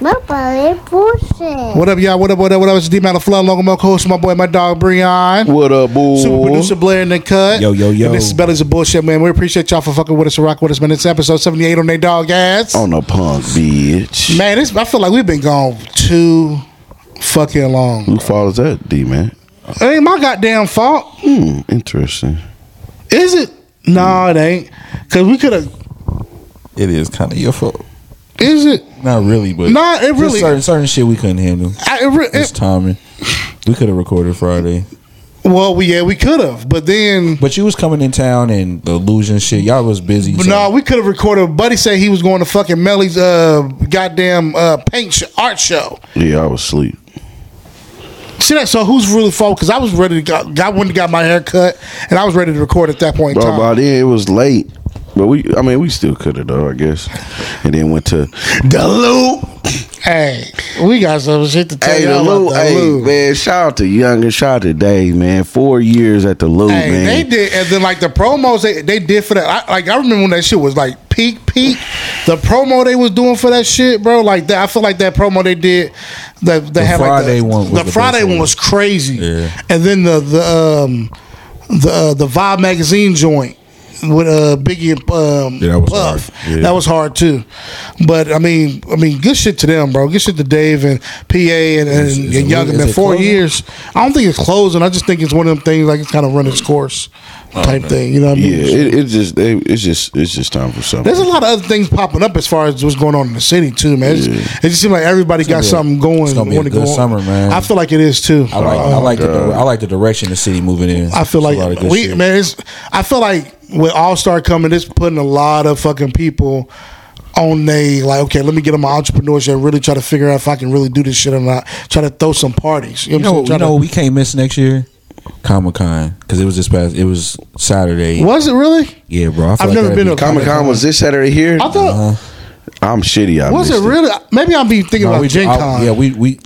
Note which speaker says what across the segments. Speaker 1: Mobile bullshit.
Speaker 2: What up, y'all? What up, what up, what up? It's D Matter Flood, Logan Moke host, my boy, my dog, Breon.
Speaker 3: What up, boo?
Speaker 2: Super producer Blair in the cut.
Speaker 3: Yo, yo, yo.
Speaker 2: And this is Bellies of Bullshit, man. We appreciate y'all for fucking with us and rock with us, man. It's episode 78 on their dog ass.
Speaker 3: on a punk bitch.
Speaker 2: Man, this, I feel like we've been gone too fucking long.
Speaker 3: Who follows that, D man?
Speaker 2: It ain't my goddamn fault.
Speaker 3: Hmm, interesting.
Speaker 2: Is it? No, it ain't. Because we could have.
Speaker 4: It is kind of your fault.
Speaker 2: Is it?
Speaker 4: Not really, but
Speaker 2: Nah, it
Speaker 4: just
Speaker 2: really-
Speaker 4: certain, certain shit we couldn't handle.
Speaker 2: I, it, re-
Speaker 4: It's
Speaker 2: it
Speaker 4: timing. We could have recorded Friday,
Speaker 2: well, we, yeah, we could have. But then.
Speaker 4: but you was coming in town and the illusion shit. Y'all was busy.
Speaker 2: But
Speaker 4: so-
Speaker 2: no, we could have recorded. Buddy said he was going to fucking Melly's uh, goddamn uh, paint sh- art show.
Speaker 3: Yeah, I was asleep.
Speaker 2: See that? So who's really fault? Because I was ready to go. I went and got my hair cut, and I was ready to record at that point in
Speaker 3: Bro,
Speaker 2: time.
Speaker 3: by then it was late. But we, I mean, we still could have though, I guess. And then went to Duluth.
Speaker 2: Hey, we got some shit to tell
Speaker 3: Hey,
Speaker 2: y'all
Speaker 3: Duluth,
Speaker 2: about
Speaker 3: hey,
Speaker 2: Duluth.
Speaker 3: man! Shout out to Young and shout out to Dave, man. Four years at Duluth,
Speaker 2: Hey,
Speaker 3: man.
Speaker 2: they did, and then like the promos they, they did for that. I, like I remember when that shit was like peak, peak. The promo they was doing for that shit, bro. Like that, I feel like that promo they did. That they
Speaker 4: The
Speaker 2: had
Speaker 4: Friday
Speaker 2: like the,
Speaker 4: one was
Speaker 2: the
Speaker 4: the best
Speaker 2: Friday one
Speaker 4: one.
Speaker 2: was crazy,
Speaker 4: Yeah.
Speaker 2: and then the the um, the uh, the Vibe magazine joint with uh Biggie and um,
Speaker 4: Yeah, that was
Speaker 2: Puff.
Speaker 4: hard. Yeah.
Speaker 2: That was hard too. But I mean, I mean, good shit to them, bro. Good shit to Dave and PA and, and,
Speaker 4: Is- is
Speaker 2: and
Speaker 4: it-
Speaker 2: Young.
Speaker 4: is
Speaker 2: It's been
Speaker 4: it
Speaker 2: four
Speaker 4: closing?
Speaker 2: years. I don't think it's closing. I just think it's one of them things like it's kind of run its course type thing. You know what I
Speaker 3: Yeah,
Speaker 2: mean?
Speaker 3: it, it just, they, it's just, it's just time for something.
Speaker 2: There's a lot of other things popping up as far as what's going on in the city too, man. It's- It just seems like everybody got
Speaker 4: be a-
Speaker 2: something going.
Speaker 4: it's gonna be a
Speaker 2: wanna
Speaker 4: good
Speaker 2: go on.
Speaker 4: summer, man.
Speaker 2: I feel like it is too.
Speaker 4: I like, I
Speaker 2: Um,
Speaker 4: like the, I like the direction the city moving in.
Speaker 2: I feel
Speaker 4: It's a lot of
Speaker 2: like
Speaker 4: good
Speaker 2: we
Speaker 4: shit.
Speaker 2: man. It's, I feel like with All Star coming, it's putting a lot of fucking people on they like. Okay, let me get on my entrepreneurship. Really try to figure out if I can really do this shit or not. Try to throw some parties. You
Speaker 4: You
Speaker 2: know,
Speaker 4: know,
Speaker 2: what I'm
Speaker 4: you
Speaker 2: saying? Try
Speaker 4: know, what we can't miss next year. Comic Con because it was this past. It was Saturday.
Speaker 2: to- was it really?
Speaker 4: Yeah, bro. I feel
Speaker 2: I've
Speaker 4: like
Speaker 2: never
Speaker 4: that'd
Speaker 2: been
Speaker 4: be-
Speaker 2: to a
Speaker 3: Comic Con was this Saturday here.
Speaker 2: I
Speaker 4: Uh-huh.
Speaker 2: thought
Speaker 3: I'm shitty. I
Speaker 2: was it
Speaker 3: missed
Speaker 2: really? Maybe I'll be thinking
Speaker 4: No,
Speaker 2: about
Speaker 4: we-
Speaker 2: Gen
Speaker 4: I-
Speaker 2: Con.
Speaker 4: Yeah, we we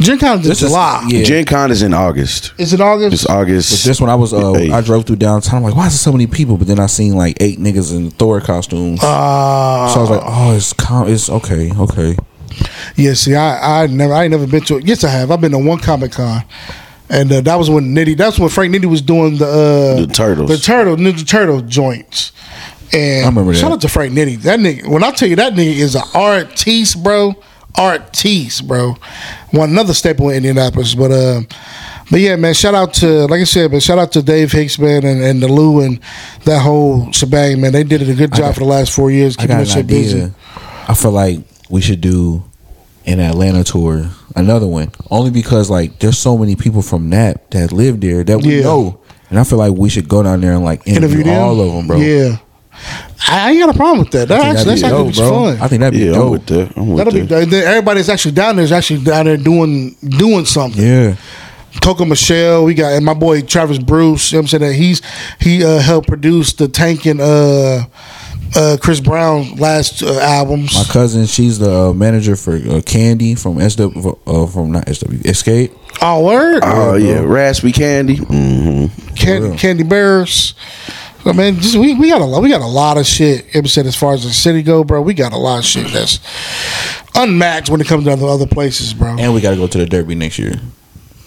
Speaker 2: Gen Con's in
Speaker 4: this is-
Speaker 2: July.
Speaker 4: yeah.
Speaker 3: Gen Con is in August.
Speaker 2: Is it August?
Speaker 3: It's August.
Speaker 4: But this one, I was uh,
Speaker 3: Hey.
Speaker 4: I drove through downtown. I'm like, why is there so many people? But then I seen like eight niggas in Thor costumes.
Speaker 2: Uh,
Speaker 4: so I was like, oh, it's com- it's okay, okay.
Speaker 2: yeah. See, I, I never, I ain't never been to it. Yes, I have. I've been to one Comic Con, and uh, that was when Nitty. That's when Frank Nitty was doing the uh,
Speaker 3: The Turtles.
Speaker 2: the turtle, Ninja Turtle joints. And
Speaker 4: I remember that.
Speaker 2: Shout out to Frank Nitty. That nigga. When I tell you that nigga is an artiste, bro. Artiste, bro. One another staple in Indianapolis, but uh, but yeah, man. Shout out to like I said, but shout out to Dave Hicks, man, and, and the Lou and that whole shebang, man. They did a good job for the last four years
Speaker 4: I
Speaker 2: keeping
Speaker 4: got
Speaker 2: that shit
Speaker 4: an idea.
Speaker 2: busy.
Speaker 4: I feel like we should do an Atlanta tour, another one, only because like there's so many people from Nap that live there that we
Speaker 2: Yeah.
Speaker 4: know, and I feel like we should go down there and like interview,
Speaker 2: interview them.
Speaker 4: all of them, bro.
Speaker 2: Yeah, I I ain't got a problem with that. That
Speaker 4: I think
Speaker 2: actually, that's
Speaker 4: that'd be
Speaker 2: actually
Speaker 4: dope, bro.
Speaker 2: fun.
Speaker 4: I think that'd be
Speaker 3: yeah, I'm
Speaker 4: dope.
Speaker 3: with that. I'm with
Speaker 2: That'll be
Speaker 3: that.
Speaker 2: then everybody's actually down there is actually down there doing doing something.
Speaker 4: Yeah,
Speaker 2: Coco Michelle, we got and my boy Travis Bruce, you know what I'm saying that he's he uh, helped produce the Tank and uh, uh, Chris Brown last uh, albums.
Speaker 4: my cousin, she's the uh, manager for uh, Candy from SW uh, from not SW Escape.
Speaker 2: Oh word,
Speaker 4: Ah,
Speaker 3: Oh yeah, raspy candy.
Speaker 4: Mm-hmm.
Speaker 3: hmm
Speaker 2: Can, Candy Bears. I mean, just we, we got a lot we got a lot of shit. you know what I'm saying as far as the city go, bro, we got a lot of shit that's unmatched when it comes to other, other places, bro.
Speaker 4: And we got to go to the Derby next year.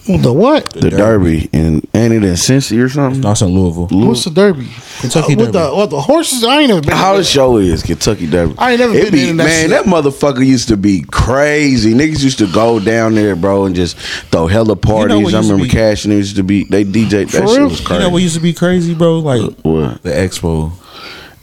Speaker 2: the what?
Speaker 3: The derby and ain't it in Cincy or something?
Speaker 4: No, it's in Louisville.
Speaker 2: What's the derby?
Speaker 4: Kentucky
Speaker 2: Uh, with
Speaker 4: Derby.
Speaker 2: the with the horses. I ain't never been.
Speaker 3: How
Speaker 2: to
Speaker 3: the show is Kentucky Derby?
Speaker 2: I ain't never
Speaker 3: It
Speaker 2: been in that shit.
Speaker 3: man. That motherfucker used to be crazy. Niggas used to go down there, bro, and just throw hella parties.
Speaker 4: what
Speaker 3: I
Speaker 4: used to
Speaker 3: remember
Speaker 4: be-
Speaker 3: Cash and it used to be they DJ. That
Speaker 2: For real?
Speaker 3: shit was
Speaker 4: You
Speaker 3: crazy.
Speaker 4: know what used to be crazy, bro? Like
Speaker 3: what?
Speaker 4: the expo.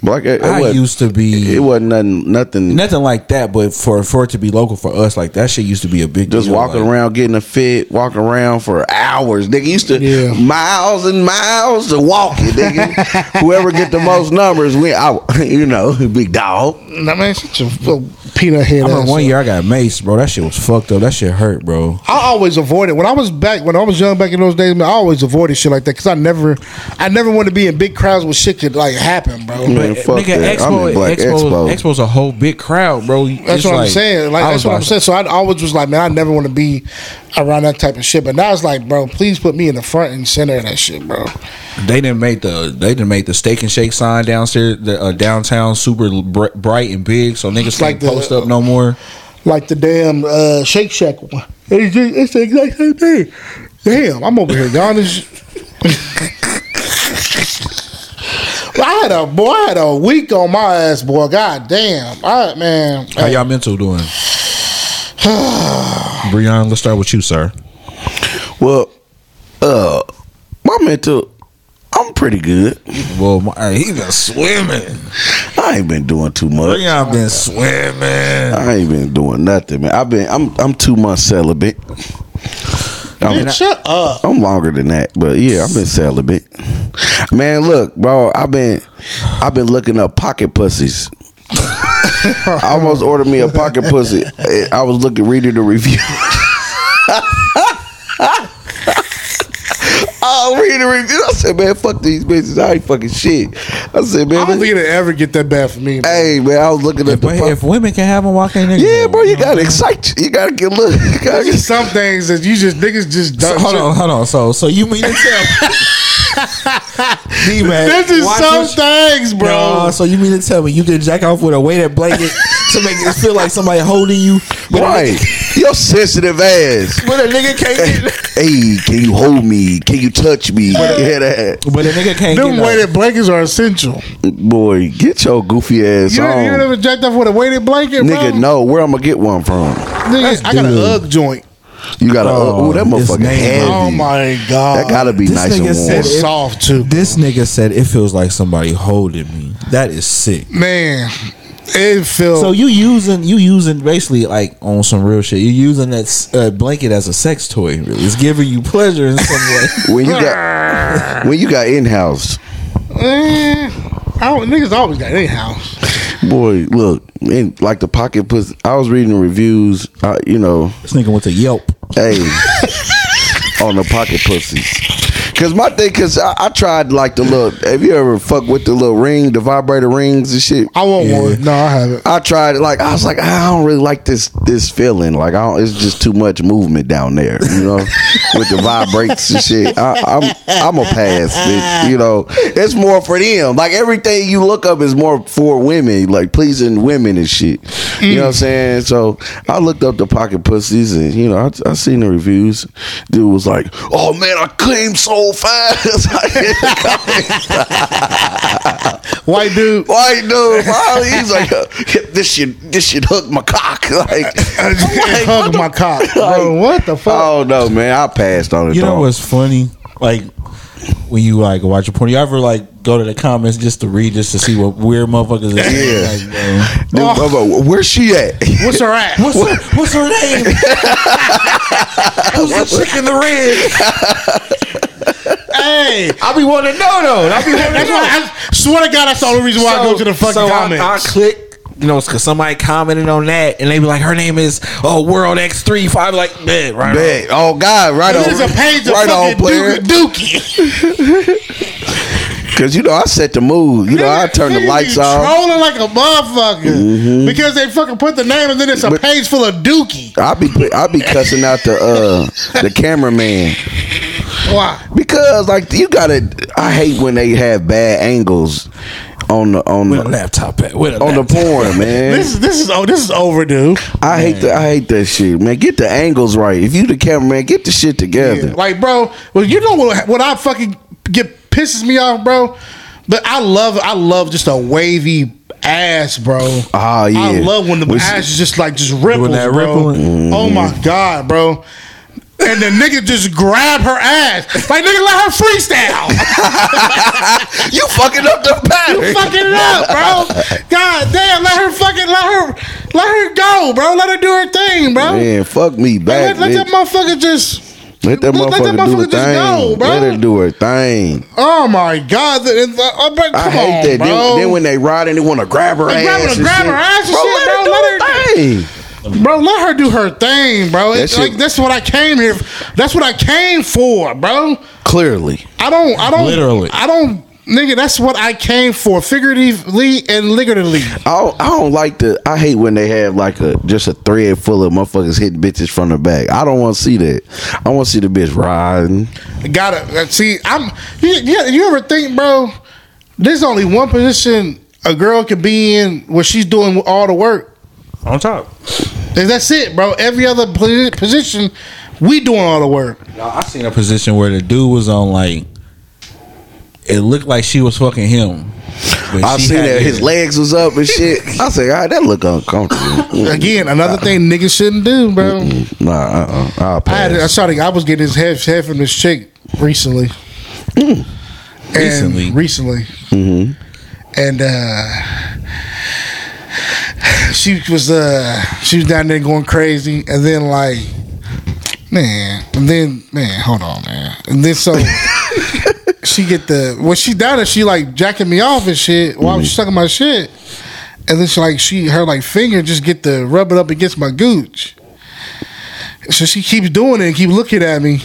Speaker 3: Black, it, it
Speaker 4: I
Speaker 3: wasn't,
Speaker 4: used to be
Speaker 3: It wasn't nothing. Nothing.
Speaker 4: nothing like that, but for for it to be local for us, like that shit used to be a big
Speaker 3: Just
Speaker 4: deal,
Speaker 3: walking
Speaker 4: like-
Speaker 3: around getting a fit, walking around for hours. Nigga used to
Speaker 2: Yeah.
Speaker 3: miles and miles to walk it. Nigga, whoever get the most numbers, we, I, you know, big dog.
Speaker 2: Nah, man, such a little peanut head.
Speaker 4: I
Speaker 2: ass.
Speaker 4: remember one year I got maced, bro. That shit was fucked up. That shit hurt, bro.
Speaker 2: I always avoided when I was back when I was young back in those days. Man, I always avoided shit like that because I never, I never wanted to be in big crowds where shit could like happen, bro.
Speaker 3: Man, fuck
Speaker 4: Nigga,
Speaker 3: that.
Speaker 4: Expo,
Speaker 3: I'm in Black
Speaker 4: Expo,
Speaker 3: Expo.
Speaker 4: Expo's a whole big crowd, bro.
Speaker 2: That's what I'm saying. Like that's what I'm saying. So I always was like, man, I never want to be around that type of shit. But now it's like, bro, please put me in the front and center of that shit, bro.
Speaker 4: They didn't make the they didn't make the steak and shake sign downstairs, the uh, downtown, super br- bright and big, so niggas
Speaker 2: like
Speaker 4: can't
Speaker 2: the-
Speaker 4: post up no more.
Speaker 2: like the damn uh, Shake Shack one. It's, ju- it's the exact same thing. Damn, I'm over here gone. as- I had a boy, I had a week on my ass, boy. God damn, I man.
Speaker 4: How y'all mental doing? Breon, let's start with you, sir.
Speaker 3: Well, uh, my mental, I'm pretty good.
Speaker 4: Well, my, he been swimming.
Speaker 3: I ain't been doing too much.
Speaker 4: Breon been swimming.
Speaker 3: I ain't been doing nothing, man. I've been I'm I'm two months celibate. I'm,
Speaker 2: Bitch, shut up.
Speaker 3: I'm longer than that, but yeah, I've been celibate. Man, look, bro, I've been I've been looking up pocket pussies. I almost ordered me a pocket pussy. I- I was looking reading the review. I read the review. I said, man, fuck these bitches. I ain't fucking shit. I said, man,
Speaker 2: I don't
Speaker 3: look-
Speaker 2: think it'll ever get that bad for me. man.
Speaker 3: hey, man, I was looking at
Speaker 4: If,
Speaker 3: the. po-
Speaker 4: if women can have him, why can't niggas?
Speaker 3: yeah,
Speaker 4: have
Speaker 3: bro,
Speaker 4: him?
Speaker 3: you
Speaker 4: know what
Speaker 3: gotta
Speaker 4: I'm saying?
Speaker 3: excite. You, you gotta get look. You gotta
Speaker 2: There's
Speaker 3: get
Speaker 2: just some things that you just niggas just
Speaker 4: So,
Speaker 2: don't.
Speaker 4: hold on, hold on. So, so you mean to tell me, man?
Speaker 2: There's just
Speaker 4: why
Speaker 2: some
Speaker 4: don't you-
Speaker 2: things, bro.
Speaker 4: Nah, so you mean to tell me you can jack off with a weighted blanket to make it feel like somebody holding you? But a
Speaker 3: Right.
Speaker 4: nigga-
Speaker 3: Your sensitive ass.
Speaker 4: But a nigga can't. Get,
Speaker 3: hey, can you hold me? Can you touch me?
Speaker 2: uh,
Speaker 3: Yeah, that.
Speaker 4: but a nigga can't.
Speaker 2: Them
Speaker 4: get no-
Speaker 2: weighted blankets are essential.
Speaker 3: Boy, get your goofy ass
Speaker 2: You
Speaker 3: on.
Speaker 2: ain't you never jacked off with a weighted blanket,
Speaker 3: Nigga,
Speaker 2: bro?
Speaker 3: no. Where I'm going to get one from?
Speaker 2: Nigga, I got a
Speaker 4: dude.
Speaker 2: hug joint.
Speaker 3: You got to.
Speaker 4: Oh,
Speaker 3: Oh, ooh, that
Speaker 4: his
Speaker 3: motherfucker
Speaker 4: name.
Speaker 3: heavy.
Speaker 2: Oh my god,
Speaker 3: That got to be
Speaker 4: This
Speaker 3: nice and
Speaker 4: nigga
Speaker 3: warm.
Speaker 4: said
Speaker 2: It's
Speaker 4: it-
Speaker 2: soft too,
Speaker 4: This nigga said it feels like somebody holding me. That is sick.
Speaker 2: man. It feels
Speaker 4: So you using you using basically like on some real shit. You using that s- uh, blanket as a sex toy. Really, it's giving you pleasure in some way.
Speaker 3: when you got when you got in house,
Speaker 2: Eh, I don't, niggas always got anyhow.
Speaker 3: boy, look, in, like the pocket pussy. I was reading the reviews, uh, you know,
Speaker 4: this nigga went to Yelp.
Speaker 3: hey, on the pocket pussies. Cause my thing, cause I, I tried like the little. Have you ever fucked with the little ring, the vibrator rings and shit?
Speaker 2: I want
Speaker 4: Yeah.
Speaker 2: one. No, I haven't.
Speaker 3: I tried it. Like I was like, "Ah, I don't really like this this feeling. Like I don't, it's just too much movement down there. You know, with the vibrates and shit. I, I'm I'm a pass. Bitch, you know, it's more for them. Like everything you look up is more for women. Like pleasing women and shit. You know what I'm saying? So I looked up the pocket pussies and you know I, I seen the reviews. Dude was like, oh man, I came so fast.
Speaker 2: White dude.
Speaker 3: White dude, bro. he's like, uh, this should this should hook my cock. Like, I'm like,
Speaker 2: hug my cock. Bro, what the fuck?
Speaker 3: Oh no, man, I passed on it.
Speaker 4: You know
Speaker 3: dog.
Speaker 4: what's funny? Like when you like watch a porn, you ever like go to the comments just to read just to see what weird motherfuckers are saying? Like,
Speaker 3: Dude, bro, bro, where's she at?
Speaker 2: What's her ass?
Speaker 4: bro, what's her, what's her name? Who's the chick in the red?
Speaker 2: hey,
Speaker 4: I be wanting to know though. I be wanting
Speaker 2: that's why. I swear to God, that's the only reason why I go to the fucking
Speaker 4: so I-
Speaker 2: comments.
Speaker 4: I, click, you know, because somebody commented on that, and they be like, "Her name is oh World X 35 like, man, right? right.
Speaker 3: Bet. Oh God, right on.
Speaker 2: There's a page of
Speaker 3: right on,
Speaker 2: fucking
Speaker 3: player.
Speaker 2: Duke- Dookie.
Speaker 3: Because you know I set the mood. You know I turn the
Speaker 2: Niggas
Speaker 3: lights
Speaker 2: be
Speaker 3: off. Mm-hmm.
Speaker 2: Trolling like a motherfucker because they fucking put the name and then it's a page full of Dookie.
Speaker 3: I be put- I be cussing out the uh the cameraman
Speaker 2: Why?
Speaker 3: because like you gotta. I hate when they have bad angles on the on
Speaker 4: With a
Speaker 3: the
Speaker 4: laptop at with a
Speaker 3: on the
Speaker 4: laptop.
Speaker 3: porn, man.
Speaker 2: This is this is oh this is overdue.
Speaker 3: I hate the I hate that shit, man. Get the angles right. If you the cameraman, get the shit together.
Speaker 2: Like, bro, well, you know what? What I fucking get pisses me off, bro. But I love, I love just a wavy ass, bro.
Speaker 3: Ah, yeah.
Speaker 2: I love when the
Speaker 3: Which-
Speaker 2: ass is just like just ripples,
Speaker 4: that
Speaker 2: bro.
Speaker 4: rippling?
Speaker 2: Oh
Speaker 3: Mm.
Speaker 2: my god, bro. And the nigga just grab her ass. Like nigga, let her freestyle.
Speaker 3: you fucking up the
Speaker 2: You
Speaker 3: pattern.
Speaker 2: fucking it up, bro. God damn, let her fucking let her let her go, bro. Let her do her thing, bro.
Speaker 3: Man, fuck me back.
Speaker 2: let, let that
Speaker 3: bitch.
Speaker 2: motherfucker just
Speaker 3: Let that
Speaker 2: let- let that
Speaker 3: motherfucker do her
Speaker 2: motherfucker just go,
Speaker 3: thing.
Speaker 2: bro.
Speaker 3: Let her do her thing.
Speaker 2: Oh my God! The, the, oh, bro, come
Speaker 3: I hate
Speaker 2: on,
Speaker 3: that.
Speaker 2: Bro.
Speaker 3: Then, then when they ride and they want to grab her
Speaker 2: They grab her-
Speaker 3: ass,
Speaker 2: grab
Speaker 3: and
Speaker 2: her ass and
Speaker 3: shit, bro,
Speaker 2: shit,
Speaker 3: let
Speaker 2: bro,
Speaker 3: her do her thing.
Speaker 2: bro, let her do her thing, bro.
Speaker 3: That
Speaker 2: It's
Speaker 3: shit-
Speaker 2: like that's what I came here. That's what I came for, bro.
Speaker 3: Clearly,
Speaker 2: I don't. I don't.
Speaker 4: Literally.
Speaker 2: I don't. Nigga, that's what I came for, figuratively and literally.
Speaker 3: I don't, I don't like the. I hate when they have like a just a thread full of motherfuckers hitting bitches from the back. I don't want to see that. I want to see the bitch riding.
Speaker 2: Gotta uh, see. I'm. You, you, you ever think, bro? There's only one position a girl could be in where she's doing all the work.
Speaker 4: on top.
Speaker 2: And That's it, bro. Every other pl- position, we doing all the work.
Speaker 4: No, I seen a position where the dude was on like. It looked like she was fucking him. but
Speaker 3: I
Speaker 4: she
Speaker 3: seen
Speaker 4: had
Speaker 3: that his legs was up and shit. I said, God, that look uncomfortable.
Speaker 2: Again, another thing niggas shouldn't do, bro.
Speaker 3: nah, uh, uh I'll
Speaker 2: I had, I
Speaker 3: pass.
Speaker 2: saw the, I was getting his head, head from this chick recently. And-
Speaker 4: Recently?
Speaker 2: recently, and uh, she was uh, she was down there going crazy, and then like, man, and then man, hold on, man, and then so. She get the when she down there, she like jacking me off and shit. While she sucking my shit, and then she like she her like finger just get the rub it up against my gooch. So she keeps doing it and keep looking at me.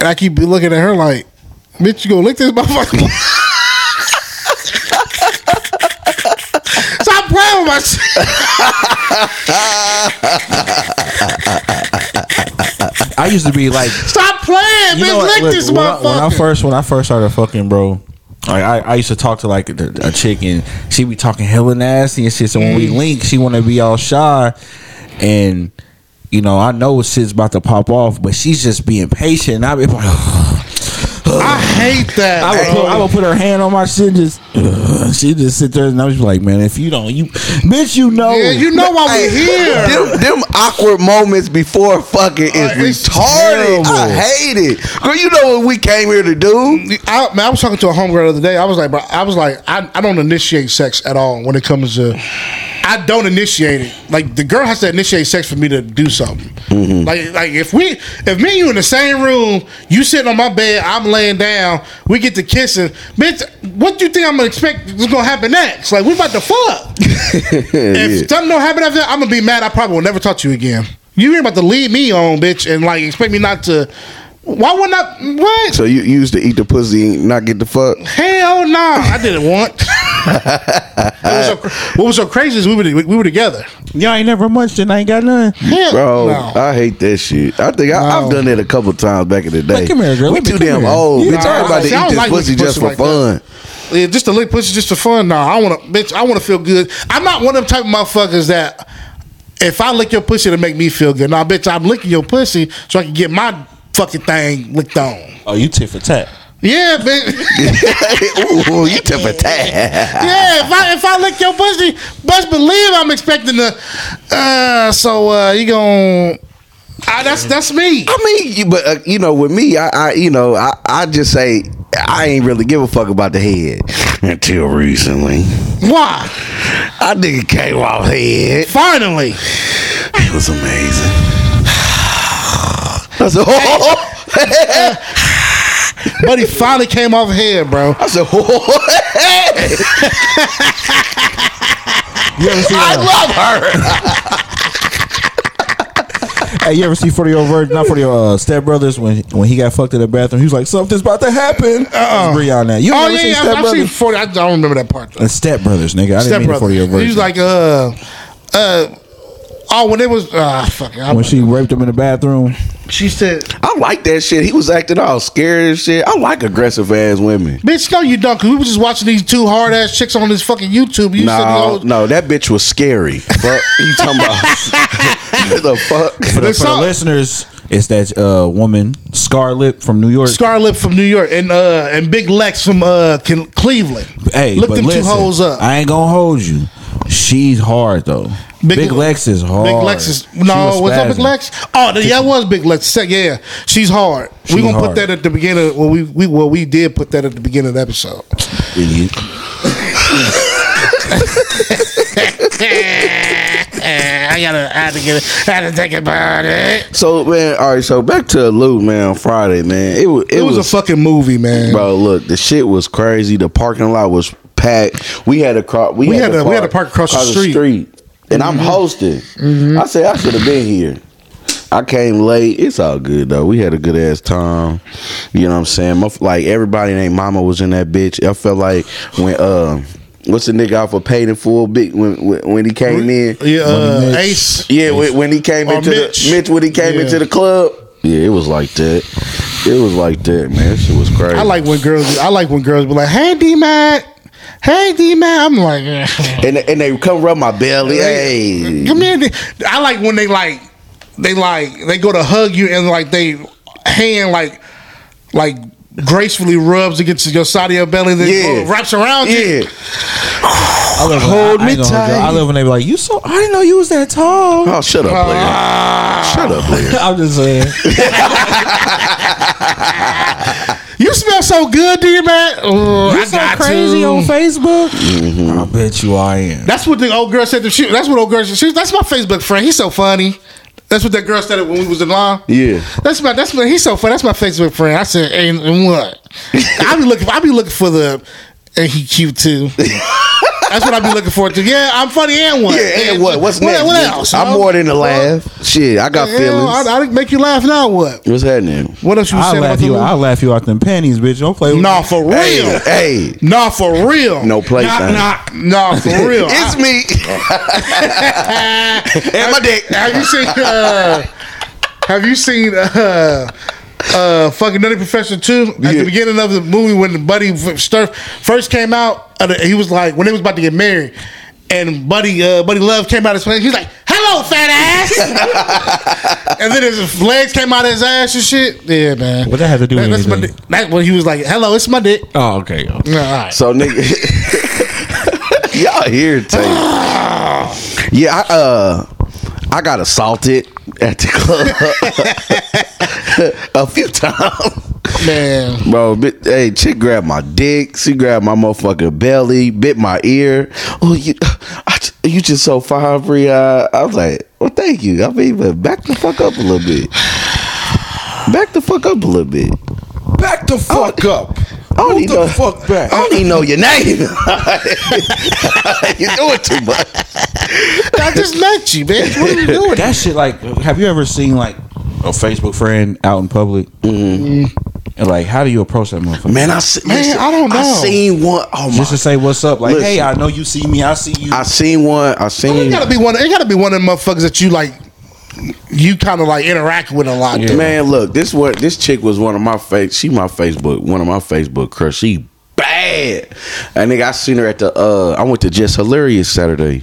Speaker 2: And I keep looking at her like, bitch, you gonna lick this motherfucker? Stop playing with my shit.
Speaker 4: I used to be like
Speaker 2: Stop playing,
Speaker 4: You
Speaker 2: bitch.
Speaker 4: know what,
Speaker 2: lick
Speaker 4: look,
Speaker 2: this
Speaker 4: when I-
Speaker 2: motherfucker.
Speaker 4: When I first when I first started fucking, bro, like I, I used to talk to like a, a chick and she be talking hella nasty and shit. So when we link, she want to be all shy, and you know I know shit's about to pop off, but she's just being patient. And I be like.
Speaker 2: I hate that.
Speaker 4: I would,
Speaker 2: bro.
Speaker 4: put, I would put her hand on my shit and just she just sit there and I was like, man, if you don't, you bitch, you know,
Speaker 2: yeah, you know why we here.
Speaker 3: Them, them awkward moments before fucking is
Speaker 2: Uh, it's
Speaker 3: retarded. I
Speaker 2: terrible.
Speaker 3: hate it. Girl, you know what we came here to do?
Speaker 2: I, man, I was talking to a homegirl the other day. I was like, bro, I was like, I, I don't initiate sex at all when it comes to. I don't initiate it. Like the girl has to initiate sex for me to do something. Like, like if we, if me and you in the same room, you sitting on my bed, I'm laying down, we get to kissing, bitch. What do you think I'm gonna expect is gonna happen next? Like we about to fuck. if something don't happen after that, I'm gonna be mad. I probably will never talk to you again. You ain't about to lead me on, bitch, and like expect me not to. Why wouldn't I? What?
Speaker 3: So you, you used to eat the pussy and not get the fuck?
Speaker 2: Hell no, I did it once. What was so- what was so crazy is we were we were together.
Speaker 4: y'all ain't never munched and I ain't got none.
Speaker 2: Hell
Speaker 3: Bro,
Speaker 2: no.
Speaker 3: I hate that shit. I think I,
Speaker 2: No.
Speaker 3: I've done it a couple times back in the day.
Speaker 4: come here, girl.
Speaker 3: We
Speaker 4: Let me-
Speaker 3: too
Speaker 4: come
Speaker 3: damn
Speaker 4: here.
Speaker 3: old.
Speaker 4: Yeah.
Speaker 3: Bitch, I ain't about to
Speaker 2: See, I
Speaker 3: eat
Speaker 2: don't
Speaker 3: this
Speaker 2: like
Speaker 3: pussy
Speaker 2: looking
Speaker 3: just for
Speaker 2: pussy like
Speaker 3: fun.
Speaker 2: Yeah, just to lick pussy just for fun. No, I want to, bitch. I want to feel good. I'm not one of them type of motherfuckers that if I lick your pussy to make me feel good. Nah, bitch, I'm licking your pussy so I can get my fucking thing licked on.
Speaker 4: Oh, you tit for tat.
Speaker 2: Yeah, bitch.
Speaker 3: Ooh, you tip a tap.
Speaker 2: yeah, if I if I lick your pussy, best believe I'm expecting to. Uh, so uh, you gonna? I, that's that's me.
Speaker 3: I mean, you- but uh, you know, with me, I, I you know, I, I just say I ain't really give a fuck about the head until recently.
Speaker 2: Why?
Speaker 3: I think it came off head.
Speaker 2: Finally.
Speaker 3: It was amazing. I said,
Speaker 2: But he finally came off head, bro.
Speaker 3: I said,
Speaker 4: You ever see?
Speaker 3: I
Speaker 4: Uh,
Speaker 3: love her.
Speaker 4: hey, you ever see forty year old virgin? Not forty year old uh, step brothers when when he got fucked in the bathroom. He was like, something's about to happen. Uh-uh. Beyond that, you
Speaker 2: Oh
Speaker 4: ever
Speaker 2: yeah,
Speaker 4: seen
Speaker 2: yeah
Speaker 4: step
Speaker 2: I've, I've seen
Speaker 4: brothers?
Speaker 2: forty. I don't remember that part though.
Speaker 4: Uh, Step brothers, nigga. I
Speaker 2: Step
Speaker 4: didn't mean
Speaker 2: brother.
Speaker 4: forty year
Speaker 2: He
Speaker 4: old virgin.
Speaker 2: was like, uh, uh, oh, when it was, ah, fuck. it. I,
Speaker 4: when she raped him in the bathroom.
Speaker 2: she said,
Speaker 3: I like that shit. He was acting all scared and shit. I like aggressive ass women.
Speaker 2: "Bitch, no, you don't." Cause we were just watching these two hard ass chicks on this fucking YouTube. You said,
Speaker 3: No,
Speaker 2: "Oh,
Speaker 3: no, that bitch was scary. But you talking about the
Speaker 4: For
Speaker 3: fuck?
Speaker 4: the,
Speaker 2: They
Speaker 4: for the
Speaker 2: saw-
Speaker 4: listeners, it's that uh, woman Scarlet from New York.
Speaker 2: Scarlett from New York and uh and Big Lex from uh Ken- Cleveland.
Speaker 4: hey,
Speaker 2: look
Speaker 4: but
Speaker 2: them
Speaker 4: listen,
Speaker 2: two hoes up.
Speaker 4: I ain't gonna hold you. She's hard though. Big, Lex is hard.
Speaker 2: Big Lex is
Speaker 4: She
Speaker 2: no.
Speaker 4: was
Speaker 2: What's up, Big
Speaker 4: spazzing.
Speaker 2: Lex? Oh, the, yeah, it was Big Lex. Se- Yeah, she's hard. we
Speaker 4: She
Speaker 2: gonna put
Speaker 4: hard.
Speaker 2: that at the beginning. Well, we we well we did put that at the beginning of the episode.
Speaker 4: Idiot.
Speaker 2: I gotta I had to get it. I had to think about it.
Speaker 3: So man, all right. So back to Lou, man. on Friday, man. It was it,
Speaker 2: It was,
Speaker 3: was
Speaker 2: a fucking movie, man.
Speaker 3: Bro, look, the shit was crazy. The parking lot was packed. We had a car. We,
Speaker 2: had
Speaker 3: to
Speaker 2: a- we had to park across the street. Mm-hmm.
Speaker 3: And I'm hosting. I said I should have been here. I came late. It's all good though. We had a good ass time. You know what I'm saying? My, like everybody named Mama was in that bitch. I felt like when uh, what's the nigga off of paid in full big when when, when he came in.
Speaker 2: Yeah, uh,
Speaker 4: Money Mitch.
Speaker 2: Ace.
Speaker 3: Yeah, when, when he came
Speaker 2: Or
Speaker 3: into
Speaker 2: Mitch.
Speaker 3: the Mitch when he came
Speaker 2: Yeah.
Speaker 3: into the club. Yeah, it was like that. It was like that, man. That shit was crazy.
Speaker 2: I like when girls. I like when girls be like, "Hey, D Mac." Hey, D man. I'm like,
Speaker 3: And they, and they come rub my belly. Hey,
Speaker 2: come here. D-" I like when they like, they like, they go to hug you and like they hand like, like gracefully rubs against your side of your belly, and then
Speaker 3: Yeah.
Speaker 2: wraps around you.
Speaker 3: yeah.
Speaker 4: I love when-
Speaker 3: Hold
Speaker 4: I- I
Speaker 3: me
Speaker 4: ain't gonna hold you.
Speaker 3: tight.
Speaker 4: I love when they be like, "You so I didn't know you was that tall."
Speaker 3: Oh, shut up, player.
Speaker 2: Ah.
Speaker 3: shut up, player.
Speaker 4: I'm just saying.
Speaker 2: You smell so good, D man. Oh,
Speaker 4: You
Speaker 2: I
Speaker 4: so
Speaker 2: got
Speaker 4: crazy
Speaker 2: to.
Speaker 4: on Facebook. I bet you I am.
Speaker 2: That's what the old girl said to shoot. That's what old girl said. She, that's my Facebook friend. He's so funny. That's what that girl said when we was in line.
Speaker 3: Yeah.
Speaker 2: That's my that's my he's so funny. That's my Facebook friend. I said, and, and what? I be looking I be looking for the and he cute too. that's what I be looking for too. Yeah, I'm funny and what?
Speaker 3: Yeah, and what? What's next?
Speaker 2: What
Speaker 3: bitch?
Speaker 2: else?
Speaker 3: I'm
Speaker 2: you know?
Speaker 3: more than a laugh. Shit, I got
Speaker 2: Hell,
Speaker 3: feelings.
Speaker 2: I, I didn't make you laugh now. What?
Speaker 3: What's happening?
Speaker 2: What else you was
Speaker 4: I
Speaker 2: saying
Speaker 4: laugh
Speaker 2: about
Speaker 4: you. I
Speaker 2: the
Speaker 4: laugh you out them panties, bitch. Don't play with
Speaker 2: Nah,
Speaker 4: me.
Speaker 2: for real.
Speaker 3: Hey, hey,
Speaker 2: Nah, for real.
Speaker 3: No play
Speaker 2: Nah,
Speaker 3: thing.
Speaker 2: nah, nah, for real.
Speaker 3: it's me. and my dick.
Speaker 2: Have you seen? Uh, have you seen? Uh, uh, fucking Nutty Professor Two at
Speaker 3: Yeah.
Speaker 2: the beginning of the movie when the Buddy Sturf first came out, uh, he was like when they was about to get married, and Buddy uh, Buddy Love came out his face. He's like, "Hello, fat ass," and then his legs came out of his ass and shit. Yeah, man.
Speaker 4: What that had to do with
Speaker 2: That- that's my
Speaker 4: anything?
Speaker 2: dick. That's when he was like, "Hello, it's my dick."
Speaker 4: Oh, okay.
Speaker 2: All right.
Speaker 3: So nigga, y'all irritating. yeah, I, uh, I got assaulted at the club a few times.
Speaker 2: man.
Speaker 3: Bro, bit, hey, chick grabbed my dick. She grabbed my motherfucking belly, bit my ear. Oh, you, I, j- you just so fine, Bria. I was like, well, thank you. I mean, but back the fuck up a little bit. Back the fuck up a little bit.
Speaker 4: Back the fuck up.
Speaker 3: I don't even know.
Speaker 4: fuck back.
Speaker 3: I don't even know your name. You're doing too much.
Speaker 2: I just met you, bitch. What are you doing?
Speaker 4: That shit, like, have you ever seen like a Facebook friend out in public? And like, how do you approach that motherfucker?
Speaker 3: Man, I se-
Speaker 2: Man, I don't
Speaker 3: I
Speaker 2: know.
Speaker 3: seen one. Oh my!
Speaker 4: Just to say what's up. Like,
Speaker 3: Listen.
Speaker 4: hey, I know you see me. I see you.
Speaker 3: I seen one. I
Speaker 2: It
Speaker 3: seen.
Speaker 2: gotta be one. It gotta be one of them motherfuckers that you like. You kind of like interact with a lot. though.
Speaker 3: Man, look, this what this chick was one of my face. She my Facebook, one of my Facebook crush. She bad. And nigga, I seen her at the. uh I went to Just Hilarious Saturday,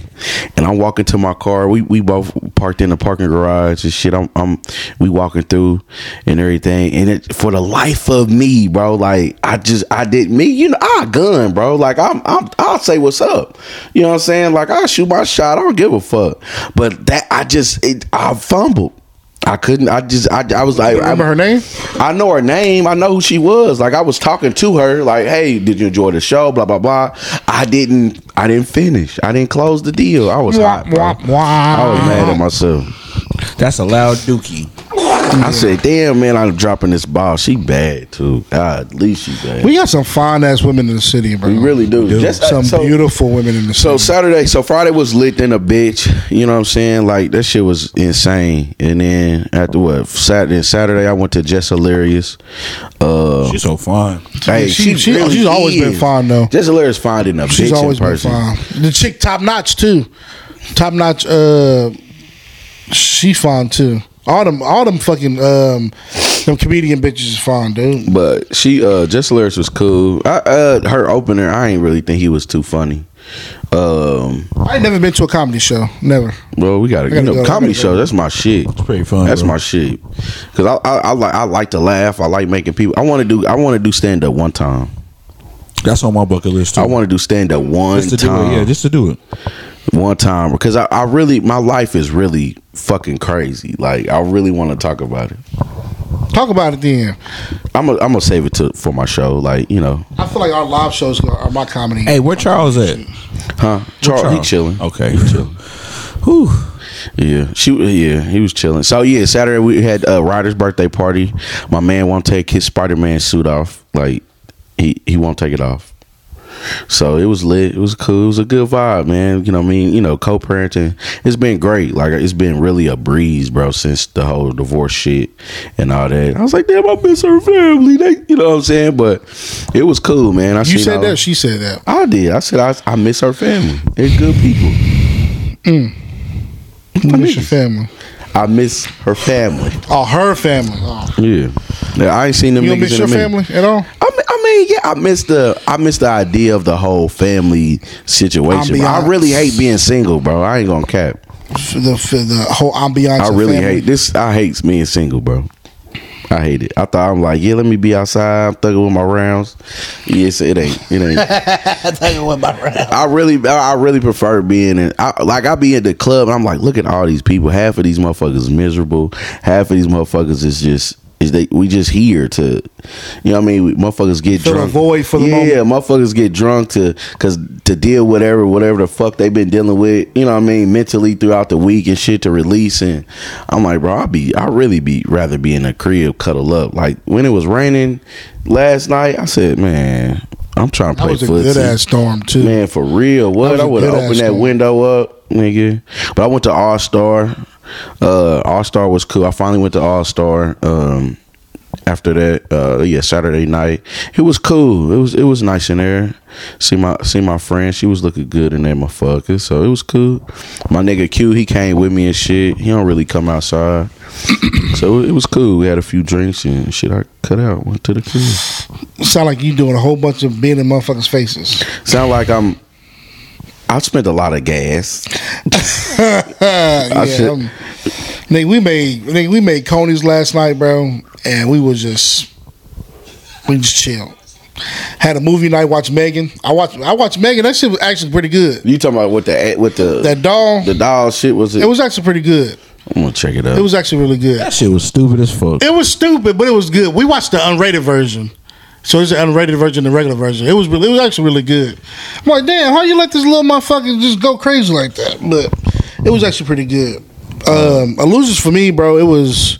Speaker 3: and I'm walking to my car. We we both parked in the parking garage and shit. I'm I'm we walking through and everything. And it for the life of me, bro, like I just I did me. You know, I gun, bro. Like I'm I'm I'll say what's up. You know what I'm saying? Like I shoot my shot. I don't give a fuck. But that I just it, I fumbled. I couldn't. I just. I. I was like.
Speaker 2: You remember
Speaker 3: I,
Speaker 2: her name?
Speaker 3: I know her name. I know who she was. Like I was talking to her. Like, hey, did you enjoy the show? Blah blah blah. I didn't. I didn't finish. I didn't close the deal. I was
Speaker 2: Wah,
Speaker 3: hot, bro.
Speaker 2: wah, wah.
Speaker 3: I was mad at myself.
Speaker 4: That's a loud dookie.
Speaker 3: I said, damn man, I'm dropping this ball. She bad too. God, at least she bad.
Speaker 2: We
Speaker 3: We,
Speaker 2: got some fine ass women in the city, bro.
Speaker 3: really do. Just uh,
Speaker 2: some
Speaker 3: so-
Speaker 2: beautiful women in the
Speaker 3: So
Speaker 2: city.
Speaker 3: Saturday, so Friday was lit in a bitch. You know what I'm saying? Like that shit was insane. And then after what Saturday, Saturday I went to Just Hilarious. Uh,
Speaker 4: She's so fun.
Speaker 3: Hey,
Speaker 2: She-
Speaker 3: she,
Speaker 2: she- oh,
Speaker 3: really
Speaker 2: she's always
Speaker 3: is.
Speaker 2: been fine, though.
Speaker 3: Just Hilarious fine in a
Speaker 2: She's
Speaker 3: bitch
Speaker 2: always
Speaker 3: in person.
Speaker 2: been fine. The chick, top notch too. Top notch. Uh, she fine too. All them, all them fucking um, them comedian bitches is fine, dude.
Speaker 3: But she uh Just Hilarious was cool. I, uh her opener, I ain't really think he was too funny. Um
Speaker 2: I ain't never been to a comedy show. Never.
Speaker 3: bro, we gotta,
Speaker 2: gotta
Speaker 3: you know
Speaker 2: go, I
Speaker 3: comedy
Speaker 2: gotta go.
Speaker 3: show, that's my shit.
Speaker 4: pretty fun,
Speaker 3: That's
Speaker 4: bro.
Speaker 3: my shit. Cause I, I I like I like to laugh. I like making people I wanna do I wanna do stand up one time.
Speaker 4: That's on my bucket list too.
Speaker 3: I wanna do stand up one
Speaker 4: just to
Speaker 3: time.
Speaker 4: do it. Yeah, just to do it.
Speaker 3: one time because I, I really my life is really fucking crazy. Like I really wanna talk about it.
Speaker 2: Talk about it then.
Speaker 3: I'm gonna I'm gonna save it to for my show, like, you know.
Speaker 2: I feel like our live shows are my comedy.
Speaker 4: Hey, where Charles at?
Speaker 3: Huh? Charles,
Speaker 4: Charles.
Speaker 3: he chilling.
Speaker 4: Okay.
Speaker 3: He chilling.
Speaker 4: Whew.
Speaker 3: Yeah, she. Yeah, he was chilling. So yeah, Saturday we had a Ryder's birthday party. My man won't take his Spider Man suit off. Like he he won't take it off. So it was lit. It was cool. It was a good vibe, man. You know, what I mean, you know, co-parenting. It's been great. Like it's been really a breeze, bro, since the whole divorce shit and all that. I was like, damn, I miss her family. They, you know what I'm saying? But it was cool, man. I
Speaker 2: you
Speaker 3: seen
Speaker 2: said
Speaker 3: all-
Speaker 2: that. She said that.
Speaker 3: I did. I said I, I miss her family. They're good people.
Speaker 2: I miss your family.
Speaker 3: I miss her family.
Speaker 2: Oh, her family. Oh.
Speaker 3: Yeah. yeah I ain't seen them
Speaker 2: You
Speaker 3: niggas
Speaker 2: don't miss
Speaker 3: in
Speaker 2: your
Speaker 3: a minute.
Speaker 2: family at all?
Speaker 3: I, mi- I I mean, yeah, I miss the I miss the idea of the whole family situation. bro. I
Speaker 2: Ambiance.
Speaker 3: really hate being single, bro. I ain't gonna cap.
Speaker 2: For the for the whole ambiance.
Speaker 3: I
Speaker 2: of
Speaker 3: really
Speaker 2: family.
Speaker 3: hate this. I hate being single, bro. I hate it. I thought I'm like, yeah, let me be outside. I'm thugging with my rounds. Yes, it ain't. It ain't.
Speaker 5: I tell you what, my round.
Speaker 3: I really, I really prefer being in. I, like I be at the club, and I'm like, look at all these people. Half of these motherfuckers miserable. Half of these motherfuckers is just. Is they we just here to, you know what I mean? We- Motherfuckers get
Speaker 2: Fill the
Speaker 3: drunk.
Speaker 2: void for the
Speaker 3: yeah,
Speaker 2: moment.
Speaker 3: motherfuckers get drunk to cause to deal whatever whatever the fuck they've been dealing with. You know what I mean? Mentally throughout the week and shit to release. And I'm like, bro, I be I really be rather be in a crib cuddle up. Like when it was raining last night, I said, man, I'm trying to
Speaker 2: That
Speaker 3: play
Speaker 2: was a
Speaker 3: footsie.
Speaker 2: good ass storm too.
Speaker 3: Man, for real, what
Speaker 2: was
Speaker 3: I
Speaker 2: a
Speaker 3: would have
Speaker 2: good-ass
Speaker 3: opened that
Speaker 2: storm.
Speaker 3: window up, nigga. But I went to All Star. Uh, All Star was cool. I finally went to All Star. Um, after that, uh, yeah, Saturday night, it was cool. It was it was nice in there. See my see my friend, she was looking good in that motherfucker. So it was cool. My nigga Q, he came with me and shit. He don't really come outside, so it was cool. We had a few drinks and shit. I cut out, went to the club.
Speaker 2: Sound like you doing a whole bunch of being in motherfuckers' faces.
Speaker 3: Sound like I'm. I spent a lot of gas.
Speaker 2: yeah,
Speaker 3: should-
Speaker 2: I'm- nigga, we made nigga, we made conies last night, bro, and we was just we just chill. Had a movie night, watched Megan. I watched I watched Megan. That shit was actually pretty good.
Speaker 3: You talking about what the with the
Speaker 2: That doll,
Speaker 3: the doll shit was it?
Speaker 2: it was actually pretty good.
Speaker 3: I'm gonna check it out.
Speaker 2: It was actually really good.
Speaker 4: That shit was stupid as fuck.
Speaker 2: It was stupid, but it was good. We watched the unrated version. So it's an unrated version and the regular version. It was really, it was actually really good. I'm like, damn, how you let this little motherfucker just go crazy like that? But it was actually pretty good. Um, Illusions for me, bro. It was,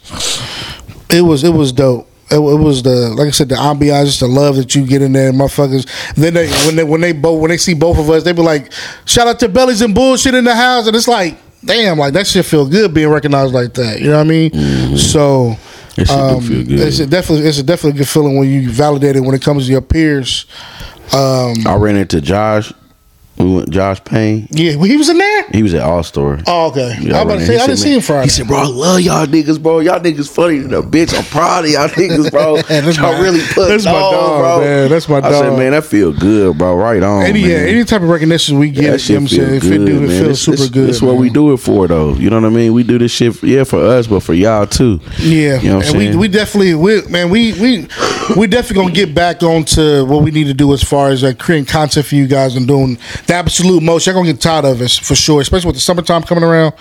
Speaker 2: it was, it was dope. It, wa- it was the like I said, the ambiance, just the love that you get in there, motherfuckers. Then they when they when they both when they see both of us, they be like, shout out to Bellies and Bullshit in the house, and it's like, damn, like that shit feel good being recognized like that. You know what I mean? So
Speaker 3: Mm-hmm. That shit do
Speaker 2: um,
Speaker 3: feel good.
Speaker 2: It's a definitely it's a definitely good feeling when you validate it when it comes to your peers. Um,
Speaker 3: I ran into Josh. We went Josh Payne.
Speaker 2: yeah, well, he was in there.
Speaker 3: He was at All Star.
Speaker 2: Oh, okay. I was about to say I didn't see him Friday.
Speaker 3: He said, "Bro, I love y'all niggas, bro. Y'all niggas funny than a bitch. I'm proud of y'all niggas, bro.
Speaker 2: That's
Speaker 3: y'all
Speaker 2: my-
Speaker 3: really put
Speaker 2: that's my
Speaker 3: on,
Speaker 2: dog,
Speaker 3: bro.
Speaker 2: man. That's my
Speaker 3: I said,
Speaker 2: dog.
Speaker 3: man, that feel good, bro. Right on,
Speaker 2: any yeah,
Speaker 3: "Oh, man.
Speaker 2: any type of recognition we
Speaker 3: Yeah,
Speaker 2: get, you know what I'm saying? If it do, it feels super
Speaker 3: it's,
Speaker 2: good.
Speaker 3: That's what
Speaker 2: man.
Speaker 3: we do it for, though. You know what I mean? We do this shit, for, yeah, for us, but for y'all too.
Speaker 2: Yeah,
Speaker 3: you know what I'm
Speaker 2: and we
Speaker 3: saying?
Speaker 2: we definitely we man we we we definitely gonna get back onto what we need to do as far as like creating content for you guys and doing the absolute most. Y'all gonna get tired of us for sure, especially with the summertime coming around.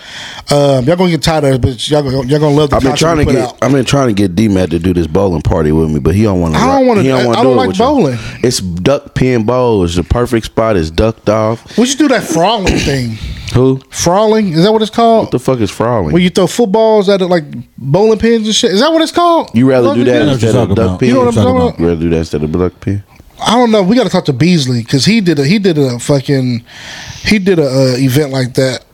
Speaker 2: Um, y'all gonna get tired of us, but y'all gonna, y'all gonna love the
Speaker 3: I've been
Speaker 2: content
Speaker 3: trying to
Speaker 2: we put
Speaker 3: get.
Speaker 2: out.
Speaker 3: I've been trying to get D-Mac to do this bowling party with me, but he don't want to.
Speaker 2: I don't wanna- I- I don't like bowling.
Speaker 3: It's duck pin bowl. It's the perfect spot. It's ducked off.
Speaker 2: We should do that frawling thing.
Speaker 3: Who
Speaker 2: Frawling is that what it's called?
Speaker 3: what the fuck is frowning?
Speaker 2: Where you throw footballs at it like bowling pins and shit. Is that what it's called?
Speaker 3: you rather do
Speaker 4: I
Speaker 3: that
Speaker 4: know what
Speaker 3: instead
Speaker 4: you're
Speaker 3: of
Speaker 4: talking
Speaker 3: duck
Speaker 4: about.
Speaker 3: pin?
Speaker 2: You know what I'm talking
Speaker 3: You rather do that instead of duck pin?
Speaker 2: I don't know. We got to talk to Beasley because he did a he did a fucking he did a uh, event like that.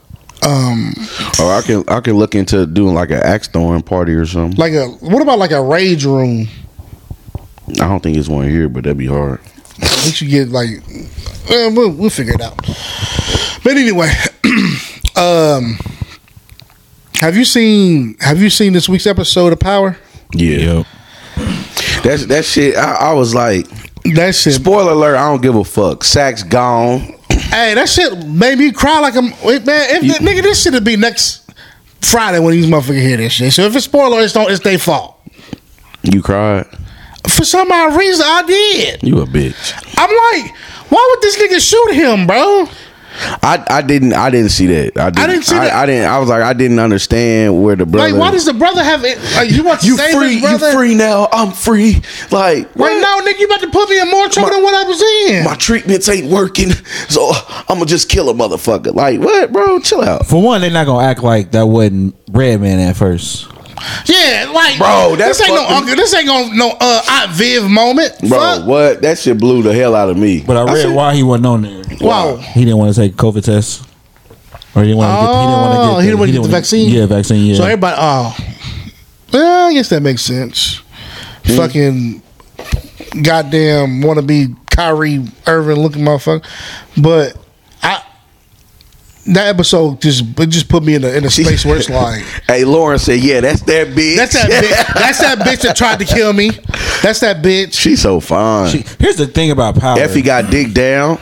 Speaker 2: Um,
Speaker 3: Or Oh, I can I can look into doing like an axe throwing party or something.
Speaker 2: like a what about like a rage room?
Speaker 3: I don't think it's one here, but that'd be hard.
Speaker 2: We should get like eh, we'll, we'll figure it out. But anyway, um, have you seen have you seen this week's episode of Power?
Speaker 3: Yeah,
Speaker 4: Yep.
Speaker 3: that's that shit. I, I was like,
Speaker 2: That shit,
Speaker 3: spoiler alert. I don't give a fuck. Sack's gone.
Speaker 2: hey, that shit made me cry like I'm wait, man. If that nigga, this shit'll be next Friday when these motherfuckers hear this shit. So if it's spoiler, it's don't it's their fault.
Speaker 3: You cried.
Speaker 2: For some odd reason, I did.
Speaker 3: You a bitch.
Speaker 2: I'm like, why would this nigga shoot him, bro?
Speaker 3: I, I didn't I didn't see that. I didn't,
Speaker 2: didn't see
Speaker 3: I,
Speaker 2: that.
Speaker 3: I didn't I was like I didn't understand where the brother
Speaker 2: Like, why does the brother have it? Like, you want to
Speaker 3: you
Speaker 2: save
Speaker 3: free
Speaker 2: his brother?
Speaker 3: you free now. I'm free. Like
Speaker 2: Wait, no, nigga, you about to put me in more trouble
Speaker 3: My-
Speaker 2: than what I was in.
Speaker 3: my treatments ain't working, so I'm gonna just kill a motherfucker. Like what, bro? Chill out,
Speaker 4: For one, they're not gonna act like that wasn't Redman at first.
Speaker 2: yeah, like,
Speaker 3: Bro, that's
Speaker 2: this ain't no
Speaker 3: fucking-
Speaker 2: uncle. This ain't no no uh, Aunt Viv moment,
Speaker 3: bro.
Speaker 2: Fuck.
Speaker 3: What? That shit blew the hell out of me.
Speaker 4: But I read
Speaker 3: said,
Speaker 4: why he wasn't on there.
Speaker 2: Wow.
Speaker 4: He didn't want to take COVID test, or he didn't want to get. He didn't want to
Speaker 2: Oh,
Speaker 4: get.
Speaker 2: he didn't wanna get the
Speaker 4: wanna-
Speaker 2: vaccine?
Speaker 4: Yeah, vaccine. Yeah.
Speaker 2: So everybody, oh, well, I guess that makes sense.
Speaker 3: Hmm?
Speaker 2: Fucking goddamn wannabe Kyrie Irving looking motherfucker, but I that episode just it just put me in a in a space where it's like.
Speaker 3: Hey, Lauren said, "Yeah, that's that bitch.
Speaker 2: That's that bitch. That's that bitch that tried to kill me. That's that bitch.
Speaker 3: She's so fine.
Speaker 4: She, here's the thing about power.
Speaker 3: Effie got dick down.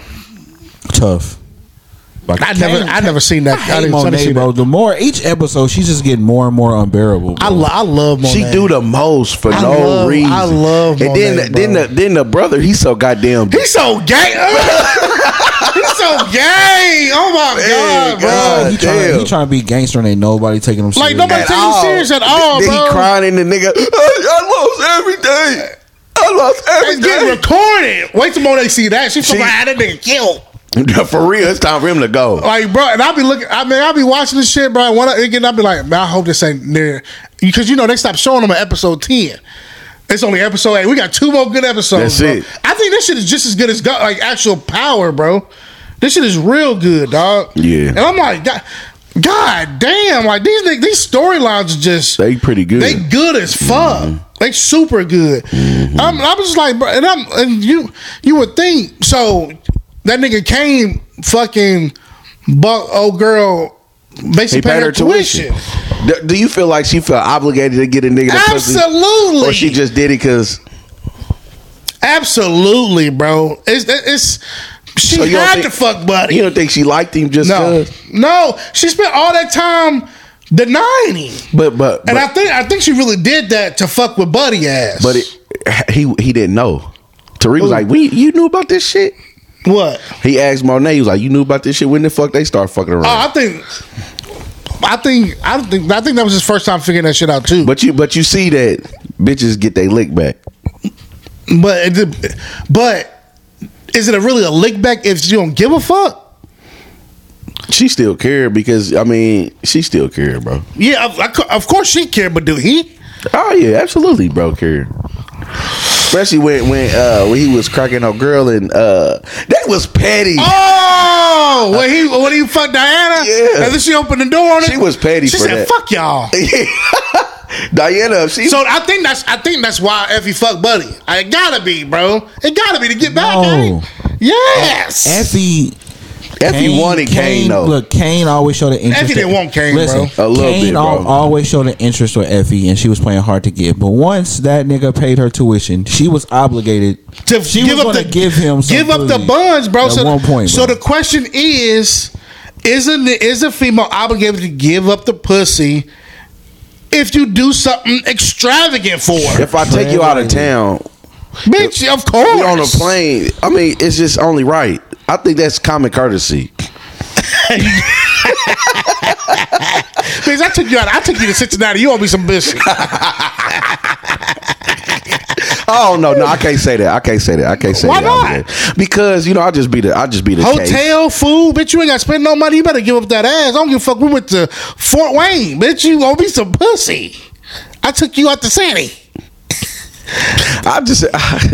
Speaker 4: tough. Like
Speaker 2: I never, I never seen that. I,
Speaker 4: I hate
Speaker 2: didn't, I didn't
Speaker 4: Monet,
Speaker 2: see
Speaker 4: bro.
Speaker 2: that.
Speaker 4: The more each episode, she's just getting more and more unbearable.
Speaker 2: I,
Speaker 4: bro.
Speaker 2: lo- I love Monet.
Speaker 3: She do the most for
Speaker 2: I
Speaker 3: no
Speaker 2: love- I
Speaker 3: reason.
Speaker 2: love
Speaker 3: And then,
Speaker 2: Monet,
Speaker 3: then
Speaker 2: bro.
Speaker 3: the then the brother, he's so goddamn.
Speaker 2: He's so gay. He's so gay. Oh my
Speaker 3: Hey,
Speaker 2: god, bro.
Speaker 3: God.
Speaker 4: he, trying,
Speaker 3: damn.
Speaker 4: he trying to be gangster and ain't nobody taking him
Speaker 2: Like
Speaker 4: serious.
Speaker 2: nobody
Speaker 3: At
Speaker 2: take you
Speaker 3: all.
Speaker 2: serious at all,
Speaker 3: then
Speaker 2: bro.
Speaker 3: he crying in the nigga. I, I lost everything. I lost
Speaker 2: It's getting
Speaker 3: everything.
Speaker 2: recorded. Wait till Monet see that. She
Speaker 3: She-
Speaker 2: from like, that nigga killed.
Speaker 3: for real, it's time for him to go.
Speaker 2: Like, bro, and I'll be looking. I mean, I'll be watching this shit, bro. When I, again, I'll be like, man, I hope this ain't near because you know they stopped showing them at episode ten. It's only episode eight. We got two more good episodes.
Speaker 3: That's
Speaker 2: bro.
Speaker 3: it.
Speaker 2: I think this shit is just as good as go- like actual power, bro. This shit is real good, dog.
Speaker 3: Yeah.
Speaker 2: and I'm like, God, God damn, like these nigg- these storylines are just
Speaker 3: They pretty good.
Speaker 2: they good as fuck.
Speaker 3: Mm-hmm.
Speaker 2: They super good. I'm, I'm just like, bro, and I'm and you you would think so that nigga came fucking buck old girl basically
Speaker 3: He
Speaker 2: paid her tuition.
Speaker 3: Do, do you feel like she felt obligated to get a nigga? to pussy?
Speaker 2: Absolutely.
Speaker 3: Or she just did it because.
Speaker 2: Absolutely, bro. It's it's she
Speaker 3: So you don't
Speaker 2: had
Speaker 3: think-
Speaker 2: to fuck buddy.
Speaker 3: You don't think she liked him just
Speaker 2: no,
Speaker 3: 'cause?
Speaker 2: no, she spent all that time denying him.
Speaker 3: But but
Speaker 2: And
Speaker 3: but,
Speaker 2: I think I think she really did that to fuck with Buddy ass.
Speaker 3: but it, he he didn't know. Tariq was like, "We you knew about this shit."
Speaker 2: what?
Speaker 3: He asked Monet, he was like, "You knew about this shit? When the fuck they start fucking around?"
Speaker 2: Oh, I think, I think, I don't think, I think that was his first time figuring that shit out too. But
Speaker 3: but you but you see that bitches get they lick back.
Speaker 2: but it did- but is it a really a lick back if you don't give a fuck?
Speaker 3: She still cared because I mean she still cared, bro.
Speaker 2: Yeah, of, I cou- of course she care, but do he?
Speaker 3: Oh yeah, absolutely, bro, cared. Especially when when uh when he was cracking her girl and uh that was petty.
Speaker 2: Oh, when he when he fucked Diana,
Speaker 3: Yeah.
Speaker 2: and then she opened the door on it.
Speaker 3: She was petty
Speaker 2: She
Speaker 3: for
Speaker 2: said,
Speaker 3: that.
Speaker 2: "Fuck y'all."
Speaker 3: Diana, she
Speaker 2: So I think that's I think that's why Effie fucked Buddy. It gotta be, bro. It gotta be to get back.
Speaker 4: No.
Speaker 2: ain't it? Yes.
Speaker 4: Effie.
Speaker 3: Effie wanted Kane, though.
Speaker 4: Look, Kane always showed an interest.
Speaker 2: Effie didn't want Kane,
Speaker 3: bro. A little
Speaker 4: Kane
Speaker 3: bit, bro.
Speaker 4: al- always showed an interest with Effie, and she was playing hard to get. But once that nigga paid her tuition, she was obligated
Speaker 2: to
Speaker 4: she
Speaker 2: give
Speaker 4: was
Speaker 2: up the
Speaker 4: gonna give him some
Speaker 2: give up the
Speaker 4: pussy
Speaker 2: buns, bro.
Speaker 4: At
Speaker 2: so,
Speaker 4: one point,
Speaker 2: so
Speaker 4: bro.
Speaker 2: the question is, isn't the- is a female obligated to give up the pussy if you do something extravagant for her?
Speaker 3: if I take you out of town,
Speaker 2: Bitch, of course.
Speaker 3: we on a plane. I mean, it's just only right. I think that's common courtesy.
Speaker 2: Bitch, I took you out. I took you to Cincinnati. You owe me some pussy.
Speaker 3: Oh no, no, I can't say that. I can't say that. I can't say
Speaker 2: Why
Speaker 3: that.
Speaker 2: not?
Speaker 3: Okay. Because you know, I just be the I just be the case.
Speaker 2: Hotel, food, bitch. You ain't got to spend no money. You better give up that ass. I don't give a fuck. We went to Fort Wayne, bitch. You owe me some pussy. I took you out to Sandy.
Speaker 3: I just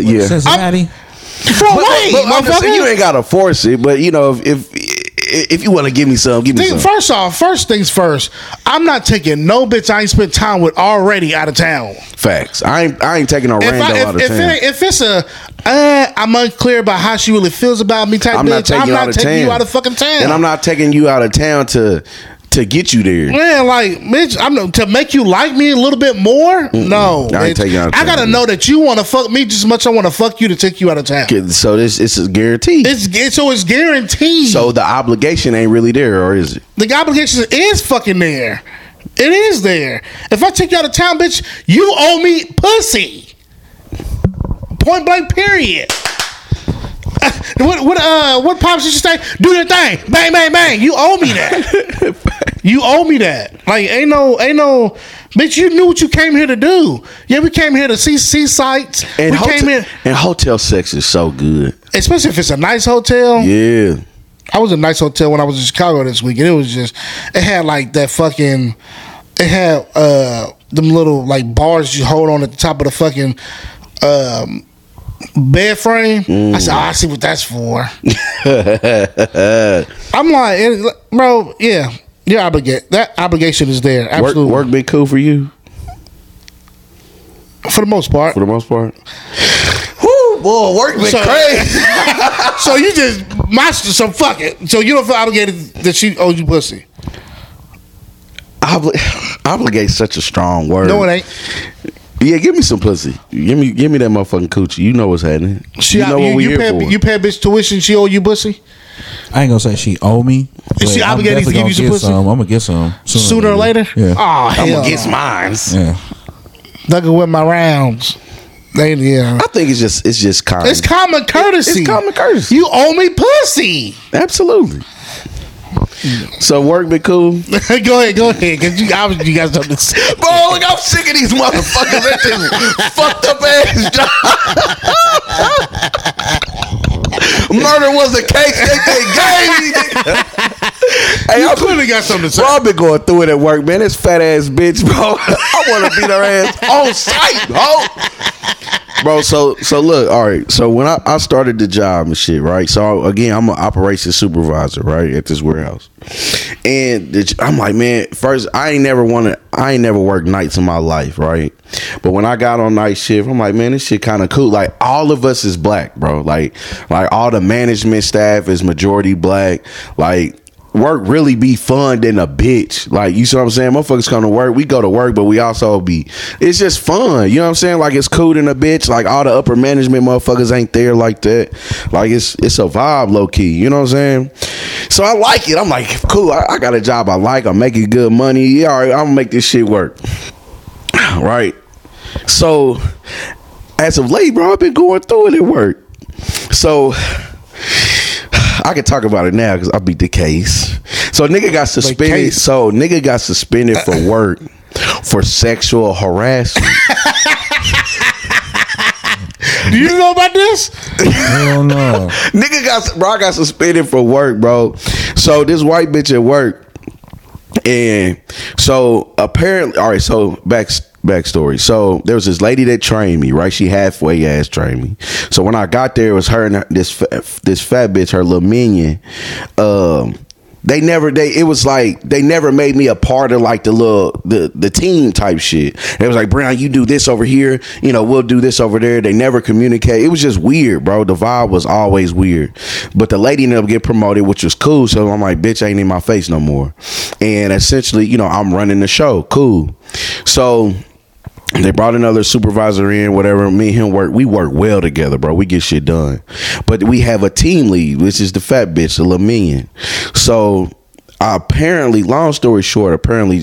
Speaker 3: yeah.
Speaker 4: Cincinnati.
Speaker 2: Fort
Speaker 3: But,
Speaker 2: Wayne,
Speaker 3: but I'm just saying,
Speaker 2: motherfucker.
Speaker 3: you ain't gotta force it. But you know, if if, if you want to give me some, give me
Speaker 2: Think-
Speaker 3: some.
Speaker 2: first off, first things first, I'm not taking no bitch I ain't spent time with already out of town.
Speaker 3: Facts. I ain't I ain't taking a
Speaker 2: If,
Speaker 3: random
Speaker 2: I, if,
Speaker 3: out of
Speaker 2: if,
Speaker 3: town.
Speaker 2: it, if it's a, uh, I'm unclear about how she really feels about me type
Speaker 3: I'm
Speaker 2: bitch,
Speaker 3: not taking,
Speaker 2: I'm
Speaker 3: you,
Speaker 2: not
Speaker 3: out of
Speaker 2: taking
Speaker 3: town.
Speaker 2: you out of fucking town.
Speaker 3: and I'm not taking you out of town to to get you there.
Speaker 2: Man, like, bitch, I'm not- to make you like me a little bit more. No,
Speaker 3: I
Speaker 2: bitch.
Speaker 3: ain't taking you out of
Speaker 2: I
Speaker 3: town.
Speaker 2: gotta know that you want to fuck me just as much. I want to fuck you to take you out of town.
Speaker 3: So this it's a guarantee.
Speaker 2: It's, it's so it's guaranteed.
Speaker 3: so the obligation ain't really there, or is it?
Speaker 2: the obligation is fucking there. It is there. If I take you out of town, bitch, you owe me pussy. Point blank. Period. Uh, What what uh what pops used to say? Do your thing, bang bang bang. You owe me that. you owe me that. Like ain't no ain't no bitch. You knew what you came here to do. Yeah, we came here to see see sights.
Speaker 3: And
Speaker 2: we
Speaker 3: hotel,
Speaker 2: came here,
Speaker 3: and hotel sex is so good.
Speaker 2: especially if it's a nice hotel.
Speaker 3: Yeah.
Speaker 2: I was in a nice hotel when I was in Chicago this week, and it was just it had like that fucking it had uh them little like bars you hold on at the top of the fucking um bed frame. I said, oh, I see what that's for. I'm like, it- bro, yeah, you're obligated. That obligation is there,
Speaker 3: Work,
Speaker 2: absolutely,
Speaker 3: work been cool for you
Speaker 2: for the most part.
Speaker 3: for the most part. Whoo, boy, work been
Speaker 2: So-
Speaker 3: crazy.
Speaker 2: So you just monster. So fuck it. So you don't feel obligated that she owes you pussy.
Speaker 3: Obli- obligate such a strong word.
Speaker 2: No, it ain't.
Speaker 3: Yeah, give me some pussy. Give me, give me that motherfucking coochie. You know what's happening.
Speaker 2: She,
Speaker 3: you know
Speaker 2: you,
Speaker 3: what we
Speaker 2: you
Speaker 3: here
Speaker 2: pay,
Speaker 3: for.
Speaker 2: You pay a bitch tuition. She owe you pussy
Speaker 4: I ain't gonna say she owe me. but
Speaker 2: she
Speaker 4: I'm
Speaker 2: obligated to
Speaker 4: definitely
Speaker 2: give you some
Speaker 4: gonna get
Speaker 2: pussy?
Speaker 4: I'm gonna get some
Speaker 2: sooner or later.
Speaker 4: Yeah.
Speaker 2: Oh
Speaker 3: I'm
Speaker 2: hell,
Speaker 3: gonna get mines.
Speaker 4: Yeah.
Speaker 2: Nigga with my rounds. They yeah.
Speaker 3: I think it's just, it's just common.
Speaker 2: It's common courtesy.
Speaker 3: It's common courtesy.
Speaker 2: You owe me pussy.
Speaker 3: Absolutely. So work be cool.
Speaker 2: go ahead, go ahead. Cause you obviously you got something to say.
Speaker 3: Bro, look, I'm sick of these motherfuckers at this fucked up ass job. Murder was a case that they gave me. hey,
Speaker 2: You
Speaker 3: I'm,
Speaker 2: clearly got something to say.
Speaker 3: bro, I've been going through it at work, man. This fat ass bitch, bro. I want to beat her ass on sight, bro. Bro, so so look, all right. So when I, I started the job and shit, right? So again, I'm an operations supervisor, right, at this warehouse. And the, I'm like, man, first I ain't never wanted, I ain't never worked nights in my life, right? But when I got on night shift, I'm like, man, this shit kind of cool. Like all of us is black, bro. Like like all the management staff is majority black. Like work really be fun than a bitch. Like you see what I'm saying? Motherfuckers come to work. We go to work, but we also be it's just fun. You know what I'm saying? Like it's cool than a bitch. Like all the upper management motherfuckers ain't there like that. Like it's it's a vibe low key. You know what I'm saying? So I like it. I'm like, cool, I, I got a job I like. I'm making good money. Yeah, all right, I'm gonna make this shit work. right. So as of late, bro, I've been going through it at work. So I can talk about it now because I beat the case. So nigga got suspended.
Speaker 2: case.
Speaker 3: So nigga got suspended for work for sexual harassment.
Speaker 2: Do you know about this?
Speaker 4: Hell no.
Speaker 3: nigga got bro, I got suspended for work, bro. So this white bitch at work, and so apparently, all right. So back backstory. So there was this lady that trained me, right? She halfway ass trained me. So when I got there, it was her and her- this fa- this fat bitch, her little minion. Um, they never they it was like they never made me a part of like the little the the team type shit. It was like Brown, you do this over here, you know, we'll do this over there. They never communicate. It was just weird, bro. The vibe was always weird. But the lady ended up getting promoted, which was cool. So I'm like, bitch, ain't in my face no more. And essentially, you know, I'm running the show. Cool. So they brought another supervisor in, whatever. Me and him work. We work well together, bro. We get shit done. But we have a team lead, which is the fat bitch, the little minion. So apparently, long story short, apparently,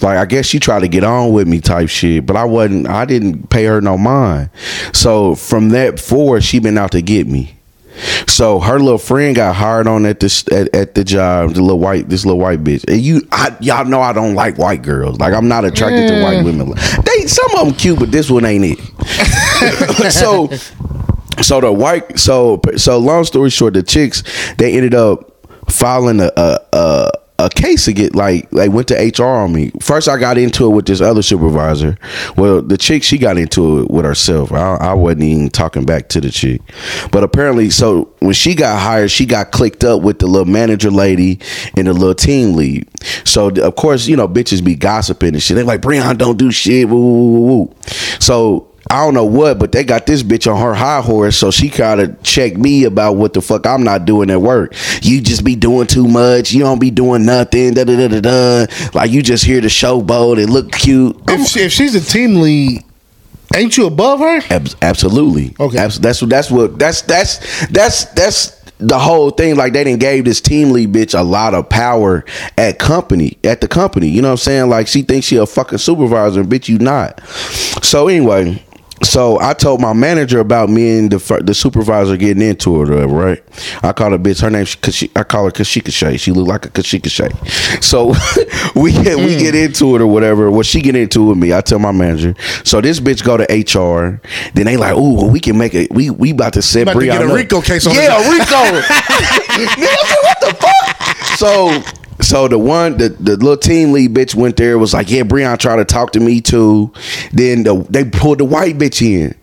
Speaker 3: like I guess she tried to get on with me type shit, but I wasn't. I didn't pay her no mind. So from that forward, she been out to get me. So her little friend got hired on at this at, at the job. The little white this little white bitch. And you, I, y'all know I don't like white girls. Like I'm not attracted to white women. They some of them cute, but this one ain't it. so, so the white so so long story short, the chicks they ended up filing a a. a a case again, like they went to HR on me. First, I got into it with this other supervisor. Well, the chick she got into it with herself. I, I wasn't even talking back to the chick, but apparently, so when she got hired, she got clicked up with the little manager lady and the little team lead. So th- of course, you know, bitches be gossiping and shit. They like, Breon, don't do shit. Woo, woo, woo, woo. So I don't know what, but they got this bitch on her high horse, so she kind of checked me about what the fuck I'm not doing at work. You just be doing too much. You don't be doing nothing. Da da da da da. Like you just here to showboat and look cute. I'm-
Speaker 2: If, she, if she's a team lead, ain't you above her?
Speaker 3: Ab- absolutely.
Speaker 2: Okay.
Speaker 3: Abs- that's what. That's what. That's that's that's that's the whole thing. Like they didn't gave this team lead bitch a lot of power at company at the company. You know what I'm saying? Like she thinks she a fucking supervisor, and bitch, you not. So anyway. So I told my manager about me and the fir- the supervisor getting into it, uh, right? I called a bitch. Her name, cause she, I call her Kashika Shay. She look like a Kashika Shay. So we get we
Speaker 2: Mm.
Speaker 3: get into it or whatever. Well, she get into it with me. I tell my manager. So this bitch go to HR. Then they like, ooh, well, we can make it. We we about to set
Speaker 2: About to
Speaker 3: Breon
Speaker 2: get a
Speaker 3: up."
Speaker 2: RICO case on
Speaker 3: Yeah,
Speaker 2: this-
Speaker 3: Rico. Nigga, I said, what the fuck? So so the one the, the little team lead bitch went there was like yeah Breon tried to talk to me too then the, they pulled the white bitch in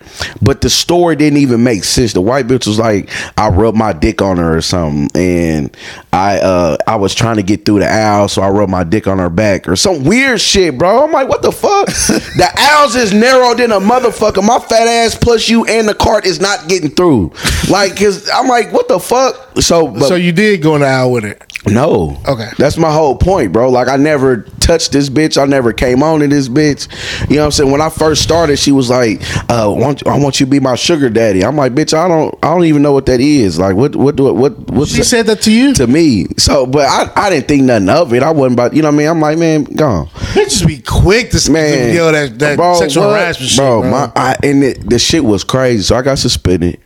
Speaker 3: but the story didn't even make sense the white bitch was like I rubbed my dick on her or something and I uh I was trying to get through the aisle so I rubbed my dick on her back or some weird shit bro I'm like what the fuck the aisles is narrow than a motherfucker my fat ass plus you and the cart is not getting through like cause I'm like what the fuck so but
Speaker 2: so you did go in the aisle with it.
Speaker 3: No.
Speaker 2: Okay.
Speaker 3: That's my whole point, bro. Like I never touched this bitch. I never came on to this bitch. You know what I'm saying? When I first started, she was like, uh, want, I want you to be my sugar daddy. I'm like, bitch, I don't I don't even know what that is. Like what what do what what
Speaker 2: She said that to you.
Speaker 3: to me. So but I, I didn't think nothing of it. I wasn't about you know what I mean? I'm like, man, gone.
Speaker 2: Bitches be quick to
Speaker 3: Man,
Speaker 2: man, yo that that sexual
Speaker 3: what?
Speaker 2: harassment shit,
Speaker 3: bro,
Speaker 2: bro.
Speaker 3: My, I, and it, the shit was crazy. So I got suspended.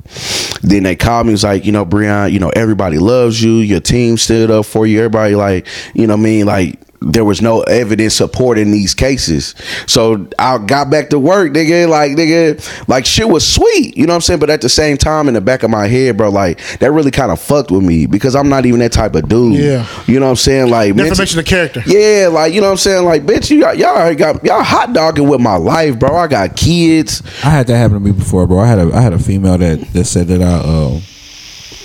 Speaker 3: Then they called me. Was like, you know, Breon, you know, everybody loves you. Your team stood up for you. Everybody like, you know, what I mean, like. There was no evidence supporting these cases, so I got back to work, nigga. Like, nigga, like shit was sweet, you know what I'm saying. But at the same time, in the back of my head, bro, like that really kind of fucked with me because I'm not even that type of dude.
Speaker 2: Yeah.
Speaker 3: you know what I'm saying. Like, mentally-
Speaker 2: Defamation of character.
Speaker 3: yeah, like you know what I'm saying. Like, bitch, you got, y'all already got y'all hot dogging with my life, bro. I got kids.
Speaker 4: I had that happen to me before, bro. I had a I had a female that that said that I uh,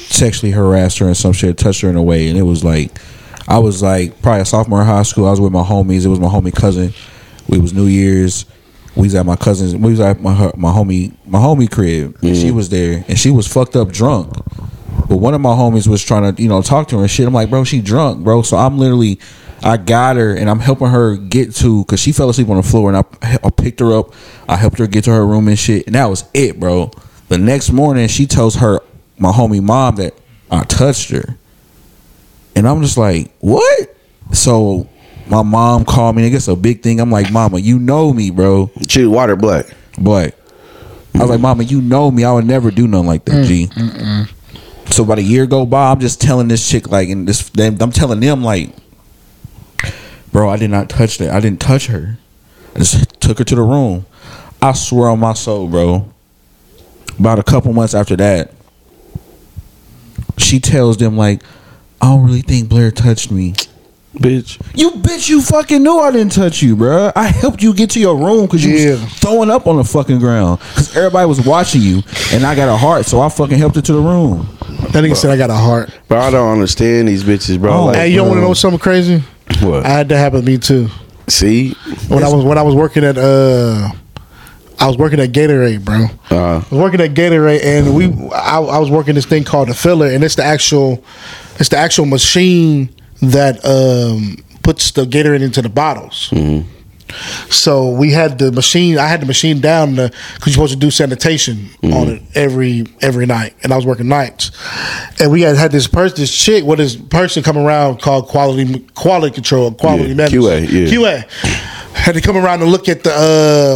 Speaker 4: sexually harassed her and some shit, touched her in a way, and it was like I was like probably a sophomore in high school. I was with my homies. It was my homie cousin. We was New Year's. We was at my cousin's. We was at my her- my homie my homie crib. And She was there and she was fucked up drunk. But one of my homies was trying to, you know, talk to her and shit. I'm like, bro, she drunk, bro. So I'm literally, I got her and I'm helping her get to, cause she fell asleep on the floor and I, I picked her up. I helped her get to her room and shit. And that was it, bro. The next morning, she tells her, my homie mom, that I touched her. And I'm just like, what? So my mom called me and it's a big thing. I'm like, mama, you know me, bro.
Speaker 3: She was water black.
Speaker 4: But I was like, Mama, you know me. I would never do nothing like that, G. So about a year go by, I'm just telling this chick like, and this, them, I'm telling them like, bro, I did not touch that. I didn't touch her. I just took her to the room. I swear on my soul, bro. About a couple months after that, she tells them like, I don't really think Blair touched me.
Speaker 3: Bitch.
Speaker 4: You bitch, you fucking knew I didn't touch you, bruh. I helped you get to your room because you
Speaker 2: Yeah.
Speaker 4: was throwing up on the fucking ground because everybody was watching you, and I got a heart, so I fucking helped her to the room.
Speaker 2: That nigga said I got a heart.
Speaker 3: Bro, I don't understand these bitches, bro.
Speaker 4: Oh,
Speaker 3: like,
Speaker 2: Hey, you don't want to
Speaker 3: bro,
Speaker 2: know something crazy?
Speaker 3: What?
Speaker 2: I had that happen to me too.
Speaker 3: See?
Speaker 2: When I was when I was working at uh, I was working at Gatorade, bro.
Speaker 3: Uh,
Speaker 2: I was working at Gatorade, and we I, I was working this thing called the filler, and it's the actual it's the actual machine that um, puts the Gatorade into the bottles. So we had the machine. I had the machine down because you're supposed to do sanitation
Speaker 3: Mm-hmm.
Speaker 2: on it every every night, and I was working nights. And we had had this person, this chick, what this person come around called quality quality control, quality
Speaker 3: Yeah,
Speaker 2: management,
Speaker 3: QA, yeah.
Speaker 2: QA. Had to come around and look at the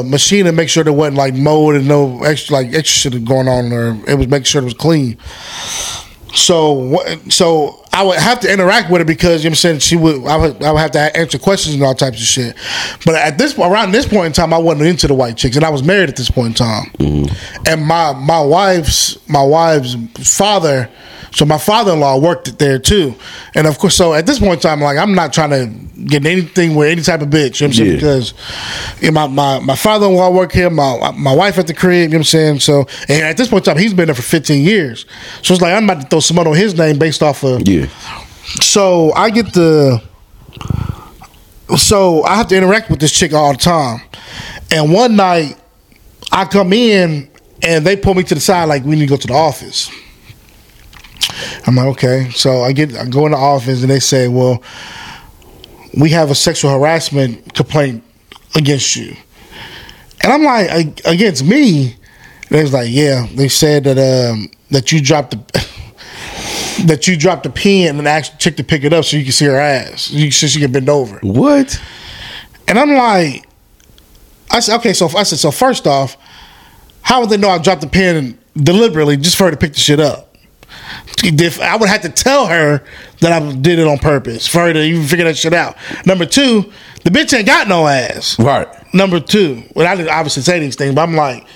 Speaker 2: uh, machine and make sure there wasn't like mold and no extra like extra shit going on, or it was making sure it was clean. So wh- so I would have to interact with her because you know what I'm saying she would I would I would have to answer questions and all types of shit. But at this around this point in time, I wasn't into the white chicks, and I was married at this point in time. And my my wife's my wife's father, so my father in law worked it there too. And of course, so at this point in time, like I'm not trying to get in anything with any type of bitch. You know what I'm saying
Speaker 3: Yeah.
Speaker 2: because because you know, my, my, my father in law work here, my my wife at the crib, you know what I'm saying? So and at this point in time, he's been there for 15 years. So it's like I'm about to throw some mud on his name based off of
Speaker 3: yeah.
Speaker 2: so I get the so I have to interact with this chick all the time. And one night I come in and they pull me to the side like we need to go to the office. I'm like, okay. So I get I go in the office and they say, Well, we have a sexual harassment complaint against you. And I'm like, "Ag- against me? They was like, yeah. They said that um that you dropped the that you dropped the pen and asked the chick to pick it up so you can see her ass. You so she can bend over.
Speaker 3: What?
Speaker 2: And I'm like, I said, okay, so I said, so first off, how would they know I dropped the pen deliberately just for her to pick the shit up? If I would have to tell her that I did it on purpose for her to even figure that shit out. Number two, the bitch ain't got no ass.
Speaker 3: Right.
Speaker 2: Number two, well, I didn't obviously say these things, but I'm like,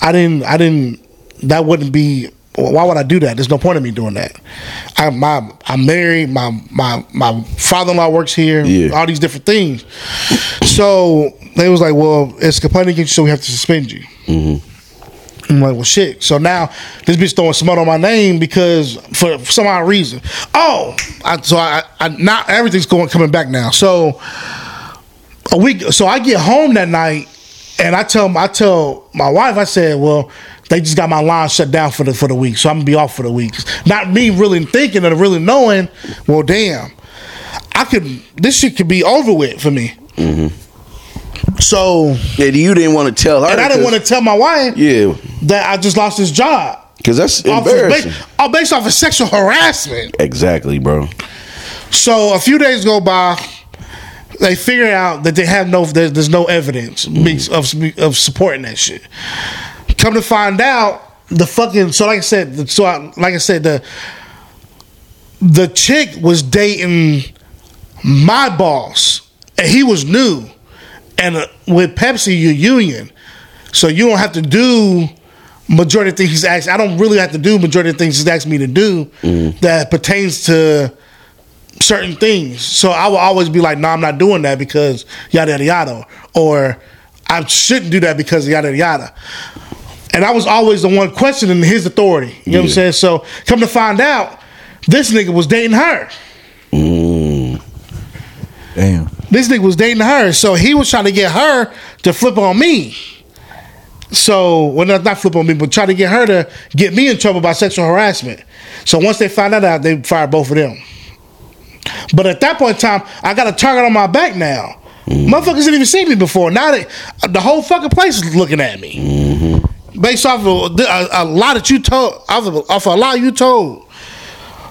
Speaker 2: I didn't, I didn't, that wouldn't be, why would I do that? There's no point in me doing that. I, my, I'm married, my, my, my father in law works here,
Speaker 3: Yeah.
Speaker 2: all these different things. So they was like, well, it's complaining against you, so we have to suspend you. I'm like, well, shit. So now this bitch throwing smut on my name because for, for some odd reason. Oh, I, so I, I not everything's going coming back now. So a week. So I get home that night, and I tell I tell my wife. I said, "Well, they just got my line shut down for the for the week, so I'm gonna be off for the week. Not me really thinking and really knowing. Well, damn, I could this shit could be over with for me. So
Speaker 3: And you didn't want to tell her.
Speaker 2: and I didn't
Speaker 3: 'cause-
Speaker 2: want to tell my wife
Speaker 3: Yeah,
Speaker 2: that I just lost this job.
Speaker 3: because that's
Speaker 2: Off of-
Speaker 3: embarrassing.
Speaker 2: ba- oh, based off of sexual harassment.
Speaker 3: Exactly, bro.
Speaker 2: So a few days go by. They figure out that they have no, there's, there's no evidence of of supporting that shit. Come to find out, the fucking so like I said, the- so I, like I said, the the chick was dating my boss, and he was new, and uh, with Pepsi, you're union, so you don't have to do majority of things he's asked. I don't really have to do majority of things he's asked me to do that pertains to certain things. So I will always be like, no, I'm not doing that because yada yada yada, or I shouldn't do that because yada yada. And I was always the one questioning his authority. You know what I'm
Speaker 3: Yeah.
Speaker 2: saying? So come to find out, this nigga was dating her.
Speaker 3: Mm.
Speaker 4: Damn.
Speaker 2: This nigga was dating her, so he was trying to get her to flip on me. So, well, not, not flip on me, but try to get her to get me in trouble by sexual harassment. So once they found that out, they fired both of them. But at that point in time, I got a target on my back now.
Speaker 3: Mm-hmm.
Speaker 2: Motherfuckers didn't even see me before. Now that the whole fucking place is looking at me
Speaker 3: Mm-hmm.
Speaker 2: based off of the- a, a lot that you told, off of, off of a lot you told.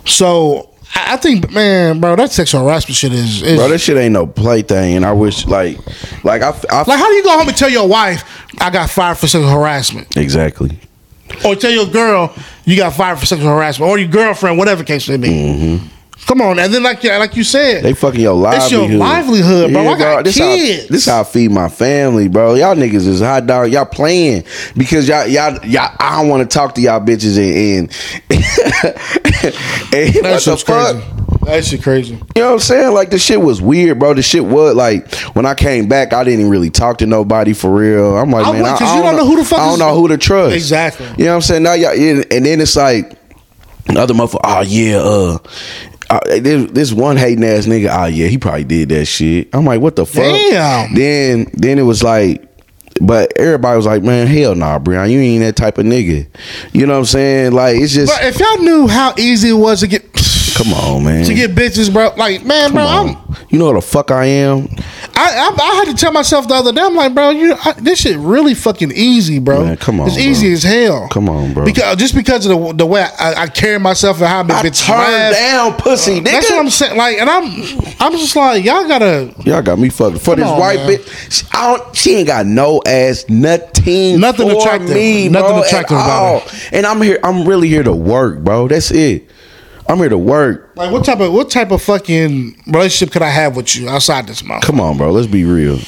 Speaker 2: So I, I think, man, bro, that sexual harassment shit is, is
Speaker 3: Bro, that shit ain't no play thing. And I wish, like, like I, I
Speaker 2: like. How do you go home and tell your wife I got fired for sexual harassment,
Speaker 3: exactly.
Speaker 2: or tell your girl you got fired for sexual harassment, or your girlfriend, whatever case may be. Come on, and then like you- like you said,
Speaker 3: Mm-hmm. They fucking your
Speaker 2: That's
Speaker 3: livelihood.
Speaker 2: your livelihood, bro. I got
Speaker 3: this
Speaker 2: kids.
Speaker 3: How, this how I feed my family, bro. Y'all niggas is hot dog. Y'all playing because y'all y'all y'all. I don't want to talk to y'all bitches and and, and
Speaker 2: that
Speaker 3: what the
Speaker 2: shit's crazy.
Speaker 3: fuck.
Speaker 2: That shit crazy.
Speaker 3: You know what I'm saying? Like the shit was weird, bro. The shit was like when I came back, I didn't really talk to nobody for real. I'm like,
Speaker 2: I
Speaker 3: man, I,
Speaker 2: wouldn't, 'cause
Speaker 3: I
Speaker 2: you
Speaker 3: don't know who the fuck. I
Speaker 2: is-
Speaker 3: don't know who to trust.
Speaker 2: Exactly.
Speaker 3: You know what I'm saying? Now y'all, and, and then it's like another motherfucker. Oh yeah, uh, uh, this, this one hating ass nigga. Oh yeah, he probably did that shit. I'm like, what the fuck?
Speaker 2: Damn.
Speaker 3: Then then it was like. But everybody was like, "Man, hell nah, Brian, you ain't that type of nigga." You know what I'm saying? Like, it's just,
Speaker 2: But if y'all knew how easy it was to get to
Speaker 3: come on, man.
Speaker 2: get bitches, bro, like man, bro,
Speaker 3: come
Speaker 2: I'm.
Speaker 3: on. You know what the fuck I am?
Speaker 2: I, I I had to tell myself the other day. I'm like, bro, you I, this shit really fucking easy, bro.
Speaker 3: Man, come on,
Speaker 2: it's easy
Speaker 3: bro.
Speaker 2: as hell.
Speaker 3: Come on, bro.
Speaker 2: Because just because of the the way I, I carry myself and how many
Speaker 3: I
Speaker 2: bitches
Speaker 3: turned
Speaker 2: laugh.
Speaker 3: down pussy, nigga.
Speaker 2: That's what I'm saying. Like, and I'm I'm just like, y'all gotta
Speaker 3: Y'all got me fucked for this
Speaker 2: on,
Speaker 3: white
Speaker 2: man.
Speaker 3: bitch. she- I don't, she ain't got no ass, nothing,
Speaker 2: Nothing
Speaker 3: for
Speaker 2: attractive.
Speaker 3: me,
Speaker 2: Nothing
Speaker 3: bro,
Speaker 2: attractive
Speaker 3: at
Speaker 2: about
Speaker 3: all. And I'm here. I'm really here to work, bro. That's it. I'm here to work.
Speaker 2: like what type of what type of fucking relationship could I have with you outside this mouth?
Speaker 3: Come on, bro. Let's be real.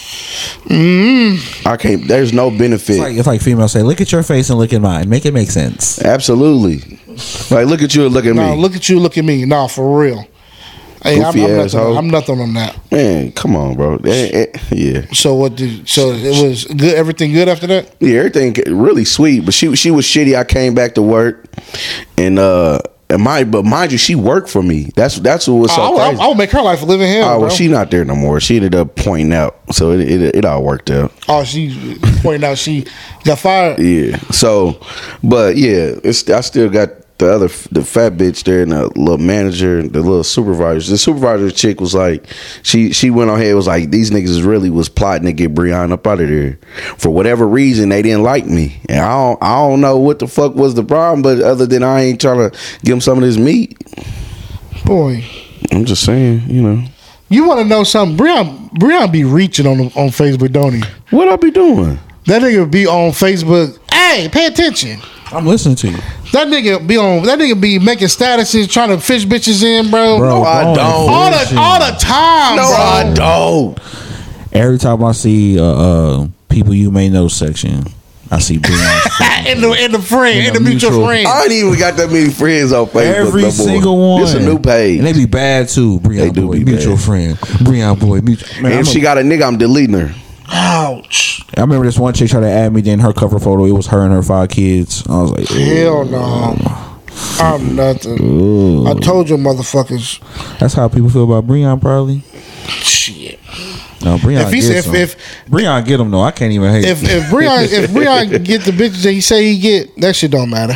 Speaker 3: I can't. There's no benefit.
Speaker 4: Like, it's like females say, look at your face and look at mine. Make it make sense.
Speaker 3: Absolutely. Like, look at you and look at
Speaker 2: No,
Speaker 3: me,
Speaker 2: look at you, look at me. No, for real. Hey, I'm,
Speaker 3: Goofy
Speaker 2: I'm, nothing,
Speaker 3: asshole.
Speaker 2: I'm nothing on that.
Speaker 3: man. Come on, bro. Eh, eh, yeah,
Speaker 2: So what? Did, so it was good. Everything good after that.
Speaker 3: yeah. Everything really sweet, but she she was shitty. I came back to work, and uh, and my but mind you, she worked for me. That's that's what was so
Speaker 2: Oh, I, would, I
Speaker 3: crazy.
Speaker 2: would- I would make her life a living hell.
Speaker 3: Oh,
Speaker 2: bro.
Speaker 3: well, she not there no more. She ended up pointing out, so it it, it all worked out.
Speaker 2: oh, she pointed out she got fired.
Speaker 3: Yeah. So, but yeah, it's I still got the other the fat bitch there and the little manager, the little supervisor. The supervisor chick was like, she she went on ahead and was like, these niggas really was plotting to get Breon up out of there for whatever reason. They didn't like me, and I don't I don't know what the fuck was the problem, but other than I ain't trying to give him some of this meat.
Speaker 2: Boy,
Speaker 3: I'm just saying, you know.
Speaker 2: you want to know something? Breon, Breon be reaching on on Facebook, don't he?
Speaker 3: What I be doing?
Speaker 2: That nigga be on Facebook. Hey, pay attention.
Speaker 4: I'm listening to you.
Speaker 2: That nigga be on. That nigga be making statuses, trying to fish bitches in, bro.
Speaker 4: Bro,
Speaker 3: I
Speaker 4: go on
Speaker 3: don't.
Speaker 2: all
Speaker 4: and
Speaker 2: the
Speaker 4: bullshit.
Speaker 2: all the time,
Speaker 3: No,
Speaker 2: bro.
Speaker 3: I don't.
Speaker 4: Every time I see uh, uh, people you may know section, I see Breon.
Speaker 2: in the in the friend, in,
Speaker 4: In
Speaker 2: the
Speaker 4: the
Speaker 2: mutual,
Speaker 4: mutual.
Speaker 2: friend.
Speaker 3: I ain't even got that many friends on Facebook.
Speaker 4: Every
Speaker 3: no more.
Speaker 4: single one.
Speaker 3: It's a new
Speaker 4: And they
Speaker 3: page.
Speaker 4: be bad too. Breon
Speaker 3: They do
Speaker 4: Boy,
Speaker 3: be
Speaker 4: mutual
Speaker 3: bad.
Speaker 4: friend. Breon Boy, mutual. Man,
Speaker 3: And
Speaker 4: I'm
Speaker 3: if
Speaker 4: a-
Speaker 3: she got a nigga, I'm deleting her.
Speaker 2: Ouch.
Speaker 4: I remember this one chick tried to add me. Then her cover photo, it was her and her five kids. I was like,
Speaker 2: Hell no. I'm nothing. I told you, motherfuckers.
Speaker 4: that's how people feel about Breon, probably.
Speaker 2: Shit.
Speaker 4: No, Breon.
Speaker 2: If he
Speaker 4: gets
Speaker 2: said-
Speaker 4: him.
Speaker 2: if-
Speaker 4: Breon get him though, I can't even hate.
Speaker 2: If
Speaker 4: If,
Speaker 2: if Breon if Breon get the bitches that he say he get, that shit don't matter.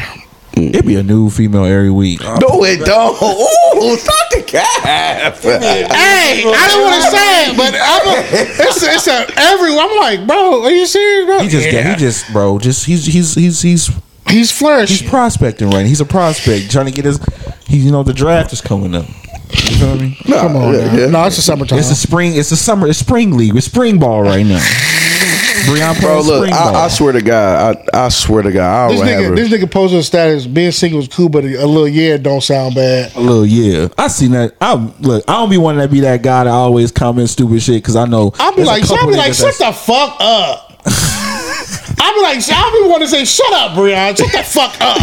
Speaker 4: It'd be a new female every week. Uh,
Speaker 3: No, it don't. Ooh, stop the cap.
Speaker 2: Hey, I don't want to say it, but I'm a, it's a, it's a every. I'm like, bro, are you serious, bro?
Speaker 4: He just got. He just, bro. Just he's he's he's he's
Speaker 2: he's
Speaker 4: he's
Speaker 2: flourishing.
Speaker 4: prospecting right. He's a prospect trying to get his. He, you know, the draft is coming up. You feel me?
Speaker 2: Come on,
Speaker 3: Yeah,
Speaker 2: now.
Speaker 3: yeah.
Speaker 2: no, it's the summertime.
Speaker 4: It's a spring. It's a summer. It's spring league. It's spring ball right now. Breon
Speaker 3: Bro,
Speaker 4: playing
Speaker 3: look,
Speaker 4: spring
Speaker 3: I,
Speaker 4: ball.
Speaker 3: I swear to God, I, I swear to God, I
Speaker 2: this
Speaker 3: would have
Speaker 2: nigga,
Speaker 3: her.
Speaker 2: this nigga posted a status. Being single is cool, but a little yeah don't sound bad.
Speaker 4: Look, yeah, I seen that. I look. I don't be wanting to be that guy that always comment stupid shit because I know.
Speaker 2: I'll be
Speaker 4: there's a
Speaker 2: like, I'll
Speaker 4: couple
Speaker 2: be like,
Speaker 4: niggas
Speaker 2: shut
Speaker 4: that's-
Speaker 2: the fuck up. I'll be like, I'll be wanting to say, shut up, Breon, shut the fuck up.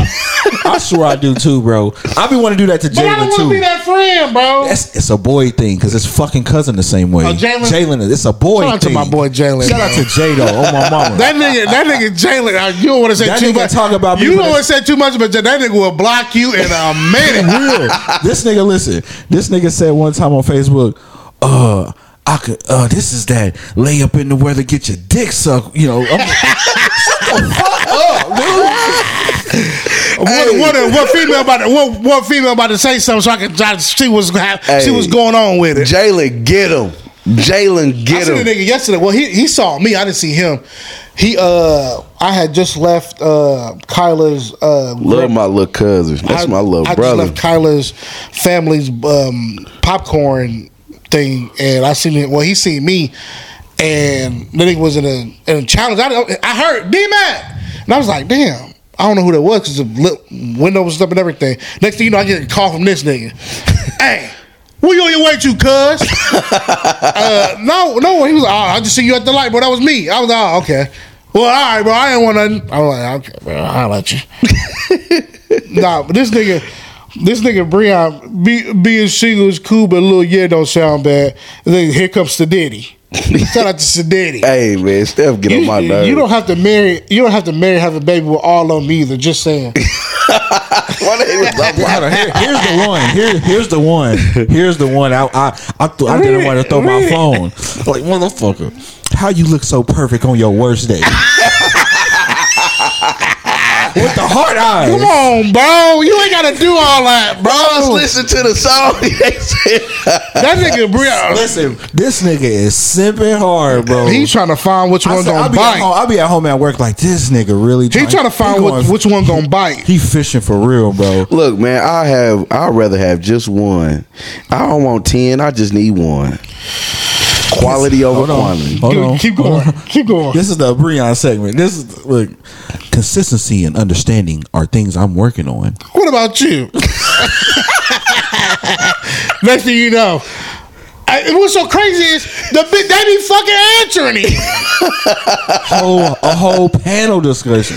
Speaker 4: I swear I do too, bro. I be wanting to do that to
Speaker 2: But I don't
Speaker 4: Jalen
Speaker 2: want to be
Speaker 4: too.
Speaker 2: that friend, bro.
Speaker 4: That's it's a boy thing because it's fucking cousin the same way.
Speaker 2: Oh, Jalen?
Speaker 4: Jalen, is it's a boy.
Speaker 2: Shout out to
Speaker 4: thing.
Speaker 2: my boy Jalen,
Speaker 4: Shout out
Speaker 2: bro.
Speaker 4: to Jado. Oh my mama.
Speaker 2: That nigga, that nigga Jalen, uh, you don't want to say
Speaker 4: That
Speaker 2: too
Speaker 4: nigga
Speaker 2: much.
Speaker 4: talk about
Speaker 2: you
Speaker 4: people
Speaker 2: don't want to say too much, but that nigga will block you in a minute.
Speaker 4: real. This nigga, listen. This nigga said one time on Facebook, uh, I could. Uh, this is that lay up in the weather, get your dick sucked. You know. I'm like, Shut the fuck up, dude.
Speaker 2: What, what, what female about to, what, what female about to say something so I can try to see what's hap-
Speaker 3: Hey.
Speaker 2: see what's going on with it.
Speaker 3: Jalen, get him. Jalen,
Speaker 2: I
Speaker 3: get
Speaker 2: seen a
Speaker 3: him.
Speaker 2: nigga yesterday. Well, he, he saw me. I didn't see him. He uh, I had just left uh Kyla's uh
Speaker 3: Love my little cousin. That's
Speaker 2: I-
Speaker 3: my little
Speaker 2: I
Speaker 3: brother.
Speaker 2: just left Kyla's family's um, popcorn thing, and I seen it. Well, he seen me, and the nigga was in a, in a challenge. I, don't- I heard D Mac, and I was like, damn. I don't know who that was because the lip, window was up and everything. Next thing you know, I get a call from this nigga. hey, where you on your way to, cuz? uh, no, no. He was like, oh, I just see you at the light, bro. That was me. I was like, oh, okay. Well, all right, bro. I didn't want nothing. I was like, okay, bro. I'll let you nah, but this nigga, this nigga Breon, be, being single is cool, but little yeah don't sound bad. And then here comes Sadiddy. Shout out to Sadiddy.
Speaker 3: hey man, Steph, get on
Speaker 2: You,
Speaker 3: my nerves.
Speaker 2: you don't have to marry. You don't have to marry have a baby with all on me either. Just saying.
Speaker 3: Why they was like,
Speaker 4: Hold on, here- here's the one. Here, here's the one. Here's the one. I, I, I, th- I didn't want to throw my phone. Like motherfucker, how you look so perfect on your worst day? With the hard eyes.
Speaker 2: Come on, bro. You ain't gotta do all that, bro.
Speaker 3: I was listening to the song. They said,
Speaker 2: That nigga Breon,
Speaker 4: Listen, this nigga is simping hard, bro.
Speaker 2: he's trying to find which
Speaker 4: I
Speaker 2: one
Speaker 4: said, I'll,
Speaker 2: gonna
Speaker 4: be at home,
Speaker 2: bite.
Speaker 4: I'll be at home at work like this nigga really.
Speaker 2: He trying to
Speaker 4: he
Speaker 2: find
Speaker 4: going-
Speaker 2: which, which one gonna bite.
Speaker 4: He fishing for real, bro.
Speaker 3: Look, man, I have. I'd rather have just one. I don't want ten. I just need one. Quality over
Speaker 4: Hold on,
Speaker 3: quantity.
Speaker 4: hold
Speaker 2: Dude,
Speaker 4: on,
Speaker 2: keep
Speaker 4: hold
Speaker 2: going.
Speaker 4: on.
Speaker 2: Keep going.
Speaker 4: This is the Breon segment. This is look, consistency and understanding are things I'm working on.
Speaker 2: What about you? Next thing you know, I, and what's so crazy is the bit they be fucking answering it.
Speaker 4: Whole, Oh, a whole panel discussion.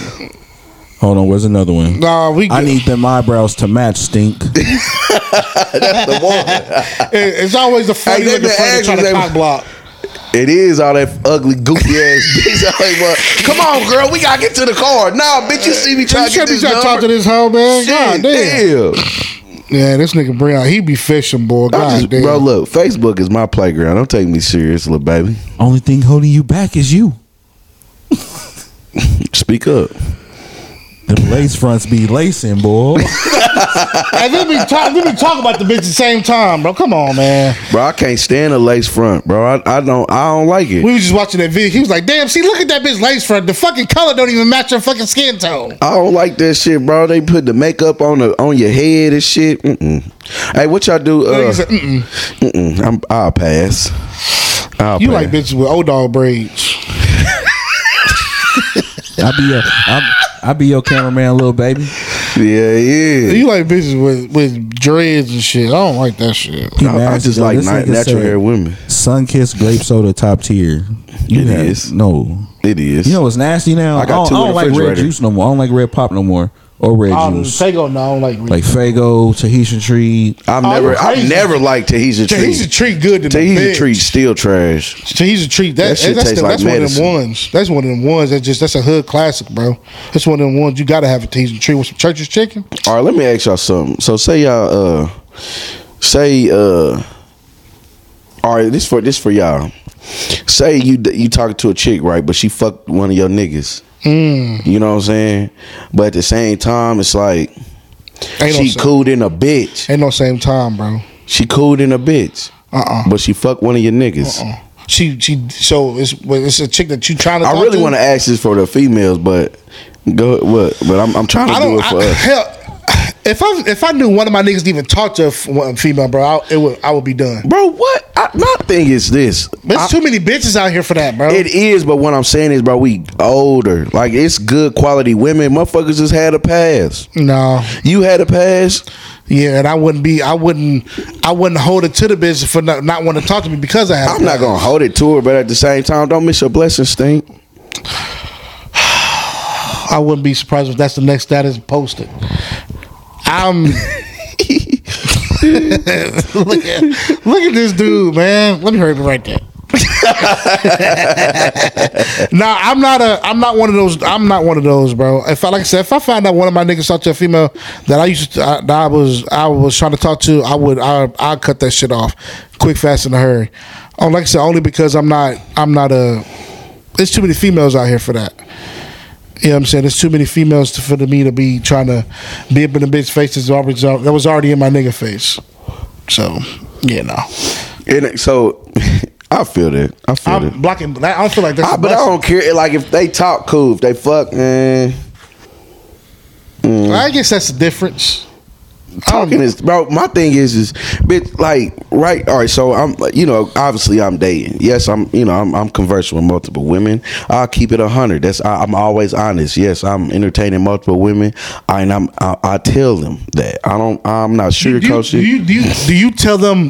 Speaker 4: Hold on, where's another one?
Speaker 2: Nah, we.
Speaker 4: I need them eyebrows to match stink.
Speaker 3: The one.
Speaker 2: it- it's always the funny
Speaker 3: Hey, they
Speaker 2: looking
Speaker 3: been
Speaker 2: friend trying to
Speaker 3: asking,
Speaker 2: cock block.
Speaker 3: It is all that ugly, goofy ass bitch. I like, well, come on, girl, we gotta get to the car. Nah, bitch, you see me
Speaker 2: You
Speaker 3: trying to
Speaker 2: should
Speaker 3: get
Speaker 2: be
Speaker 3: this
Speaker 2: trying to talk to
Speaker 3: number?
Speaker 2: this hoe, man. God
Speaker 3: Shit,
Speaker 2: damn.
Speaker 3: damn.
Speaker 2: Yeah, this nigga Breon, he be fishing, boy.
Speaker 3: I'm
Speaker 2: God
Speaker 3: just,
Speaker 2: damn.
Speaker 3: bro, look, Facebook is my playground. Don't take me serious, little baby.
Speaker 4: Only thing holding you back is you.
Speaker 3: Speak up.
Speaker 4: Them lace fronts be lacing, boy.
Speaker 2: and then we talk, then we talk about the bitch at the same time, bro. Come on, man.
Speaker 3: Bro, I can't stand a lace front, bro. I, I don't I don't like it.
Speaker 2: We was just watching that video. He was like, "Damn, see, look at that bitch lace front. The fucking color don't even match her fucking skin tone."
Speaker 3: I don't like that shit, bro. They put the makeup on the on your head and shit. Mm-mm. Hey, what y'all do? Uh,
Speaker 2: Nigga said, Mm-mm.
Speaker 3: mm-mm. I'm, I'll pass. I'll
Speaker 2: You
Speaker 3: pass.
Speaker 2: like bitches with old dog braids.
Speaker 4: I be your, I, I be your cameraman, little baby.
Speaker 3: Yeah, yeah.
Speaker 2: You like bitches with, with dreads and shit. I don't like that shit.
Speaker 4: He
Speaker 3: I, I
Speaker 4: nasty,
Speaker 3: just
Speaker 4: though.
Speaker 3: like
Speaker 4: This
Speaker 3: ni-
Speaker 4: nigga
Speaker 3: natural
Speaker 4: said,
Speaker 3: hair women.
Speaker 4: Sunkissed grape soda, top tier. You
Speaker 3: It
Speaker 4: have-
Speaker 3: is.
Speaker 4: No,
Speaker 3: It is.
Speaker 4: you know what's nasty now.
Speaker 3: I
Speaker 4: I,
Speaker 3: got
Speaker 4: don't,
Speaker 3: two
Speaker 4: I
Speaker 3: in
Speaker 4: don't
Speaker 3: the
Speaker 4: like red
Speaker 3: refrigerator.
Speaker 4: juice no more. I don't like red pop no more or red
Speaker 2: Um,
Speaker 4: juice.
Speaker 2: Fago, no, I don't like.
Speaker 4: Like Fago, Tahitian tree.
Speaker 3: I've
Speaker 2: Oh,
Speaker 3: never,
Speaker 2: you
Speaker 3: I've
Speaker 2: crazy.
Speaker 3: never liked Tahitian treat.
Speaker 2: He's a treat good to me.
Speaker 3: Tahitian treat still trash.
Speaker 2: He's a treat. That,
Speaker 3: That shit
Speaker 2: that's
Speaker 3: tastes
Speaker 2: the-
Speaker 3: like
Speaker 2: that's
Speaker 3: medicine.
Speaker 2: one of them ones. That's one of them ones. That just that's a hood classic, bro. That's one of them ones you gotta have a teasing treat with some church's chicken.
Speaker 3: All right, let me ask y'all something. So say y'all, uh, say, uh, all right, this for this for y'all. say you you talking to a chick right, but she fucked one of your niggas.
Speaker 2: Mm.
Speaker 3: You know what I'm saying? But at the same time, it's like
Speaker 2: Ain't
Speaker 3: she
Speaker 2: no,
Speaker 3: cool than a bitch.
Speaker 2: Ain't no same time, bro.
Speaker 3: She cool than a bitch.
Speaker 2: Uh uh
Speaker 3: But she fucked one of your niggas.
Speaker 2: Uh-uh. She she. So it's well, it's a chick that you trying to.
Speaker 3: I
Speaker 2: talk
Speaker 3: really
Speaker 2: to?
Speaker 3: want to ask this for the females, but go what? But I'm I'm trying to
Speaker 2: I
Speaker 3: do
Speaker 2: don't.
Speaker 3: it for
Speaker 2: I,
Speaker 3: us.
Speaker 2: hell, if I if I knew one of my niggas even talked to a f- one female, bro, I, it would I would be done.
Speaker 3: Bro, what? I, my thing is this.
Speaker 2: There's
Speaker 3: I-
Speaker 2: too many bitches out here for that, bro.
Speaker 3: It is, but what I'm saying is, bro, we older. Like it's good quality women. Motherfuckers just had a pass.
Speaker 2: no,
Speaker 3: You had a pass.
Speaker 2: yeah, and I wouldn't be. I wouldn't. I wouldn't hold it to the bitch for not, not wanting to talk to me because I have.
Speaker 3: I'm not gonna hold it to her, but at the same time, don't miss your blessing, stink.
Speaker 2: I wouldn't be surprised if that's the next status posted. I'm. look, at, look at this dude, man. Let me hurry up and write that. nah, I'm not a. I'm not one of those. I'm not one of those, bro. If I like I said, if I find out one of my niggas talked to a female that I used to, I, that I was, I was trying to talk to, I would, I, I cut that shit off, quick, fast, in a hurry. Oh, like I said, only because I'm not. I'm not a. There's too many females out here for that. You know what I'm saying? There's too many females to, for me to be trying to be up in the bitch face that's already, that was already in my nigga face. So, yeah, no.
Speaker 3: And it- so I feel that. I feel
Speaker 2: I'm
Speaker 3: that.
Speaker 2: blocking, I don't feel like that's
Speaker 3: I,
Speaker 2: a
Speaker 3: but I
Speaker 2: blessing.
Speaker 3: don't care. Like if they talk cool, if they fuck, man.
Speaker 2: I guess that's the difference.
Speaker 3: Talking is bro. My thing is is bitch. Like right. All right. So I'm. You know. Obviously, I'm dating. Yes, I'm. You know. I'm. I'm conversing with multiple women. I'll keep it a hundred. That's. I, I'm always honest. Yes, I'm entertaining multiple women. I, and I'm. I, I tell them that. I don't. I'm not
Speaker 2: Do you, do,
Speaker 3: sugarcoating.
Speaker 2: you, do, you, do you tell them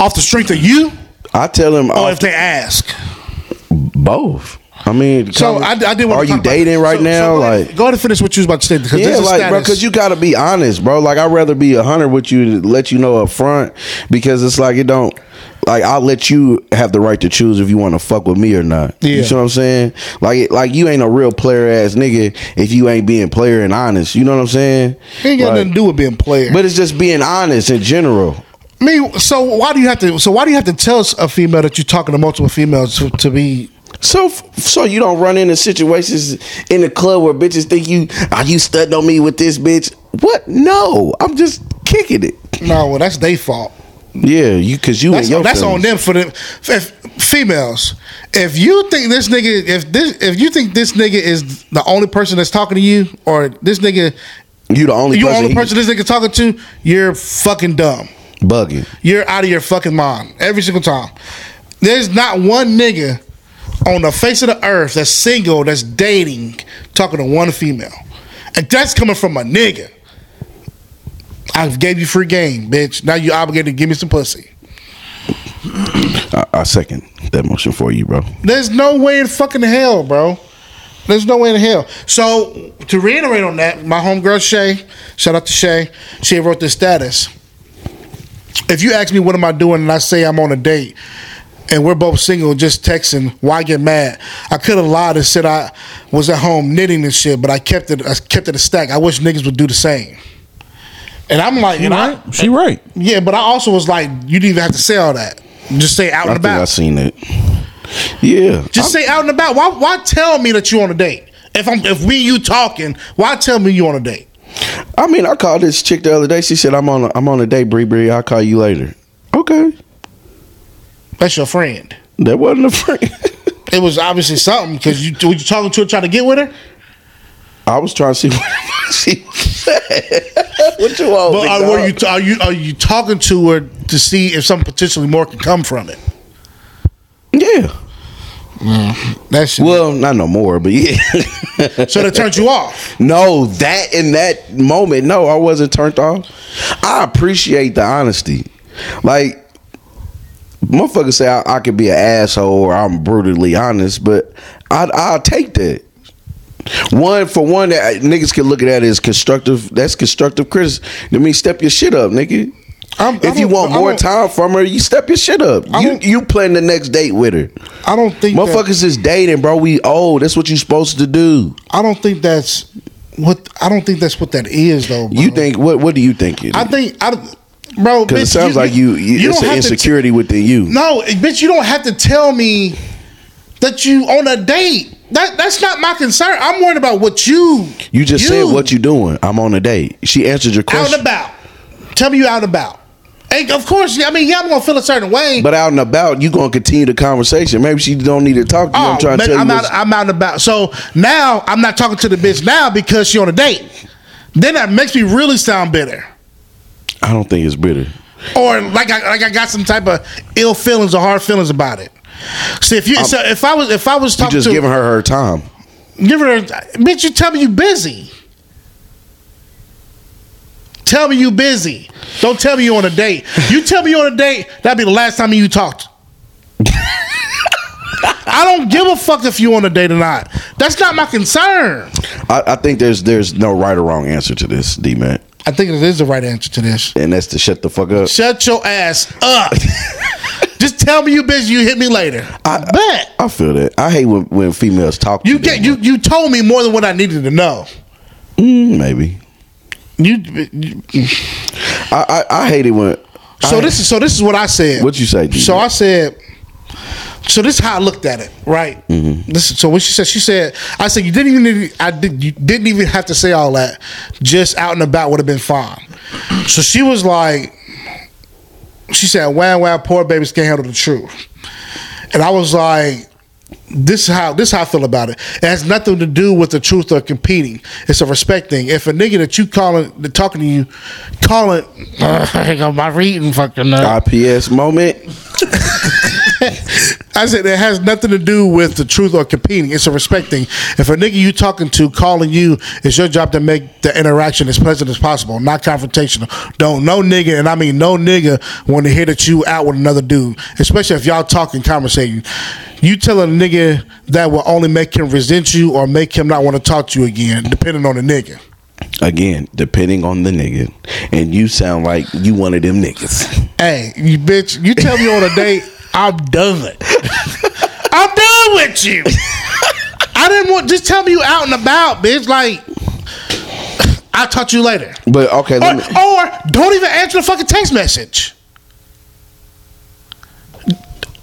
Speaker 2: off the strength of you
Speaker 3: I tell them.
Speaker 2: or
Speaker 3: off-
Speaker 2: Oh, if they ask?
Speaker 3: both. I mean,
Speaker 2: So I, I did want
Speaker 3: Are
Speaker 2: to
Speaker 3: you
Speaker 2: talk about-
Speaker 3: dating right
Speaker 2: so- so
Speaker 3: now?
Speaker 2: go ahead,
Speaker 3: like,
Speaker 2: go ahead and finish what you was about to say. Cause
Speaker 3: yeah,
Speaker 2: there's a
Speaker 3: like, bro,
Speaker 2: status.
Speaker 3: because you gotta be honest, bro. Like, I'd rather be a hundred with you to let you know up front because it's like it don't. Like I'll let you have the right to choose if you want to fuck with me or not.
Speaker 2: Yeah.
Speaker 3: You see what I'm saying? Like, it- like you ain't a real player ass nigga if you ain't being player and honest. You know what I'm saying?
Speaker 2: ain't got
Speaker 3: Like,
Speaker 2: nothing to do with being player.
Speaker 3: But it's just being honest in general.
Speaker 2: I mean, so why do you have to? So why do you have to tell a female that you're talking to multiple females to, to be?
Speaker 3: So, so you don't run into situations in the club where bitches think you are you studding on me with this bitch? What? No, I'm just kicking it.
Speaker 2: No, well, that's their fault.
Speaker 3: Yeah, you because you
Speaker 2: That's,
Speaker 3: and your
Speaker 2: that's on
Speaker 3: feelings.
Speaker 2: them for the if, females. If you think this nigga, if this, if you think this nigga is the only person that's talking to you, or this nigga,
Speaker 3: You the only
Speaker 2: you the
Speaker 3: person,
Speaker 2: only
Speaker 3: he
Speaker 2: person this nigga talking to, you're fucking dumb.
Speaker 3: bugging.
Speaker 2: You're out of your fucking mind every single time. There's not one nigga on the face of the earth that's single, that's dating, talking to one female. And that's coming from a nigga. I gave you free game, bitch. Now you obligated to give me some pussy.
Speaker 3: I, I second that motion for you, bro.
Speaker 2: There's no way in fucking hell, bro. There's no way in hell. So to reiterate on that, my homegirl Shay, shout out to Shay, she had wrote this status. If you ask me what am I doing and I say I'm on a date and we're both single just texting, why get mad? I could have lied and said I was at home knitting and shit, but I kept it I kept it a stack. I wish niggas would do the same. And I'm like,
Speaker 4: She
Speaker 2: and I-
Speaker 4: right. She right.
Speaker 2: yeah, but I also was like, you didn't even have to say all that. Just say out
Speaker 3: I
Speaker 2: and
Speaker 3: think I
Speaker 2: about.
Speaker 3: seen it. Yeah,
Speaker 2: Just say out and about. Why why tell me that you on a date? If I'm if we you talking, why tell me you on a date?
Speaker 3: I, I mean, I called this chick the other day. She said, "I'm on, a, I'm on a date, Bree Bree. I'll call you later." Okay,
Speaker 2: That's your friend.
Speaker 3: that wasn't a friend.
Speaker 2: It was obviously something because you were you talking to her trying to get with her.
Speaker 3: I was trying to see what she what you want.
Speaker 2: But
Speaker 3: big
Speaker 2: are, were
Speaker 3: dog?
Speaker 2: you are you are you talking to her to see if something potentially more can come from it?
Speaker 3: Yeah.
Speaker 2: That's
Speaker 3: Well, not no more, but yeah.
Speaker 2: so that turns you off.
Speaker 3: no, that in that moment, no, I wasn't turned off. I appreciate the honesty. Like, motherfuckers say I, I could be an asshole or I'm brutally honest, but I, I'll take that. One for one, that uh, niggas can look at that as constructive. That's constructive criticism. I mean, step your shit up, nigga.
Speaker 2: I'm-
Speaker 3: if
Speaker 2: I
Speaker 3: you
Speaker 2: don't-
Speaker 3: want
Speaker 2: I
Speaker 3: more
Speaker 2: don't-
Speaker 3: time from her, you step your shit up. You
Speaker 2: don't-
Speaker 3: you plan the next date with her.
Speaker 2: I don't think that-
Speaker 3: Motherfuckers is dating, bro. We old. That's what you supposed to do.
Speaker 2: I don't think that's what I don't think that's what that is though. Bro.
Speaker 3: You think what? What do you think? It
Speaker 2: I
Speaker 3: is?
Speaker 2: think I, bro.
Speaker 3: Because it
Speaker 2: bitch,
Speaker 3: sounds like you, you, it's
Speaker 2: don't
Speaker 3: an
Speaker 2: have to t-
Speaker 3: insecurity within you.
Speaker 2: no, bitch, you don't have to tell me that you on a date. That that's not my concern. I'm worried about what you.
Speaker 3: you just said what you doing. I'm on a date. She answered your
Speaker 2: out
Speaker 3: question.
Speaker 2: and about. Tell me you out and about. And of course, yeah, I mean, yeah, I'm gonna feel a certain way.
Speaker 3: But out and about, you gonna continue the conversation. Maybe she don't need to talk to you. I'm
Speaker 2: oh,
Speaker 3: trying to
Speaker 2: man,
Speaker 3: tell you.
Speaker 2: I'm out.
Speaker 3: what's-
Speaker 2: I'm out and about. So now I'm not talking to the bitch now because she on a date. Then that makes me really sound bitter,
Speaker 3: I don't think it's bitter.
Speaker 2: or like I like I got some type of ill feelings or hard feelings about it. See if you so if I was if I was
Speaker 3: You
Speaker 2: talking
Speaker 3: just
Speaker 2: to
Speaker 3: giving her her time.
Speaker 2: Give her, bitch. You tell me you busy. Tell me you busy. Don't tell me you on a date. You tell me you on a date. That'd be the last time you talked. I don't give a fuck if you on a date or not. That's not my concern.
Speaker 3: I, I think there's there's no right or wrong answer to this, D man,
Speaker 2: I think it is the right answer to this.
Speaker 3: and that's to shut the fuck up.
Speaker 2: Shut your ass up. Just tell me you busy. You hit me later. I bet
Speaker 3: I feel that. I hate when, when females talk.
Speaker 2: you
Speaker 3: to them.
Speaker 2: get you. You told me more than what I needed to know.
Speaker 3: Mm, maybe.
Speaker 2: You, you
Speaker 3: I, I I hate it when.
Speaker 2: So
Speaker 3: I-
Speaker 2: this is so this is what I said.
Speaker 3: What'd you say, D?
Speaker 2: So I said. So this is how I looked at it, right?
Speaker 3: Mm-hmm.
Speaker 2: This is- so what she said, she said, I said you didn't even need, I did you didn't even have to say all that. Just out and about would have been fine. So she was like, she said, "Wow, wow, poor babies can't handle the truth," and I was like. This is how this is how I feel about it. It has nothing to do with the truth or competing. It's a respect thing. If a nigga that you calling that talking to you, calling, I got my reading fucking up.
Speaker 3: IPS moment.
Speaker 2: I said it has nothing to do with the truth or competing. It's a respect thing. If a nigga you talking to calling you, it's your job to make the interaction as pleasant as possible, not confrontational. Don't no nigga, and I mean no nigga, want to hear that you out with another dude, especially if y'all talking, conversating. You tell a nigga that will only make him resent you or make him not want to talk to you again, depending on the nigga.
Speaker 3: Again, depending on the nigga, and you sound like you one of them niggas.
Speaker 2: Hey, you bitch, you tell me on a date, I'm done. I'm done with you. I didn't want just tell me you out and about, bitch. Like I'll talk to you later.
Speaker 3: But okay,
Speaker 2: Or,
Speaker 3: let me,
Speaker 2: or don't even answer the fucking text message.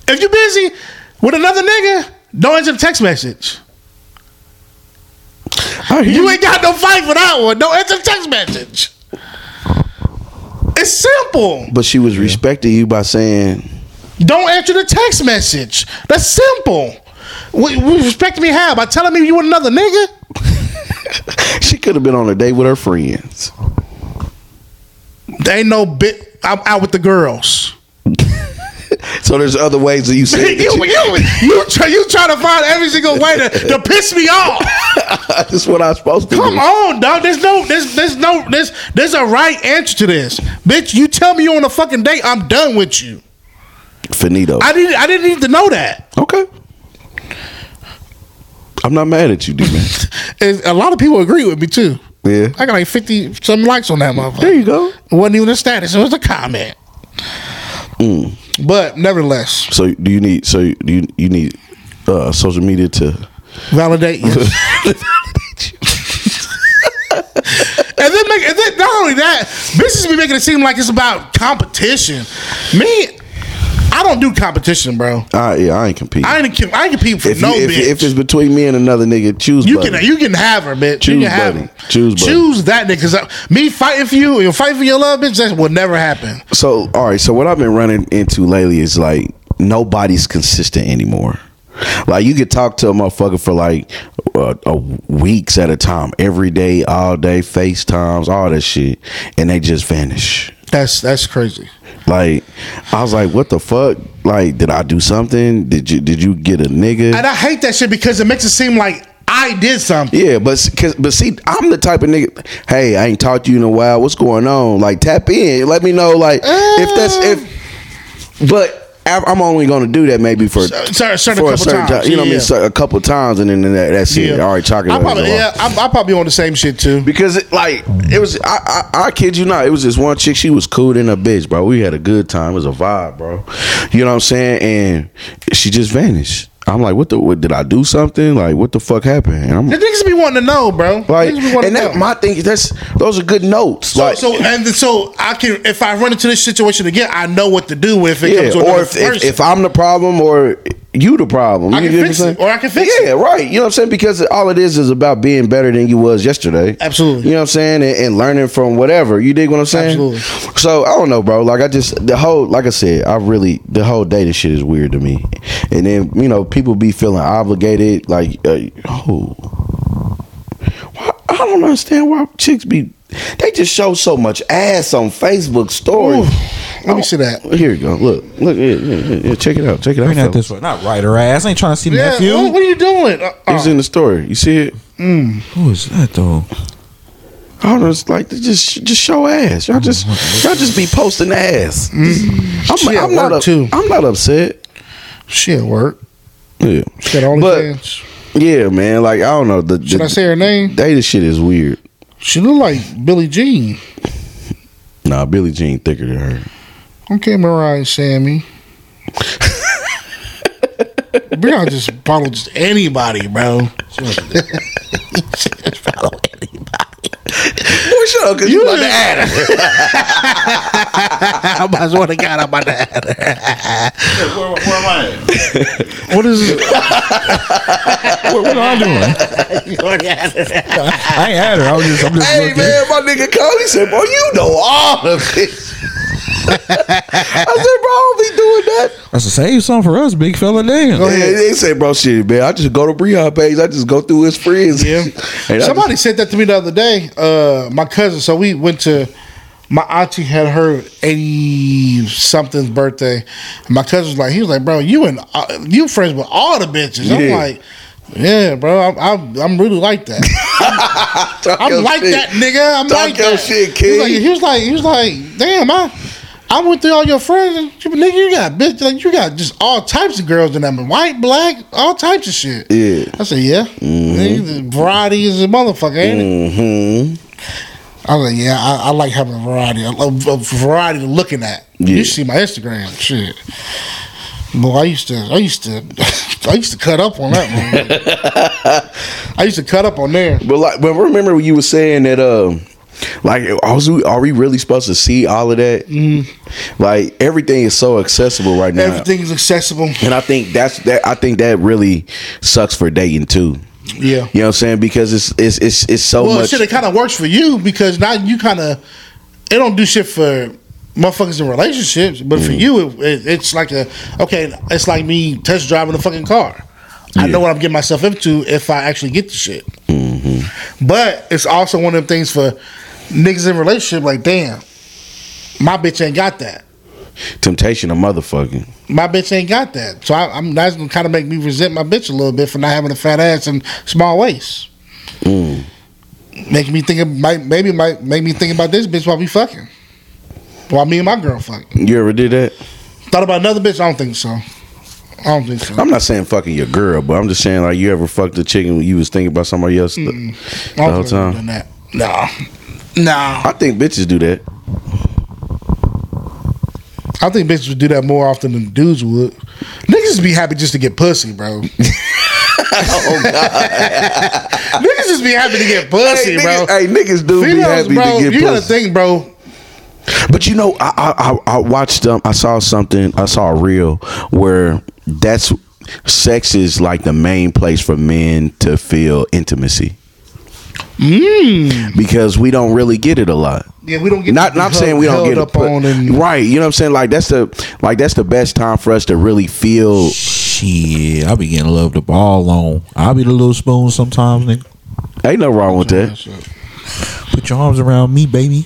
Speaker 2: If you're busy with another nigga, don't answer the text message.
Speaker 3: I hear
Speaker 2: You
Speaker 3: you.
Speaker 2: ain't got no fight for that one. Don't answer the text message. It's simple.
Speaker 3: but she was respecting you by saying,
Speaker 2: Don't answer the text message. That's simple. We, we respect me how by telling me you another nigga.
Speaker 3: She could have been on a date with her friends.
Speaker 2: There ain't no bit. I'm out with the girls.
Speaker 3: So there's other ways that you
Speaker 2: you,
Speaker 3: say.
Speaker 2: you, you, try, you try to find every single way to, to piss me off.
Speaker 3: That's what I'm supposed to
Speaker 2: Come
Speaker 3: do.
Speaker 2: on, dog. There's no, there's, there's no, there's, there's a right answer to this, bitch. You tell me you're on a fucking date. I'm done with you.
Speaker 3: Finito.
Speaker 2: I didn't, I didn't need to know that.
Speaker 3: okay. I'm not mad at you, D man.
Speaker 2: And a lot of people agree with me too.
Speaker 3: Yeah.
Speaker 2: I got like fifty some likes on that motherfucker.
Speaker 3: There you go.
Speaker 2: It wasn't even a status. It was a comment.
Speaker 3: Mm.
Speaker 2: But nevertheless,
Speaker 3: So do you need? So do you you need uh, social media to?
Speaker 2: validate you. and then make and then not only that, bitches be making it seem like it's about competition. Me, I don't do competition, bro.
Speaker 3: I yeah, I ain't competing.
Speaker 2: I ain't I ain't compete for
Speaker 3: if,
Speaker 2: no
Speaker 3: you, if,
Speaker 2: bitch.
Speaker 3: if it's between me and another nigga, choose.
Speaker 2: you
Speaker 3: buddy.
Speaker 2: can you can have her, bitch. you
Speaker 3: Choose
Speaker 2: can have
Speaker 3: buddy.
Speaker 2: her.
Speaker 3: Choose buddy.
Speaker 2: choose that nigga. Cause I- me fighting for you, you fighting for your love, bitch. That will never happen.
Speaker 3: So all right, so what I've been running into lately is like nobody's consistent anymore. Like you could talk to a motherfucker for like uh, uh, weeks at a time, every day, all day, FaceTimes, all that shit, and they just vanish.
Speaker 2: That's that's crazy.
Speaker 3: Like I was like, what the fuck? Like did I do something? Did you did you get a nigga?
Speaker 2: And I hate that shit because it makes it seem like I did something.
Speaker 3: Yeah, but s- cause, but see, I'm the type of nigga. Hey, I ain't talked to you in a while. What's going on? Like, tap in. Let me know. Like, if that's if. But I- I'm only going to do that maybe for
Speaker 2: Uh. Cer- cer- certain
Speaker 3: for
Speaker 2: couple times.
Speaker 3: ti- You know what I
Speaker 2: Yeah.
Speaker 3: mean? So, a couple times, and then that, that's it. All right, chocolate.
Speaker 2: I probably, yeah, I'm, I'm probably on the same shit too.
Speaker 3: Because it, like it was, I, I I kid you not, it was this one chick. She was cool than a bitch, bro. We had a good time. It was a vibe, bro. You know what I'm saying? And she just vanished. I'm like, what the? What, did I do something? Like, what the fuck happened? And I'm
Speaker 2: The niggas be wanting to know, bro.
Speaker 3: like,
Speaker 2: Niggas be wanting
Speaker 3: and
Speaker 2: to
Speaker 3: that
Speaker 2: know.
Speaker 3: my thing. That's those are good notes.
Speaker 2: So,
Speaker 3: like,
Speaker 2: so and so I can if I run into this situation again, I know what to do if it
Speaker 3: yeah,
Speaker 2: comes to
Speaker 3: or
Speaker 2: another
Speaker 3: if, if
Speaker 2: person.
Speaker 3: if I'm the problem or you the problem,
Speaker 2: I
Speaker 3: you
Speaker 2: can
Speaker 3: get what
Speaker 2: fix
Speaker 3: I'm
Speaker 2: it,
Speaker 3: saying?
Speaker 2: or I can fix it.
Speaker 3: Yeah, right. You know what I'm saying? Because all it is is about being better than you was yesterday.
Speaker 2: Absolutely.
Speaker 3: You know what I'm saying? And, and learning from whatever. You dig what I'm saying?
Speaker 2: Absolutely.
Speaker 3: So I don't know, bro. Like I just the whole like I said, I really the whole data shit is weird to me. And then you know people be feeling obligated, like uh, oh, why, I don't understand why chicks be. They just show so much ass on Facebook stories. Oh.
Speaker 2: Ooh, let me see that.
Speaker 3: Here you go. Look, look, yeah, yeah, yeah, yeah. check it out. Check it out.
Speaker 4: Bring that
Speaker 3: fellas.
Speaker 4: this way. Not writer ass. I ain't trying to see
Speaker 2: Yeah,
Speaker 4: nephew.
Speaker 2: what, what are you doing? Uh, uh,
Speaker 3: It's in the story. You see it?
Speaker 4: Who is that though?
Speaker 3: I don't know. It's like they just just show ass. Y'all just y'all just be posting ass. I'm,
Speaker 2: Shit,
Speaker 3: I'm not
Speaker 2: work
Speaker 3: up,
Speaker 2: too.
Speaker 3: I'm not upset.
Speaker 2: shit, work.
Speaker 3: Yeah,
Speaker 2: Shit, only
Speaker 3: But-
Speaker 2: fans.
Speaker 3: yeah, man. Like I don't know. The, the
Speaker 2: Should I say her name?
Speaker 3: Data shit is weird.
Speaker 2: She look like Billie Jean.
Speaker 3: Nah, Billie Jean thicker than her.
Speaker 2: Okay, Mariah and Sammy. Bring out just follow just anybody, bro.
Speaker 3: Boy, shut up, cause you like to add her.
Speaker 5: I might as well have got out my dad.
Speaker 2: What is it?
Speaker 4: What, what am I doing? I ain't had her. I was just. I'm just
Speaker 3: Hey
Speaker 4: looking.
Speaker 3: man, my nigga Cody said, "Boy, you know all of this." I said, "Bro, I don't be doing that."
Speaker 4: I said, save some for us, big fella. Damn.
Speaker 3: Yeah, they say, bro, shit, man. I just go to Breon page. I just go through his friends.
Speaker 2: Yeah.
Speaker 3: And I
Speaker 2: Somebody said that to me the other day. Uh, my cousin. So we went to my auntie had her eighty something's birthday. My cousin was like, he was like, bro, you and uh, you friends with all the bitches. I'm
Speaker 3: Yeah.
Speaker 2: like, yeah, bro, I'm I'm, I'm really like that.
Speaker 3: just talk
Speaker 2: I'm
Speaker 3: your
Speaker 2: like
Speaker 3: shit.
Speaker 2: that, nigga. I'm
Speaker 3: Talk
Speaker 2: like
Speaker 3: your
Speaker 2: that.
Speaker 3: shit,
Speaker 2: He was
Speaker 3: kid.
Speaker 2: like, he was like, he was like, damn, I, I went through all your friends. and you- Nigga, you got bitch, like you got just all types of girls in them, white, black, all types of shit.
Speaker 3: Yeah.
Speaker 2: I said, yeah, Nigga, variety is a motherfucker, ain't it?
Speaker 3: Mm-hmm.
Speaker 2: I was like, yeah, I, I like having a variety, a, a- a variety to looking at.
Speaker 3: Yeah.
Speaker 2: You see my Instagram, shit. Boy, I used to, I used to, I used to cut up on that one. I used to cut up on there.
Speaker 3: But like, but remember when you were saying that, um, like, are we, are we really supposed to see all of that? Like, everything is so accessible right now.
Speaker 2: Mm-hmm. Everything is accessible.
Speaker 3: And I think that's that. I think that really sucks for dating too.
Speaker 2: Yeah.
Speaker 3: You know what I'm saying? Because it's it's it's, it's so
Speaker 2: Well,
Speaker 3: much.
Speaker 2: shit, uh, it kind of works for you because now you kind of it don't do shit for motherfuckers in relationships, but for you, it, it, it's like a okay, it's like me test driving a fucking car. I know what I'm getting myself into if I actually get the shit. But it's also one of them things for niggas in relationship. Like, damn, my bitch ain't got that.
Speaker 3: Temptation of motherfucking.
Speaker 2: My bitch ain't got that. So I, I'm that's gonna kind of make me resent my bitch a little bit for not having a fat ass and small waist. Mm. Make me think of might maybe might make me think about this bitch while we fucking. While me and my girl fucking.
Speaker 3: You ever did that?
Speaker 2: Thought about another bitch? I don't think so. I don't think so.
Speaker 3: I'm not saying fucking your girl, but I'm just saying like you ever fucked a chicken when you was thinking about somebody else the,
Speaker 2: Mm.
Speaker 3: the
Speaker 2: I
Speaker 3: whole
Speaker 2: don't think I'm
Speaker 3: time.
Speaker 2: doing that. No. No.
Speaker 3: I think bitches do that.
Speaker 2: I think bitches would do that more often than dudes would. Niggas be happy just to get pussy, bro. Niggas just be happy to get pussy,
Speaker 3: hey,
Speaker 2: bro.
Speaker 3: niggas, hey, niggas do be
Speaker 2: Females,
Speaker 3: happy
Speaker 2: bro,
Speaker 3: to get
Speaker 2: you gotta
Speaker 3: pussy.
Speaker 2: think, bro.
Speaker 3: But you know, I, I I I watched um, I saw something, I saw a reel where that's sex is like the main place for men to feel intimacy. Mm. Because we don't really get it a lot.
Speaker 2: Yeah, we don't get
Speaker 3: not
Speaker 2: to be
Speaker 3: not
Speaker 2: held-
Speaker 3: saying we don't
Speaker 2: held
Speaker 3: get
Speaker 2: up
Speaker 3: it, but-
Speaker 2: on and
Speaker 3: right. You know what I'm saying? Like that's the like that's the best time for us to really feel
Speaker 4: Shit, I be getting loved up all on. I be the little spoon sometimes, nigga.
Speaker 3: Ain't no wrong with that.
Speaker 4: Put your arms around me, baby.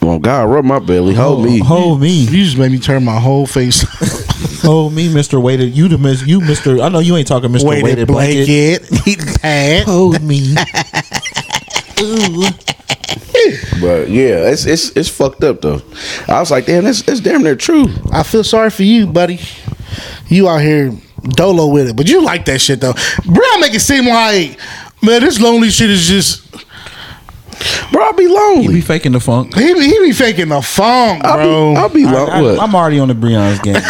Speaker 3: Well, Oh, God, rub my belly, hold me.
Speaker 4: Hold me.
Speaker 2: You just made me turn my whole face.
Speaker 4: Hold me, Mr. Waiter. You the miss you, Mr. I know you ain't talking Mr. Waiter, blanket.
Speaker 2: eat pad.
Speaker 4: Hold me.
Speaker 3: But yeah, it's it's it's fucked up though. I was like, damn, that's that's damn near true.
Speaker 2: I feel sorry for you, buddy. You out here dolo with it, but you like that shit though. Bro, I make it seem like man, this lonely shit is just.
Speaker 3: bro. I'll be
Speaker 4: He be
Speaker 3: lonely.
Speaker 4: faking the funk.
Speaker 2: He be, he be faking the funk, bro.
Speaker 3: I'll be, I'll be
Speaker 4: I,
Speaker 3: lonely.
Speaker 4: am already on the Breon's game.
Speaker 2: like,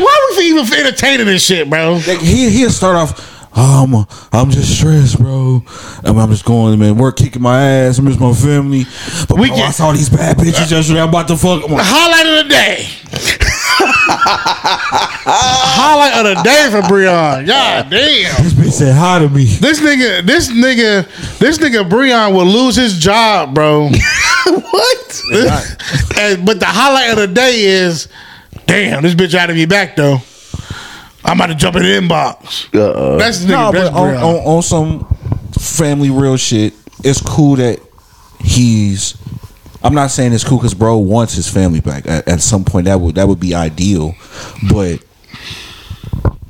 Speaker 2: why was he even entertaining this shit, bro?
Speaker 4: Like, he he'll start off. Oh, I'm I'm just stressed, bro. I'm, I'm just going, man. Work kicking my ass. I miss my family. But
Speaker 2: We
Speaker 4: bro,
Speaker 2: get-
Speaker 4: I saw these bad bitches yesterday. I'm about to fuck. I'm like,
Speaker 2: Highlight of the day. Highlight of the day for Breon. God damn.
Speaker 4: this bitch said hi to me.
Speaker 2: This nigga, this nigga, this nigga Breon will lose his job, bro.
Speaker 3: what?
Speaker 2: And- but the highlight of the day is, damn, this bitch out of me back though. I'm about to jump in the inbox.
Speaker 3: Uh-uh.
Speaker 2: That's the
Speaker 4: No,
Speaker 2: nigga.
Speaker 4: but
Speaker 2: that's
Speaker 4: on,
Speaker 2: Breon.
Speaker 4: on, on some family real shit, it's cool that he's. I'm not saying it's cool because bro wants his family back at, at some point. That would that would be ideal, but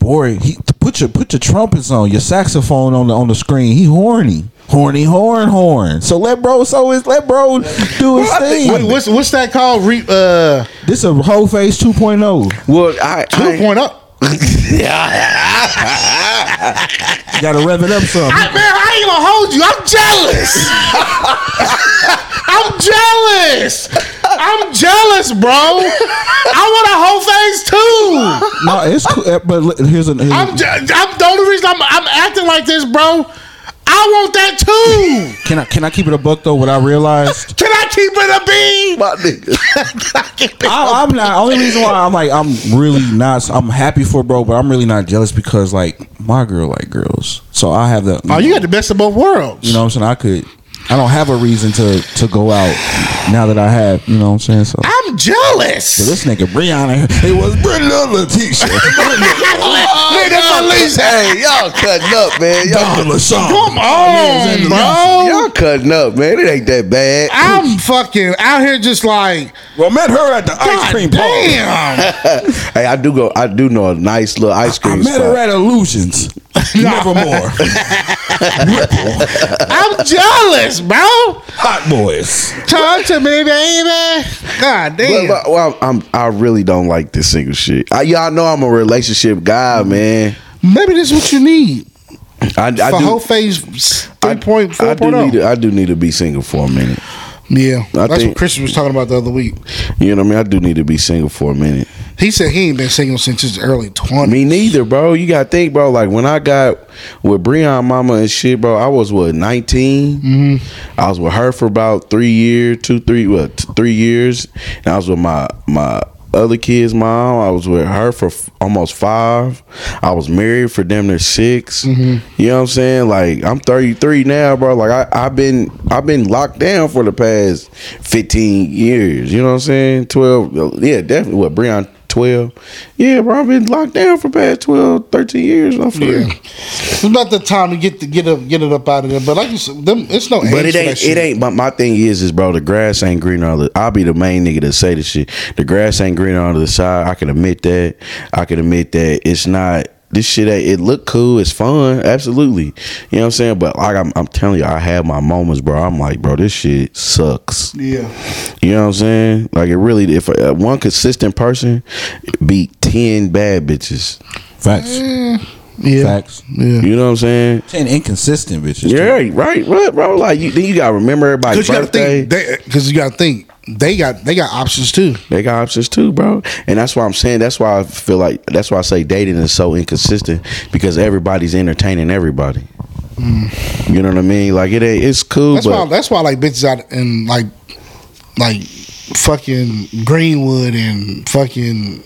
Speaker 4: boy, he put your put your trumpets on, your saxophone on the on the screen. He horny, horny, horn, horn. So let bro, so is let bro do his thing.
Speaker 2: Wait, what's what's that called? Re, uh,
Speaker 4: this a whole phase oh. 2.0.
Speaker 3: Well, I,
Speaker 2: two
Speaker 3: I
Speaker 2: point up.
Speaker 4: Got to rev it up some.
Speaker 2: I, man, I ain't gonna hold you. I'm jealous. I'm jealous. I'm jealous, bro. I want a whole phase too.
Speaker 4: No, it's cool, uh, but li- here's an. Here's a-
Speaker 2: I'm, je- I'm the only reason I'm, I'm acting like this, bro. I want that too.
Speaker 4: can I can I keep it a buck though? What I realized.
Speaker 2: Can I keep it a bean?
Speaker 3: my nigga.
Speaker 4: I, I'm not. Only reason why I'm like I'm really not. I'm happy for bro, but I'm really not jealous because like my girl like girls, so I have that.
Speaker 2: Oh, you got the best of both worlds.
Speaker 4: You know what I'm saying? I could. I don't have a reason to to go out now that I have. You know what I'm saying? So.
Speaker 2: I'm
Speaker 4: But
Speaker 2: jealous.
Speaker 4: this nigga Brianna, it was Brenda Letitia,
Speaker 3: Nigga, that's my least. Hey, y'all cutting up, man. Y'all,
Speaker 4: Donna LaShawn.
Speaker 2: Come on, bro.
Speaker 3: y'all cutting up, man. It ain't that bad.
Speaker 2: I'm fucking out here just like,
Speaker 4: Well, met her at the ice
Speaker 2: God
Speaker 4: cream parlor.
Speaker 2: damn.
Speaker 3: hey, I do go. I do know a nice little ice
Speaker 4: I
Speaker 3: cream
Speaker 4: met her
Speaker 3: spot.
Speaker 4: at Illusions. Nevermore.
Speaker 2: I'm jealous, bro.
Speaker 4: Hot Boys.
Speaker 2: Talk to me, baby. God
Speaker 3: But,
Speaker 2: damn.
Speaker 3: but, well, I'm, I really don't like this single shit. I, y'all know I'm a relationship guy,
Speaker 2: Mm.
Speaker 3: man.
Speaker 2: Maybe this is what you need
Speaker 3: I, I do.
Speaker 2: for whole phase three
Speaker 3: I,
Speaker 2: point
Speaker 3: I
Speaker 2: four
Speaker 3: do
Speaker 2: point
Speaker 3: need. To,
Speaker 2: oh.
Speaker 3: I do need to be single for a minute.
Speaker 2: Yeah, that's
Speaker 3: think-
Speaker 2: what Christian was talking about the other week.
Speaker 3: You know what I mean? I do need to be single for a minute.
Speaker 2: He said he ain't been single since his early twenties.
Speaker 3: Me neither, bro. You gotta think, bro. Like when I got with Breon Mama and shit, bro. I was what 19 I was with her for about three years, two, three, what, t- three years. And I was with my my other kid's mom. I was with her for f- almost five. I was married for damn near 6 You know what I'm saying? Like I'm 33 now, bro. Like I I've been I've been locked down for the past 15 years. You know what I'm saying? 12, yeah, definitely. What Breon 12. Yeah, bro, I've been locked down for past 12, 13 years. I'm for real.
Speaker 2: It's not the time to get the, get up get it up out of there. But like you said, them, it's no.
Speaker 3: But
Speaker 2: age
Speaker 3: it
Speaker 2: for that
Speaker 3: ain't.
Speaker 2: shit.
Speaker 3: It ain't. But my thing is, is bro, the grass ain't greener. On the, I'll be the main nigga to say this shit. The grass ain't greener on the other side. I can admit that. I can admit that. It's not. This shit, ain't- it look cool. It's fun, absolutely. You know what I'm saying? But like I'm, I'm telling you, I have my moments, bro. I'm like, bro, this shit sucks.
Speaker 2: Yeah,
Speaker 3: You know what I'm saying? Like it really. If uh, one consistent person beat ten bad bitches,
Speaker 4: Facts.
Speaker 2: yeah,
Speaker 4: Facts.
Speaker 2: yeah.
Speaker 3: you know what I'm saying?
Speaker 4: And inconsistent bitches. too.
Speaker 3: Yeah, right, right, right, bro. Like you, then you gotta remember everybody's
Speaker 2: Because you got to
Speaker 3: birthday.
Speaker 2: think, because you got to think, they got they got options too.
Speaker 3: They got options too, bro. And that's why I'm saying. That's why I feel like. That's why I say dating is so inconsistent because everybody's entertaining everybody. You know what I mean? Like it ain't. It's
Speaker 2: Mm.
Speaker 3: cool,
Speaker 2: That's why
Speaker 3: but
Speaker 2: that's why like bitches out in like like fucking Greenwood and fucking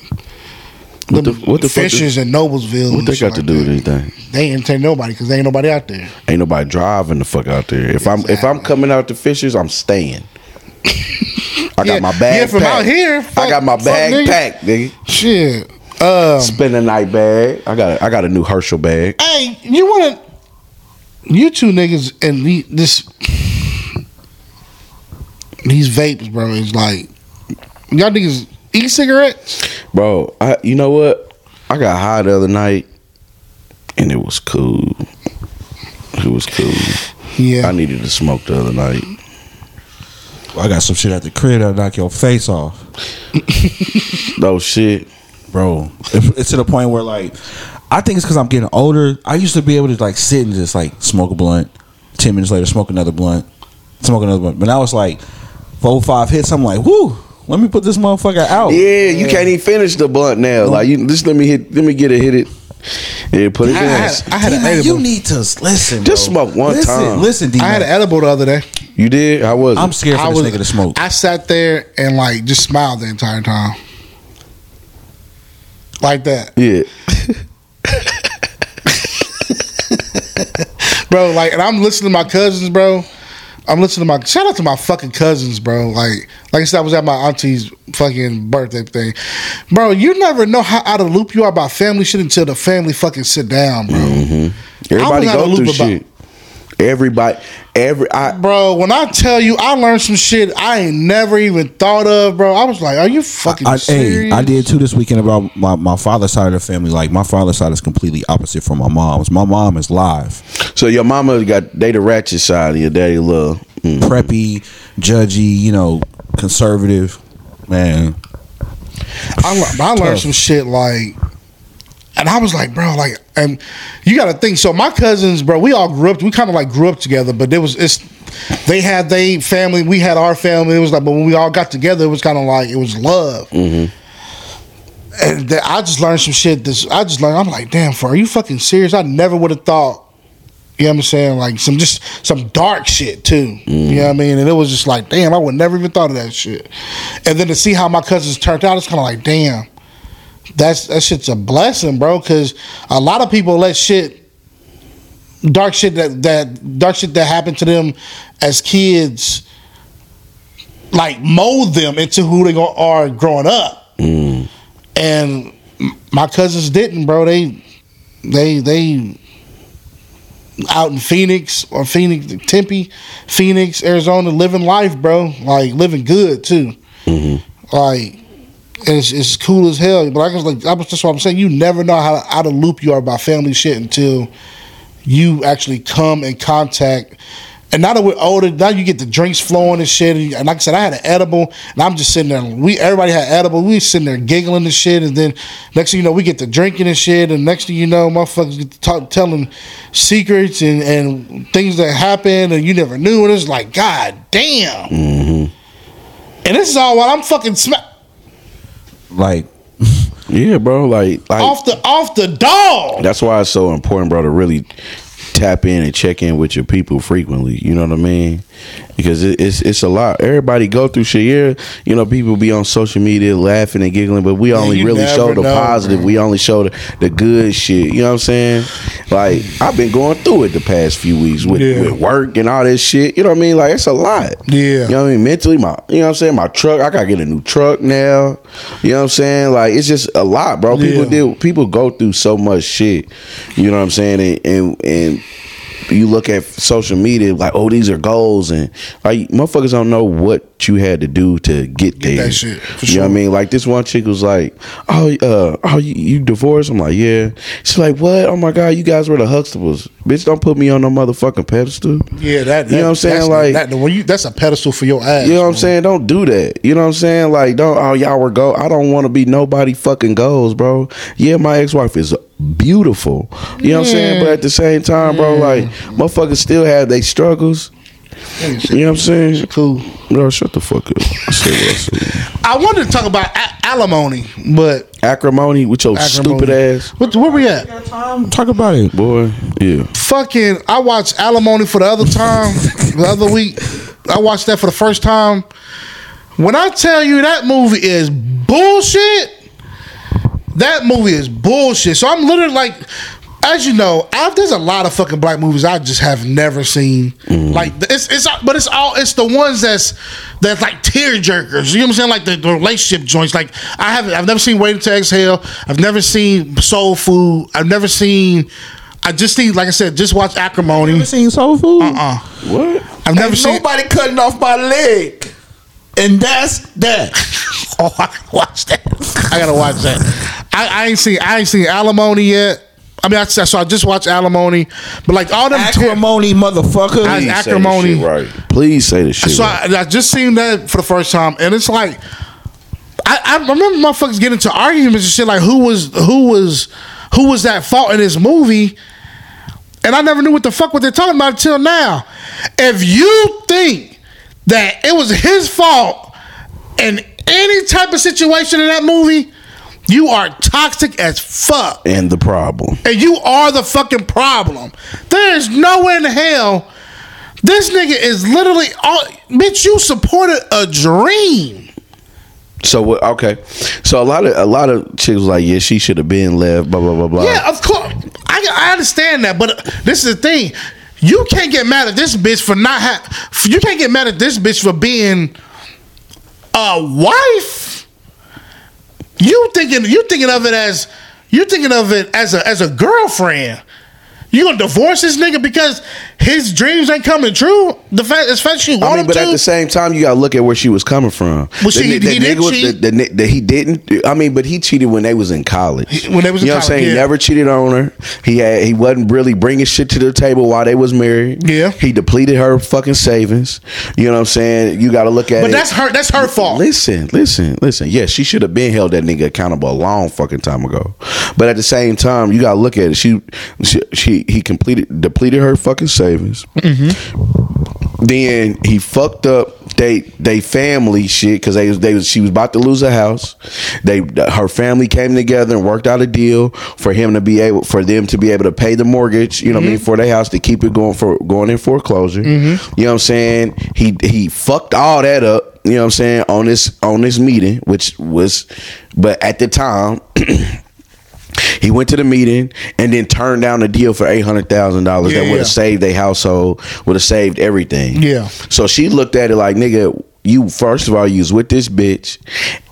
Speaker 3: What
Speaker 2: them
Speaker 3: the- what the fuck
Speaker 2: Fishers and Noblesville.
Speaker 3: what
Speaker 2: and
Speaker 3: they
Speaker 2: shit
Speaker 3: got to
Speaker 2: like
Speaker 3: do with
Speaker 2: that.
Speaker 3: anything?
Speaker 2: They ain't take nobody because they ain't nobody out there.
Speaker 3: Ain't nobody driving the fuck out there. If I'm if I'm coming out to Fishers, I'm staying. I got
Speaker 2: Yeah,
Speaker 3: my bag.
Speaker 2: yeah, from
Speaker 3: packed.
Speaker 2: out here,
Speaker 3: I got my
Speaker 2: fuck- fuck
Speaker 3: bag
Speaker 2: nigga.
Speaker 3: packed, nigga.
Speaker 2: Shit. Um,
Speaker 3: Spend a night bag. I got a, I got a new Herschel bag.
Speaker 2: hey, you want to? You two niggas and the, this these vapes, bro, is like y'all niggas e-cigarettes.
Speaker 3: Bro, I you know what? I got high the other night, and it was cool. It was cool.
Speaker 2: Yeah,
Speaker 3: I needed to smoke the other night.
Speaker 4: I got some shit at the crib that'll knock your face off.
Speaker 3: No shit.
Speaker 4: bro. It's, it's to the point where like, I think it's because I'm getting older. I used to be able to like sit and just like smoke a blunt. Ten minutes later, smoke another blunt. smoking those. But now it's like four, five hits. I'm like, whoo, let me put this motherfucker out.
Speaker 3: Yeah, you can't even finish the blunt now. Like you just let me hit let me get it hit it and put it
Speaker 2: I, I
Speaker 3: down.
Speaker 2: had, I had an
Speaker 4: T-Mac, you
Speaker 2: edible.
Speaker 4: need to s- listen.
Speaker 3: Just
Speaker 4: bro.
Speaker 3: smoke one
Speaker 4: listen,
Speaker 3: time.
Speaker 4: Listen, D.
Speaker 2: I had an
Speaker 4: I
Speaker 2: edible the other day.
Speaker 3: You did? I was
Speaker 4: I'm scared for
Speaker 2: I
Speaker 4: this nigga to smoke.
Speaker 2: I sat there and like just smiled the entire time, like that,
Speaker 3: Yeah.
Speaker 2: bro. Like, and I'm listening to my cousins, bro. I'm listening to my shout out to my fucking cousins, bro. Like, like I said, I was at my auntie's fucking birthday thing, bro. You never know how out of loop you are about family shit until the family fucking sit down, bro.
Speaker 4: Mm-hmm.
Speaker 3: Everybody
Speaker 2: out of
Speaker 3: go
Speaker 2: loop
Speaker 3: through
Speaker 2: about-
Speaker 3: shit. Everybody every I
Speaker 2: Bro, when I tell you, I learned some shit I ain't never even thought of, bro. I was like, "Are you fucking
Speaker 4: I, hey,
Speaker 2: serious?"
Speaker 4: I did too this weekend about my, my father's side of the family. Like my father's side is completely opposite from my mom's. My mom is live.
Speaker 3: so your mama got they the ratchet side and your daddy love. Mm.
Speaker 4: preppy, judgy, you know, conservative. Man,
Speaker 2: I, le- I learned some shit like, and I was like, bro, like, and you got to think. So my cousins, bro, we all grew up. We kind of like grew up together, but there was it's. They had they family. We had our family. It was like, but when we all got together, it was kind of like it was love. And that I just learned some shit. This I just learned. I'm like, damn, for are you fucking serious? I never would have thought. You know what I'm saying? Like some just some dark shit too. You know what I mean? And it was just like, damn, I would never even thought of that shit. And then to see how my cousins turned out, it's kind of like, damn, that's that shit's a blessing, bro. Because a lot of people let shit, dark shit that that dark shit that happened to them as kids, like mold them into who they gon- are growing up. And m- my cousins didn't, bro. They they they out in Phoenix or Phoenix, Tempe, Phoenix, Arizona, living life, bro. Like living good too. Like it's it's cool as hell. But I was like, I was, that's what I'm saying. You never know how out of loop you are about family shit until you actually come in contact. And now that we're older, now you get the drinks flowing and shit. And like I said, I had an edible, and I'm just sitting there. We everybody had edible. We sitting there giggling and shit. And then next thing you know, we get to drinking and shit. And next thing you know, motherfuckers get to talk, telling secrets and, and things that happened and you never knew. And it's like, God damn.
Speaker 3: Mm-hmm.
Speaker 2: And this is all while I'm fucking smack
Speaker 4: like
Speaker 3: Yeah, bro. Like like
Speaker 2: off the off the dog.
Speaker 3: That's why it's so important, bro, to really tap in and check in with your people frequently. You know what I mean? Because it, it's it's a lot. Everybody go through shit. Yeah, you know, people be on social media laughing and giggling, but we only
Speaker 2: you
Speaker 3: really
Speaker 2: never
Speaker 3: show the
Speaker 2: know,
Speaker 3: positive.
Speaker 2: bro.
Speaker 3: We only show the, the good shit. You know what I'm saying? Like I've been going through it the past few weeks with,
Speaker 2: Yeah.
Speaker 3: with work and all this shit. You know what I mean? Like it's a lot.
Speaker 2: Yeah.
Speaker 3: You know what I mean? Mentally, my you know what I'm saying? My truck, I gotta get a new truck now. You know what I'm saying? Like it's just a lot, bro. People
Speaker 2: Yeah.
Speaker 3: did people go through so much shit. You know what I'm saying? And and, and you look at social media like, oh, these are goals, and like motherfuckers don't know what you had to do to get, there.
Speaker 2: that shit, for
Speaker 3: you know what I mean? Like this one chick was like, oh, uh, oh, you, you divorced? I'm like, yeah. She's like, what? Oh my god, you guys were the Huxtables, bitch. Don't put me on no motherfucking pedestal.
Speaker 2: Yeah, that,
Speaker 3: You know what I'm
Speaker 2: that's-
Speaker 3: saying? Like-
Speaker 2: that, when you, that's a pedestal for your ass.
Speaker 3: You know what I'm
Speaker 2: bro.
Speaker 3: saying? Don't do that. You know what I'm saying? Like, don't. Oh, y'all were go. I don't want to be nobody fucking goals, bro. Yeah, my ex wife is beautiful. You know what I'm saying? But at the same time, bro, like motherfuckers still have their struggles. You know what I'm saying?
Speaker 2: Cool.
Speaker 3: Bro, shut the fuck up. I said what I said.
Speaker 2: I wanted to talk about a- alimony, but
Speaker 3: Acrimony with your
Speaker 2: Acrimony.
Speaker 3: stupid ass,
Speaker 2: What, where we at?
Speaker 4: talk about it.
Speaker 3: boy. Yeah.
Speaker 2: Fucking, I watched alimony for the other time, the other week. I watched that for the first time. When I tell you that movie is bullshit, that movie is bullshit. So I'm literally like, as you know, I've, there's a lot of fucking black movies I just have never seen. Like it's it's but it's all it's the ones that's that's like tear jerkers. You know what I'm saying? Like the, the relationship joints. Like I haven't I've never seen Waiting to Exhale. I've never seen Soul Food. I've never seen. I just seen like I said, just watch Acrimony.
Speaker 4: You seen Soul Food?
Speaker 2: Uh,
Speaker 3: What?
Speaker 2: I've never
Speaker 4: Ain't
Speaker 2: seen.
Speaker 4: Uh-uh. nobody cutting off my leg, and that's that.
Speaker 2: Oh, I gotta watch that. I gotta watch that. I, I ain't seen I ain't seen Alimony yet. I mean, I, so I just watched Alimony, but like all them. tear-
Speaker 4: Acrimony, motherfucker.
Speaker 2: I-
Speaker 3: Please say the
Speaker 2: Acrimony.
Speaker 3: shit right? Please say the shit.
Speaker 2: so
Speaker 3: right.
Speaker 2: I, I just seen that for the first time, and it's like I, I remember motherfuckers getting into arguments and shit. Like who was who was who was that fault in this movie? And I never knew what the fuck what they're talking about until now. If you think that it was his fault in any type of situation in that movie, you are toxic as fuck.
Speaker 3: and the problem.
Speaker 2: And you are the fucking problem. There's no way in hell. This nigga is literally all bitch, you supported a dream.
Speaker 3: So what- okay, so a lot of a lot of chicks was like, yeah, she should have been left. Blah blah blah blah.
Speaker 2: Yeah, of course. I, I understand that, but this is the thing. You can't get mad at this bitch for not ha- you can't get mad at this bitch for being a wife. You thinking you thinking of it as you thinking of it as a as a girlfriend. You gonna divorce this nigga because his dreams ain't coming true? The fact, as fact she wanted
Speaker 3: I mean, but
Speaker 2: to.
Speaker 3: at the same time, you gotta look at where she was coming from.
Speaker 2: Well, she-
Speaker 3: ni-
Speaker 2: he didn't
Speaker 3: nigga was-
Speaker 2: cheat.
Speaker 3: the- the ni- that he didn't. I mean, but he cheated when they was in college.
Speaker 2: He- when they was in
Speaker 3: you know what
Speaker 2: college,
Speaker 3: I'm saying? He
Speaker 2: yeah.
Speaker 3: never cheated on her. He had he wasn't really bringing shit to the table while they was married.
Speaker 2: Yeah.
Speaker 3: he depleted her fucking savings. You know what I'm saying? You gotta look at.
Speaker 2: but
Speaker 3: it.
Speaker 2: that's her. That's her fault.
Speaker 3: Listen, listen, listen. Yes, she should have been held that nigga accountable a long fucking time ago. But at the same time, you gotta look at it. She, she, she he completed depleted her fucking savings. Then he fucked up they they family shit because they was- they was- she was about to lose her house. They her family came together and worked out a deal for him to be able for them to be able to pay the mortgage. You know
Speaker 2: Mm-hmm.
Speaker 3: what I mean for their house to keep it going for going in foreclosure. You know what I'm saying? He he fucked all that up. You know what I'm saying on this on this meeting, which was, but at the time. He went to the meeting and then turned down a deal for eight hundred thousand dollars that
Speaker 2: Yeah,
Speaker 3: would have
Speaker 2: yeah.
Speaker 3: saved their household, would have saved everything.
Speaker 2: Yeah.
Speaker 3: So she looked at it like, nigga, you first of all you was with this bitch,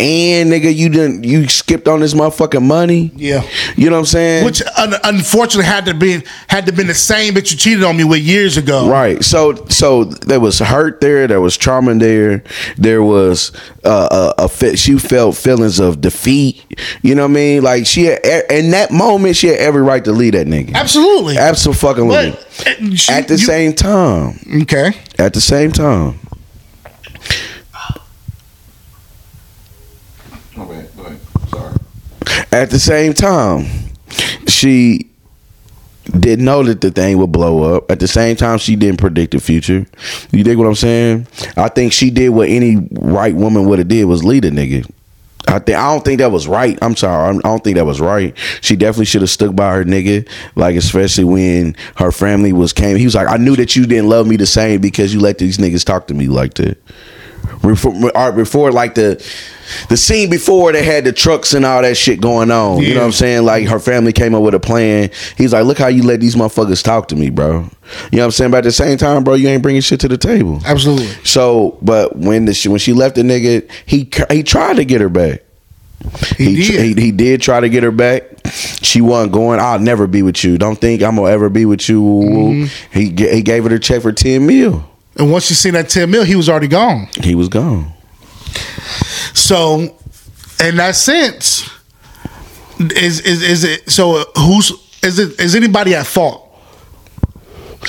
Speaker 3: and nigga, you didn't you skipped on this motherfucking money.
Speaker 2: Yeah.
Speaker 3: You know what I'm saying?
Speaker 2: Which un- unfortunately had to be had to been the same bitch you cheated on me with years ago.
Speaker 3: Right. So so there was hurt there. There was trauma there. There was uh, a, a fe- she felt feelings of defeat. You know what I mean? Like she had, e, in that moment she had every right to leave that nigga.
Speaker 2: Absolutely.
Speaker 3: Absolutely. fucking
Speaker 2: But uh, she-
Speaker 3: At the
Speaker 2: you-
Speaker 3: same time,
Speaker 2: Okay.
Speaker 3: at the same time, at the same time, she didn't know that the thing would blow up. At the same time, she didn't predict the future. You dig what I'm saying? I think she did what any right woman would have did was lead a nigga. I think I don't think that was right. I'm sorry. I'm- I don't think that was right. She definitely should have stuck by her nigga. Like especially when her family was came. He was like, I knew that you didn't love me the same because you let these niggas talk to me like that. Before, or before like the the scene before they had the trucks and all that shit going on. You know what I'm saying? Like her family came up with a plan. He's like, look how you let these motherfuckers talk to me, bro. You know what I'm saying? But at the same time, bro, you ain't bringing shit to the table.
Speaker 2: Absolutely.
Speaker 3: So, but when the she, when she left the nigga, he cr- he tried to get her back. He
Speaker 2: He
Speaker 3: tr-
Speaker 2: did.
Speaker 3: he, he did try to get her back. She wasn't going. I'll never be with you. Don't think I'm gonna ever be with you.
Speaker 2: Mm-hmm.
Speaker 3: He ga- he gave her the check for ten mil.
Speaker 2: And once you seen that 10 mil, he was already gone.
Speaker 3: He was gone.
Speaker 2: So, in that sense, is is is it? So, uh, who's is it? Is anybody at fault?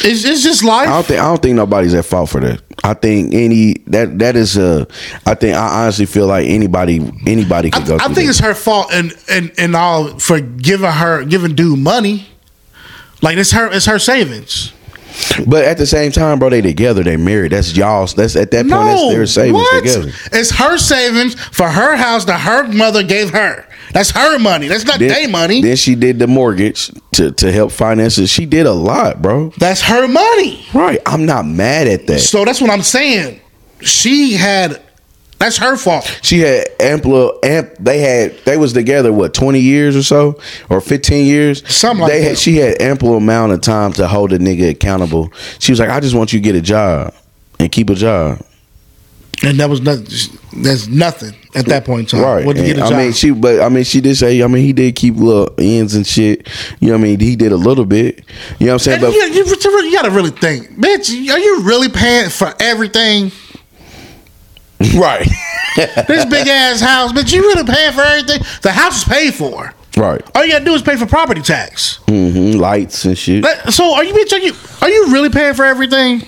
Speaker 2: It's, it's just life.
Speaker 3: I don't think I don't think nobody's at fault for that. I think any that that is a. I think I honestly feel like anybody anybody
Speaker 2: I,
Speaker 3: could go.
Speaker 2: I
Speaker 3: through
Speaker 2: think
Speaker 3: that.
Speaker 2: it's her fault and and and all for giving her giving dude money. Like it's her it's her savings.
Speaker 3: But at the same time, bro, they together. They married. That's y'all's. That's at that point. that's their savings
Speaker 2: what?
Speaker 3: together.
Speaker 2: It's her savings for her house that her mother gave her. That's her money. That's not their money.
Speaker 3: Then she did the mortgage to, to help finance it. She did a lot, bro.
Speaker 2: That's her money.
Speaker 3: Right. I'm not mad at that.
Speaker 2: So that's what I'm saying. She had. That's her fault.
Speaker 3: She had ample amp. They had they was together what twenty years or so or fifteen years.
Speaker 2: Something like
Speaker 3: they
Speaker 2: that.
Speaker 3: had she had ample amount of time to hold a nigga accountable. She was like, I just want you to get a job and keep a job.
Speaker 2: And that was nothing. There's nothing at that point in time.
Speaker 3: Right.
Speaker 2: What you get
Speaker 3: And,
Speaker 2: a job?
Speaker 3: I mean, she, but I mean, she did say, I mean, he did keep little ends and shit. You know what I mean? He did a little bit. You know what I'm saying?
Speaker 2: And
Speaker 3: But
Speaker 2: you, you- you really- you gotta really think, bitch. Are you really paying for everything?
Speaker 3: right,
Speaker 2: This big ass house, bitch. You really paying for everything? The house is paid for.
Speaker 3: right,
Speaker 2: All you gotta do is pay for property tax.
Speaker 3: hmm lights and shit.
Speaker 2: Like, So are you, bitch? Are you are you really paying for everything?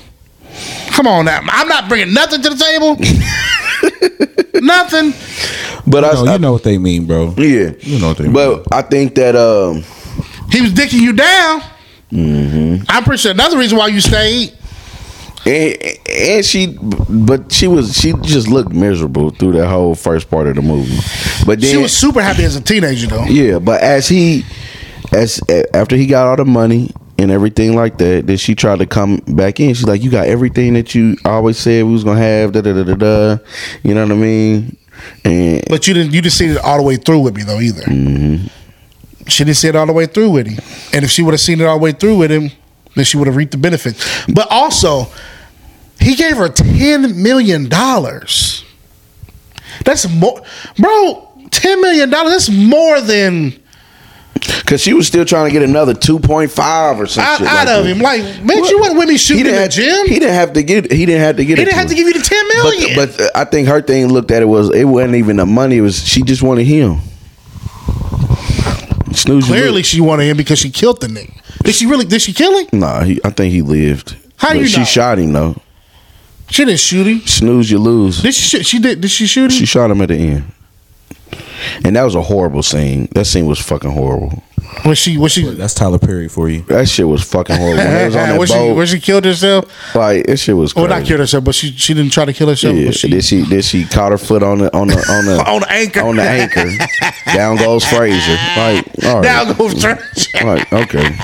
Speaker 2: Come on now. I'm not bringing nothing to the table. nothing.
Speaker 3: But I,
Speaker 4: No,
Speaker 3: I-
Speaker 4: you know what they mean, bro.
Speaker 3: yeah,
Speaker 4: You know what they mean.
Speaker 3: But I think that um,
Speaker 2: He was dicking you down. I'm pretty sure another reason why you stayed.
Speaker 3: And, and she, but she was she just looked miserable through the whole first part of the movie. But then
Speaker 2: She was super happy as a teenager though.
Speaker 3: Yeah, but as he, as a- after he got all the money and everything like that, then she tried to come back in. She's like, "You got everything that you always said we was gonna have." Da da da da da. You know what I mean? And
Speaker 2: But you didn't you didn't see it all the way through with me though either.
Speaker 3: Mm-hmm.
Speaker 2: She didn't see it all the way through with him. And if she would have seen it all the way through with him, then she would have reaped the benefits. But also, he gave her ten million dollars. That's more, bro. Ten million dollars. That's more than
Speaker 3: because she was still trying to get another two point five or some
Speaker 2: out,
Speaker 3: shit
Speaker 2: out
Speaker 3: like
Speaker 2: of
Speaker 3: that.
Speaker 2: him. Like, man,
Speaker 3: What?
Speaker 2: you wasn't with me
Speaker 3: He
Speaker 2: shooting in
Speaker 3: didn't,
Speaker 2: the
Speaker 3: have,
Speaker 2: gym.
Speaker 3: he
Speaker 2: He
Speaker 3: didn't have to get. He didn't have to get. it
Speaker 2: didn't have to give you the ten million.
Speaker 3: But, but I think her thing looked at it was it wasn't even the money. It was she just wanted him. Snooze. you
Speaker 2: Clearly,
Speaker 3: lose.
Speaker 2: she wanted him because she killed the nigga. Did she really? Did she kill him?
Speaker 3: Nah, he, I think he lived.
Speaker 2: How
Speaker 3: But
Speaker 2: you
Speaker 3: She
Speaker 2: know?
Speaker 3: shot him though.
Speaker 2: She didn't shoot him.
Speaker 3: Snooze, you lose.
Speaker 2: Did she? shoot- She did. Did she shoot him?
Speaker 3: She shot him at the end, and that was a horrible scene. That scene was fucking horrible.
Speaker 2: when she? When she?
Speaker 4: That's Tyler Perry for you.
Speaker 3: That shit was fucking horrible. When it was on that
Speaker 2: when she?
Speaker 3: boat,
Speaker 2: When she killed herself?
Speaker 3: like that shit was.
Speaker 2: Well,
Speaker 3: Crazy.
Speaker 2: not killed herself, but she she didn't try to kill herself.
Speaker 3: Yeah,
Speaker 2: but she-
Speaker 3: then she then she caught her foot on the on the on the
Speaker 2: On the anchor.
Speaker 3: on the anchor. Down goes Fraser. Like all right.
Speaker 2: Down goes trash.
Speaker 3: Like, okay.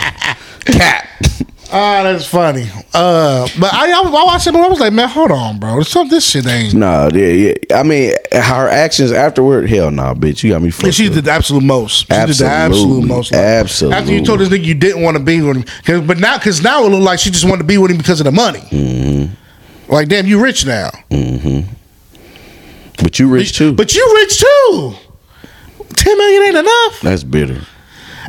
Speaker 2: Cat. Ah, that's funny. Uh, but I, I, was- I watched it and I was like, man, hold on, bro. Some this shit ain't.
Speaker 3: No, yeah, yeah. I mean, her actions afterward, hell no, bitch. You got me fucked.
Speaker 2: And she
Speaker 3: up.
Speaker 2: did the absolute most. She did the
Speaker 3: Absolutely.
Speaker 2: absolute most. Like,
Speaker 3: Absolutely.
Speaker 2: After you told this nigga you didn't want to be with him, 'Cause- but now because now it looked like she just wanted to be with him because of the money.
Speaker 3: Mm-hmm.
Speaker 2: Like, damn, you rich now.
Speaker 3: But you rich too.
Speaker 2: But you rich too. Ten million ain't enough.
Speaker 3: That's bitter.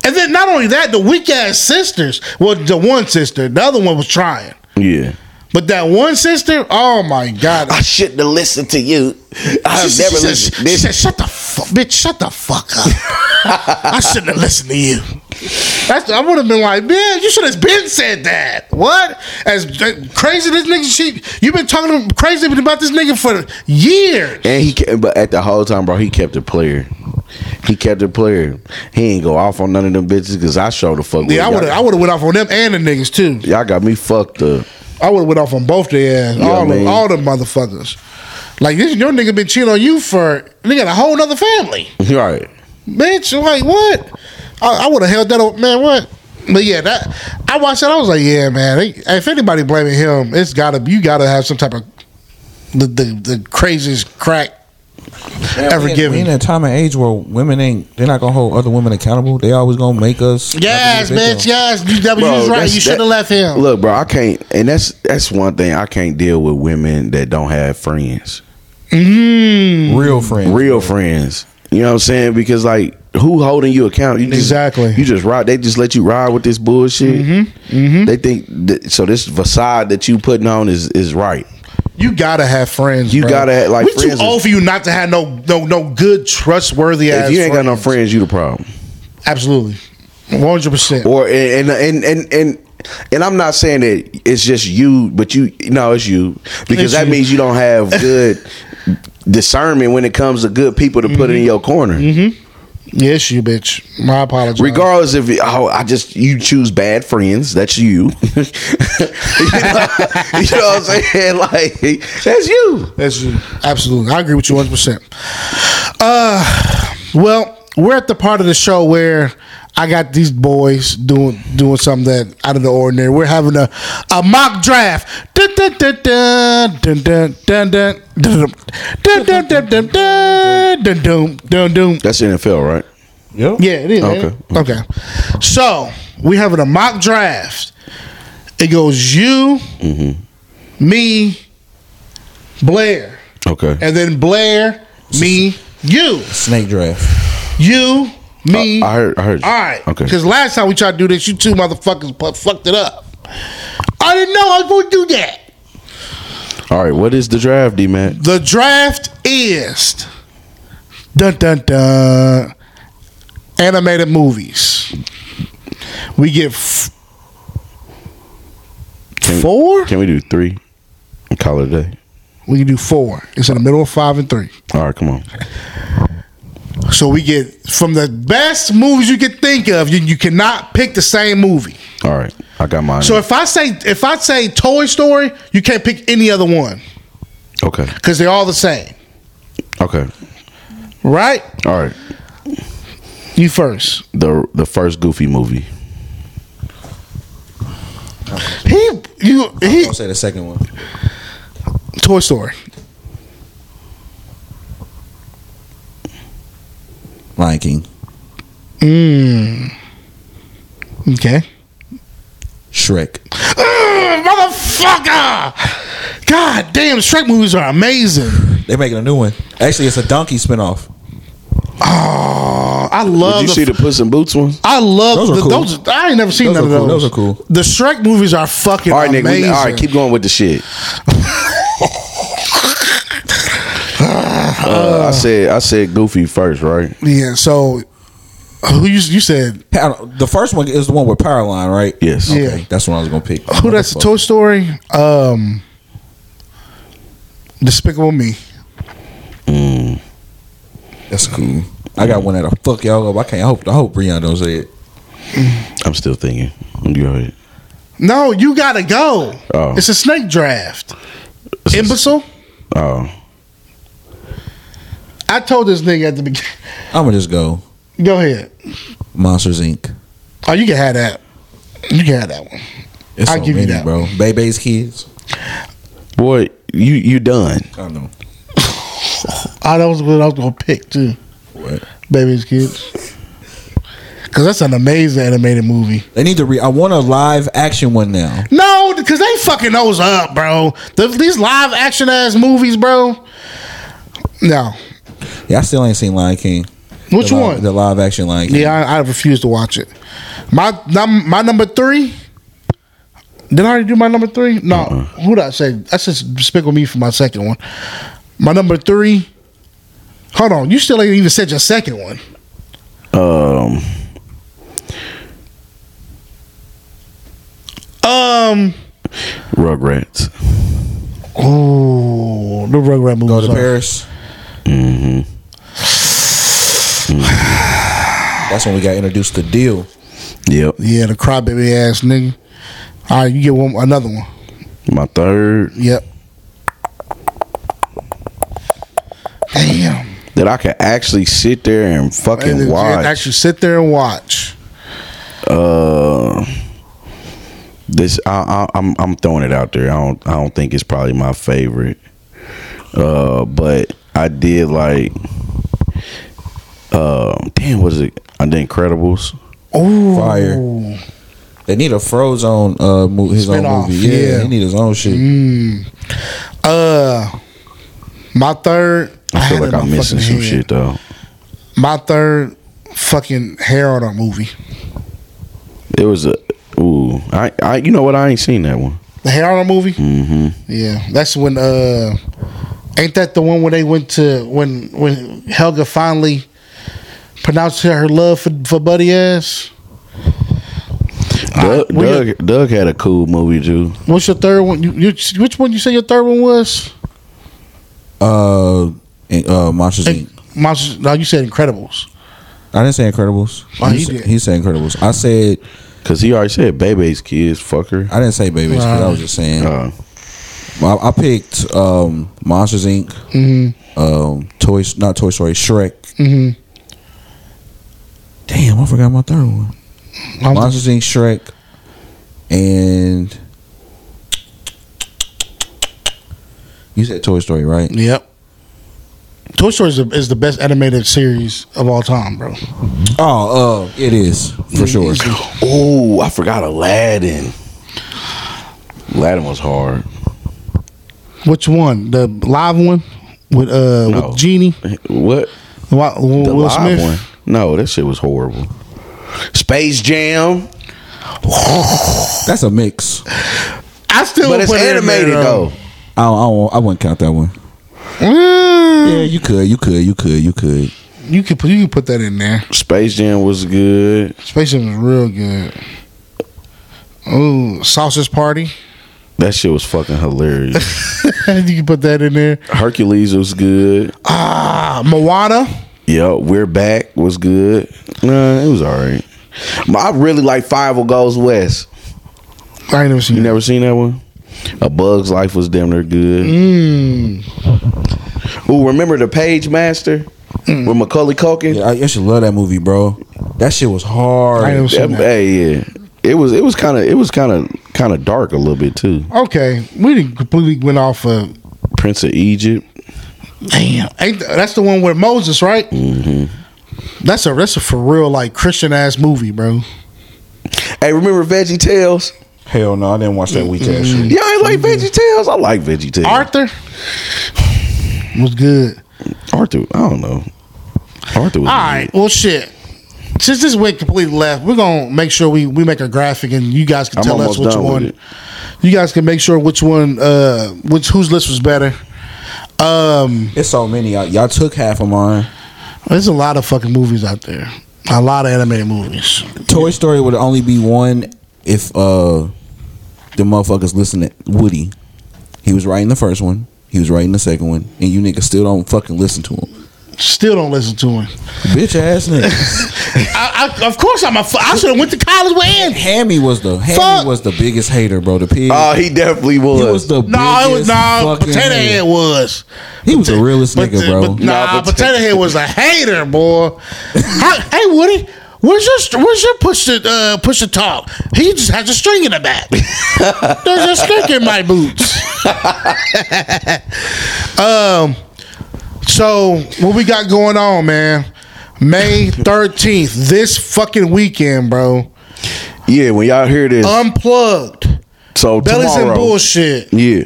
Speaker 2: And then not only that, the weak ass sisters. Well, the one sister, the other one was trying.
Speaker 3: Yeah.
Speaker 2: But that one sister, oh my god.
Speaker 3: I shouldn't have listened to you. I've
Speaker 2: She- she
Speaker 3: never
Speaker 2: said-
Speaker 3: listened.
Speaker 2: She
Speaker 3: This-
Speaker 2: said, "Shut the fuck, bitch! Shut the fuck up! I shouldn't have listened to you." That's, I would have been like, "Man, you should have been said that." What? As th- crazy this nigga, she you've been talking crazy about this nigga for years.
Speaker 3: and he, kept, but at the whole time, bro, he kept it player. He kept it player. He ain't go off on none of them bitches because I showed the fuck. with
Speaker 2: Yeah, I
Speaker 3: y'all.
Speaker 2: would have. I would have went off on them and the niggas too.
Speaker 3: Y'all got me fucked up.
Speaker 2: I would have went off on both their ass,
Speaker 3: know
Speaker 2: all
Speaker 3: what I
Speaker 2: them,
Speaker 3: mean?
Speaker 2: all them motherfuckers. Like this, your nigga been cheating on you for they got a whole nother family.
Speaker 3: Right.
Speaker 2: bitch. Like what? I, I would have held that up, man. What? But yeah, that I watched that. I was like, yeah, man. They, if anybody blaming him, it's gotta you gotta have some type of the the, the craziest crack ever
Speaker 4: We in
Speaker 2: given.
Speaker 4: a time and age where women ain't they're not gonna hold other women accountable. They always gonna make us.
Speaker 2: Yes, bitch. Yes, you, you
Speaker 3: Bro,
Speaker 2: was right.
Speaker 3: that's-
Speaker 2: You should
Speaker 3: that-
Speaker 2: have left him.
Speaker 3: Look, bro, I can't, and that's that's one thing I can't deal with women that don't have friends,
Speaker 4: Real friend.
Speaker 3: real friends. You know what I'm saying? Because like, who holding you accountable? You just-
Speaker 2: Exactly. Mm-hmm.
Speaker 3: You just ride. They just let you ride with this bullshit. They think that, so. This facade that you putting on is is right.
Speaker 2: You gotta have friends.
Speaker 3: You
Speaker 2: bro.
Speaker 3: gotta have, like,
Speaker 2: we too
Speaker 3: friends is-
Speaker 2: old for you not to have no no no good trustworthy ass.
Speaker 3: if you ain't got no friends, you the problem.
Speaker 2: absolutely, one hundred percent.
Speaker 3: Or and and and and. And I'm not saying that it's just you, but you no, it's you because
Speaker 2: It's
Speaker 3: that
Speaker 2: you.
Speaker 3: means you don't have good discernment when it comes to good people to put in
Speaker 2: Mm-hmm.
Speaker 3: your corner.
Speaker 2: Yes, you bitch. My apologies.
Speaker 3: Regardless if you- oh, I just you choose bad friends, that's you. you, know, you know what I'm saying? Like that's you.
Speaker 2: That's you. Absolutely. I agree with you 100%. Uh, well, we're at the part of the show where I got these boys doing doing something that out of the ordinary. We're having a, a mock draft. Dun, dun, dun, dun, dun, dun, dun, dun, dun, dun, dun, dun, dun, dun, dun, dun, dun, dun.
Speaker 3: That's NFL, right?
Speaker 4: Yep.
Speaker 2: Yeah, it is. ain't
Speaker 3: Okay.
Speaker 2: it? Okay. So we having a mock draft. It goes you,
Speaker 3: Mm-hmm.
Speaker 2: me, Blair.
Speaker 3: Okay.
Speaker 2: And then Blair, me, you.
Speaker 4: Snake draft.
Speaker 2: You, me.
Speaker 3: I- I heard- I heard you.
Speaker 2: All right.
Speaker 3: Okay.
Speaker 2: Because last time we tried to do this, you two motherfuckers pu- fucked it up. I didn't know I was going to do that.
Speaker 3: All right, what is the draft, D man?
Speaker 2: The draft is. Dun dun dun. Animated movies. We get f-
Speaker 3: Can-
Speaker 2: four?
Speaker 3: Can we do three? and Call it a day.
Speaker 2: we can do four. It's in the middle of five and three.
Speaker 3: All right, come on.
Speaker 2: So we get from the best movies you could think of, you, you cannot pick the same movie.
Speaker 3: All right. I got mine.
Speaker 2: So if I say if I say Toy Story, you can't pick any other one
Speaker 3: okay.
Speaker 2: because they're all the same,
Speaker 3: Okay.
Speaker 2: right?
Speaker 3: All right.
Speaker 2: You first.
Speaker 3: The the first Goofy movie.
Speaker 2: He you he
Speaker 4: Don't say the second one.
Speaker 2: Toy Story.
Speaker 4: Lion King,
Speaker 2: Mm. Okay.
Speaker 4: Shrek.
Speaker 2: Ugh, motherfucker! God damn, Shrek movies are amazing.
Speaker 4: They're making a new one. Actually, it's a donkey spinoff.
Speaker 2: Oh, I
Speaker 3: Did
Speaker 2: love.
Speaker 3: you
Speaker 2: the
Speaker 3: see the Puss in Boots one?
Speaker 2: I love
Speaker 4: Those are
Speaker 2: the,
Speaker 4: cool.
Speaker 2: those. I ain't never seen
Speaker 4: Those
Speaker 2: none
Speaker 4: are
Speaker 2: of
Speaker 4: cool.
Speaker 2: those.
Speaker 4: Those are cool.
Speaker 2: The Shrek movies are fucking
Speaker 3: All right, nigga.
Speaker 2: amazing.
Speaker 3: we- all right, keep going with the shit. Uh, I said I said Goofy first, right?
Speaker 2: yeah. So, who you you said?
Speaker 4: I don't- The first one is the one with Powerline, right?
Speaker 3: Yes.
Speaker 2: Yeah.
Speaker 4: Okay, that's what I was gonna pick.
Speaker 2: Who that's the Toy Story? Um, Despicable Me.
Speaker 4: That's cool. I got one that'll fuck y'all up. I can't I hope. I hope Breon don't say it.
Speaker 3: I'm still thinking. You go ahead.
Speaker 2: No, you gotta go.
Speaker 3: Oh.
Speaker 2: It's a snake draft. Imbecile.
Speaker 3: Oh,
Speaker 2: I told this nigga at the beginning.
Speaker 4: I'm gonna just go
Speaker 2: Go ahead.
Speaker 4: Monsters Inc.
Speaker 2: Oh, you can have that. You can have that one.
Speaker 4: It's
Speaker 2: I'll
Speaker 4: so
Speaker 2: give you
Speaker 4: many,
Speaker 2: that
Speaker 4: bro. Bebe's kids.
Speaker 3: boy, you you done?
Speaker 4: I know.
Speaker 2: Oh, that was what I was gonna pick too.
Speaker 4: What?
Speaker 2: Baby's kids. Cause that's an amazing animated movie.
Speaker 4: They need to re. I want a live action one now.
Speaker 2: No, because they fucking those up, bro. The, these live action ass movies, bro. No,
Speaker 4: Yeah, I still ain't seen Lion King.
Speaker 2: which
Speaker 4: the li-
Speaker 2: one?
Speaker 4: The live action Lion King.
Speaker 2: yeah, I, I refuse to watch it. My num, my number three. Did I already do my number three? No.
Speaker 4: Uh-uh.
Speaker 2: Who did I say? That's just despicable me for my second one. My number three. Hold on, you still ain't even said your second one.
Speaker 3: Um,
Speaker 2: Um.
Speaker 3: Rugrats.
Speaker 2: Oh, the Rugrat movie.
Speaker 4: Go to Paris.
Speaker 3: Mm-hmm.
Speaker 4: That's when we got introduced to Deal.
Speaker 3: Yep.
Speaker 2: Yeah, the crybaby ass nigga. All right, you get one, another one.
Speaker 3: My third
Speaker 2: Yep. Damn.
Speaker 3: that I could actually sit there and fucking
Speaker 2: And
Speaker 3: watch.
Speaker 2: Actually, sit there and watch.
Speaker 3: uh, this I, I, I'm I'm throwing it out there. I don't I don't think it's probably my favorite. Uh, but I did like. Uh, damn, what is it? On the Incredibles.
Speaker 2: Oh,
Speaker 4: Fire. They need a Frozone uh, mo- his
Speaker 2: Spinoff,
Speaker 4: own movie. Yeah,
Speaker 2: yeah. Mm.
Speaker 4: he need his own shit.
Speaker 2: Uh, my third.
Speaker 3: I
Speaker 2: had
Speaker 3: feel
Speaker 2: it in
Speaker 3: like I'm
Speaker 2: my
Speaker 3: missing
Speaker 2: fucking
Speaker 3: some
Speaker 2: head.
Speaker 3: shit though.
Speaker 2: My third fucking Harold on movie.
Speaker 3: It was a ooh. I I you know what? I ain't seen that one.
Speaker 2: The Harold movie.
Speaker 3: hmm
Speaker 2: Yeah, that's when. uh Ain't that the one where they went to when when Helga finally pronounced her love for, for Buddy ass?
Speaker 3: Doug,
Speaker 2: we-
Speaker 3: Doug, Doug had a cool movie too.
Speaker 2: What's your third one? You, you, which one you say your third one was?
Speaker 4: Uh, and, uh, Monsters Inc.
Speaker 2: Monsters. No, you said Incredibles.
Speaker 4: I didn't say Incredibles.
Speaker 2: Oh,
Speaker 4: he,
Speaker 2: you
Speaker 4: sa-
Speaker 2: did.
Speaker 4: he said Incredibles. I said
Speaker 3: Cause he already said Bebe's kids, fucker.
Speaker 4: I didn't say Babies. Kid. I was just saying.
Speaker 3: Uh,
Speaker 4: I, I picked um, Monsters Inc. Um, Toy, not Toy Story, Shrek.
Speaker 2: Mm-hmm.
Speaker 4: Damn, I forgot my third one.
Speaker 2: I'm,
Speaker 4: Monsters Inc. Shrek, and you said Toy Story, right?
Speaker 2: yep. Toy Story is the, is the best animated series of all time, bro.
Speaker 4: Oh, uh, it is for sure.
Speaker 3: oh, I forgot Aladdin. Aladdin was hard.
Speaker 2: Which one? The live one with uh
Speaker 3: No.
Speaker 2: with Genie,
Speaker 3: What?
Speaker 2: Wa- Will,
Speaker 3: The
Speaker 2: Will
Speaker 3: live
Speaker 2: Smith.
Speaker 3: one? No, that shit was horrible. Space Jam,
Speaker 4: That's a mix.
Speaker 2: I still,
Speaker 3: but it's
Speaker 2: put it in
Speaker 3: animated
Speaker 2: there,
Speaker 3: though.
Speaker 4: I don't, I, don't, I wouldn't count that one.
Speaker 2: Mm,
Speaker 4: Yeah, you could, you could, you could, you could.
Speaker 2: you could put you could put that in there.
Speaker 3: Space Jam was good.
Speaker 2: Space Jam is real good. Ooh, Sausage Party.
Speaker 3: That shit was fucking hilarious.
Speaker 2: you can put that in there.
Speaker 3: Hercules was good.
Speaker 2: Ah, Moana.
Speaker 3: Yeah, We're Back was good. Nah, it was all right. I really like Five Will Goes West.
Speaker 2: I ain't never seen
Speaker 3: You
Speaker 2: it.
Speaker 3: never seen that one? A Bug's Life was damn near good.
Speaker 2: Mm.
Speaker 3: Ooh, remember the Page Master
Speaker 2: Mm.
Speaker 3: with Macaulay Culkin?
Speaker 4: Yeah, I, I should love that movie, bro. That shit was
Speaker 2: I ain't
Speaker 4: hard.
Speaker 2: never seen
Speaker 3: That-
Speaker 2: that.
Speaker 3: hey, yeah. It was it was kind of it was kind of kind of dark a little bit too.
Speaker 2: Okay, we didn't completely went off of.
Speaker 3: Prince of Egypt.
Speaker 2: Damn, ain't th- that's the one with Moses, right? Mm-hmm. That's a that's a for real like Christian ass movie, bro.
Speaker 3: Hey, remember Veggie Tales?
Speaker 4: Hell no, I didn't watch that weak ass shit.
Speaker 3: Y'all ain't like Veggie Tales? I like Veggie Tales.
Speaker 2: Arthur was good.
Speaker 3: Arthur, I don't know. Arthur was
Speaker 2: All right, well, shit. Since this went completely left, we're gonna make sure we, we make a graphic and you guys can
Speaker 3: I'm
Speaker 2: tell us
Speaker 3: almost
Speaker 2: which
Speaker 3: done with
Speaker 2: one.
Speaker 3: it.
Speaker 2: You guys can make sure which one, uh, which whose list was better. Um,
Speaker 4: It's so many. Y'all, y'all took half of mine.
Speaker 2: there's a lot of fucking movies out there. A lot of animated movies.
Speaker 4: Toy Story would only be one if uh the motherfuckers listen to Woody. He was writing the first one. He was writing the second one, and you niggas still don't fucking listen to him,
Speaker 2: Still don't listen to him.
Speaker 4: bitch ass niggas.
Speaker 2: I, I, of course, I'm a. F- I should have went to college with him.
Speaker 4: Hammy was the Hammy
Speaker 2: Fuck.
Speaker 4: was the biggest hater, bro. The pig.
Speaker 3: Oh, he definitely was.
Speaker 4: he was the
Speaker 2: No, it was
Speaker 4: biggest
Speaker 2: no
Speaker 4: fucking
Speaker 2: potato
Speaker 4: hater.
Speaker 2: head was.
Speaker 4: He was the realest
Speaker 2: But
Speaker 4: nigga,
Speaker 2: the-
Speaker 4: bro.
Speaker 2: but nah,
Speaker 3: Nah,
Speaker 2: potato,
Speaker 3: Potato-
Speaker 2: head was a hater, boy. How, hey, Woody. Where's your where's your push to uh, push to talk? He just has a string in the back. There's a stick in my boots. um, so what we got going on, man? May thirteenth, this fucking weekend, bro.
Speaker 3: yeah, when y'all hear this,
Speaker 2: Unplugged,
Speaker 4: Oh,
Speaker 3: so
Speaker 2: Uh, bellies
Speaker 3: tomorrow,
Speaker 2: and bullshit.
Speaker 3: Yeah,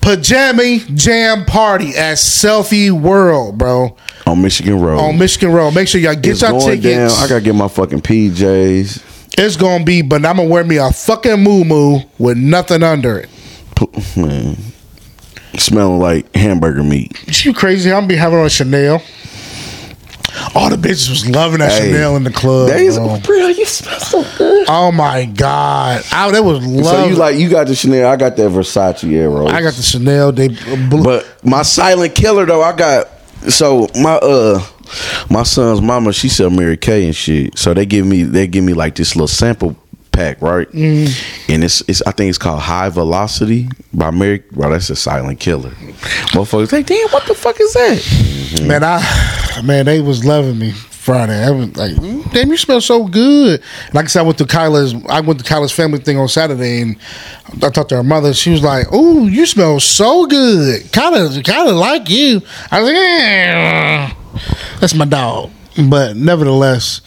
Speaker 2: Pajama Jam Party at Selfie World, bro,
Speaker 3: on Michigan Road.
Speaker 2: on Michigan Road. Make sure y'all get
Speaker 3: it's
Speaker 2: your
Speaker 3: going
Speaker 2: tickets.
Speaker 3: down. I gotta get my fucking PJs.
Speaker 2: it's gonna be, but I'm gonna wear me a fucking moo moo with nothing under it.
Speaker 3: P- Man, smelling like hamburger meat.
Speaker 2: You crazy? I'm gonna be having on Chanel. All the bitches was loving that
Speaker 3: Hey,
Speaker 2: Chanel in the club.
Speaker 3: That is
Speaker 2: bro.
Speaker 3: bro. You smell so good.
Speaker 2: Oh my god! I, that was love.
Speaker 3: So you like you got the Chanel? I got that Versace Aero.
Speaker 2: I got the Chanel. They blue.
Speaker 3: But my silent killer though, I got so my uh my son's mama, she sell Mary Kay and shit. So they give me they give me like this little sample pack, right? And it's it's I think it's called High Velocity by Mary. Well, that's a silent killer. Motherfuckers like, damn, what the fuck is that?
Speaker 2: Man, I man, they was loving me Friday. I was like, "Mm, damn, you smell so good. Like I said, I went to Kyla's. I went to Kyla's family thing on Saturday, and I talked to her mother. She was like, "Ooh, you smell so good. Kind of, kind of like you." I was like, "Eh, "That's my dog." But nevertheless,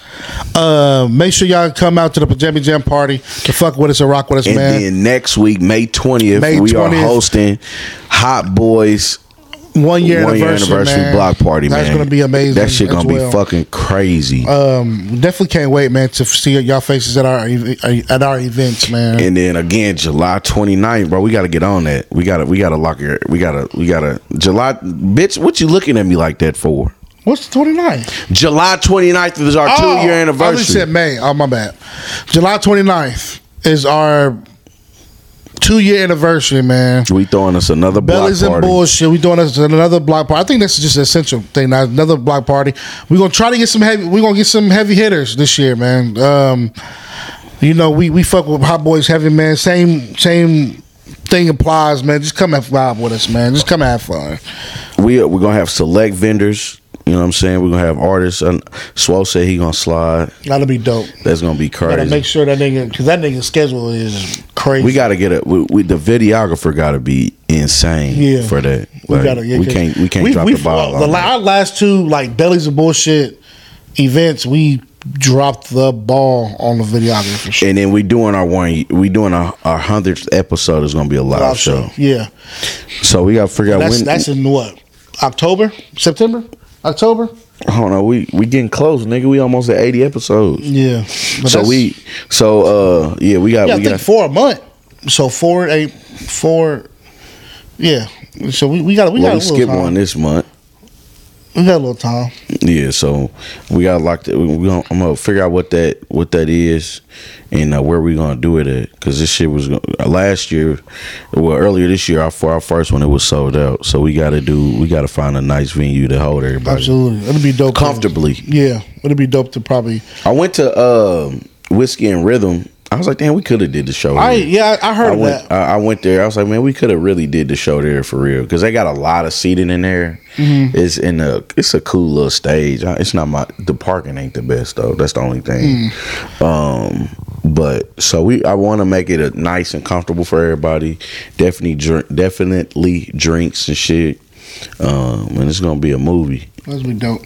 Speaker 2: uh, make sure y'all come out to the Pajama Jam party to fuck with us and rock with us,
Speaker 3: And
Speaker 2: man.
Speaker 3: then next week, May twentieth,
Speaker 2: May
Speaker 3: we are
Speaker 2: 20th.
Speaker 3: hosting Hot Boys.
Speaker 2: one year
Speaker 3: one year
Speaker 2: anniversary,
Speaker 3: anniversary
Speaker 2: man.
Speaker 3: block party,
Speaker 2: That's
Speaker 3: man.
Speaker 2: gonna be amazing.
Speaker 3: That shit
Speaker 2: as
Speaker 3: gonna
Speaker 2: well.
Speaker 3: be fucking crazy.
Speaker 2: um, definitely can't wait, man, to see y'all faces at our ev- uh, at our events, man.
Speaker 3: And then again, July 29th, bro. We gotta get on that. We gotta, we gotta lock it. We gotta, we gotta. July, bitch. What you looking at me like that for?
Speaker 2: What's the 29th?
Speaker 3: July 29th is our two year
Speaker 2: I just Oh, said
Speaker 3: anniversary.
Speaker 2: May. Oh my bad. July 29th is our two year anniversary, man.
Speaker 3: We throwing us another block
Speaker 2: Bellies and
Speaker 3: party.
Speaker 2: bullshit. We doing this another block party. I think that's just an essential thing. Now, another block party. We're gonna try to get some heavy. We're gonna get some heavy hitters this year, man. Um, you know, we we fuck with Hot Boys Heavy, man. Same same thing applies, man. Just come and vibe with us, man. Just come and have fun.
Speaker 3: We we're gonna have select vendors. You know what I'm saying? We're gonna have artists. And Swole said he gonna slide.
Speaker 2: That'll be dope.
Speaker 3: That's gonna be
Speaker 2: Gotta make
Speaker 3: crazy.
Speaker 2: sure that nigga, because that nigga's schedule is crazy.
Speaker 3: We gotta get it. We, we, the videographer gotta be insane
Speaker 2: Yeah.
Speaker 3: for that.
Speaker 2: We
Speaker 3: Like,
Speaker 2: gotta- yeah,
Speaker 3: we
Speaker 2: 'cause
Speaker 3: can't. We can't drop the ball.
Speaker 2: the
Speaker 3: on
Speaker 2: la-
Speaker 3: that.
Speaker 2: our last two like bellies of bullshit events, we dropped the ball on the videography. shit.
Speaker 3: And then we doing our one. We doing our our hundredth episode is gonna be a live,
Speaker 2: Live
Speaker 3: show.
Speaker 2: yeah.
Speaker 3: So we gotta figure out
Speaker 2: That's
Speaker 3: when.
Speaker 2: that's in what October, September, October.
Speaker 3: I don't know. We we getting close, nigga. We almost at eighty episodes.
Speaker 2: Yeah. But
Speaker 3: so
Speaker 2: that's-
Speaker 3: we. So uh, yeah, we got.
Speaker 2: yeah, I
Speaker 3: we
Speaker 2: think
Speaker 3: got.
Speaker 2: for a month. So four eight four. Yeah. So we we got we
Speaker 3: Well,
Speaker 2: got a
Speaker 3: we
Speaker 2: little
Speaker 3: skip
Speaker 2: time.
Speaker 3: one this month.
Speaker 2: We got a little time.
Speaker 3: Yeah, so we got locked. We, we gonna, I'm gonna figure out what that what that is, and uh, where we gonna do it at. Cause this shit was gon- uh, last year, well earlier this year. Our for our first one, it was sold out. So we gotta do. We gotta find a nice venue to hold everybody
Speaker 2: Absolutely, it'll be dope.
Speaker 3: comfortably.
Speaker 2: Yeah, it'll be dope to probably.
Speaker 3: I went to um Whiskey and Rhythm. I was like, damn, we could have did the show.
Speaker 2: I
Speaker 3: here.
Speaker 2: yeah, I, I heard
Speaker 3: I
Speaker 2: of
Speaker 3: went,
Speaker 2: that.
Speaker 3: I I went there. I was like, man, we could have really did the show there for real because they got a lot of seating in there.
Speaker 2: Mm-hmm.
Speaker 3: It's in a, it's a cool little stage. I- It's not my, the parking ain't the best though. That's the only thing.
Speaker 2: Mm.
Speaker 3: Um, but so we, I want to make it a nice and comfortable for everybody. Definitely, dr- definitely drinks and shit. Um, and it's gonna be a movie.
Speaker 2: That's be dope.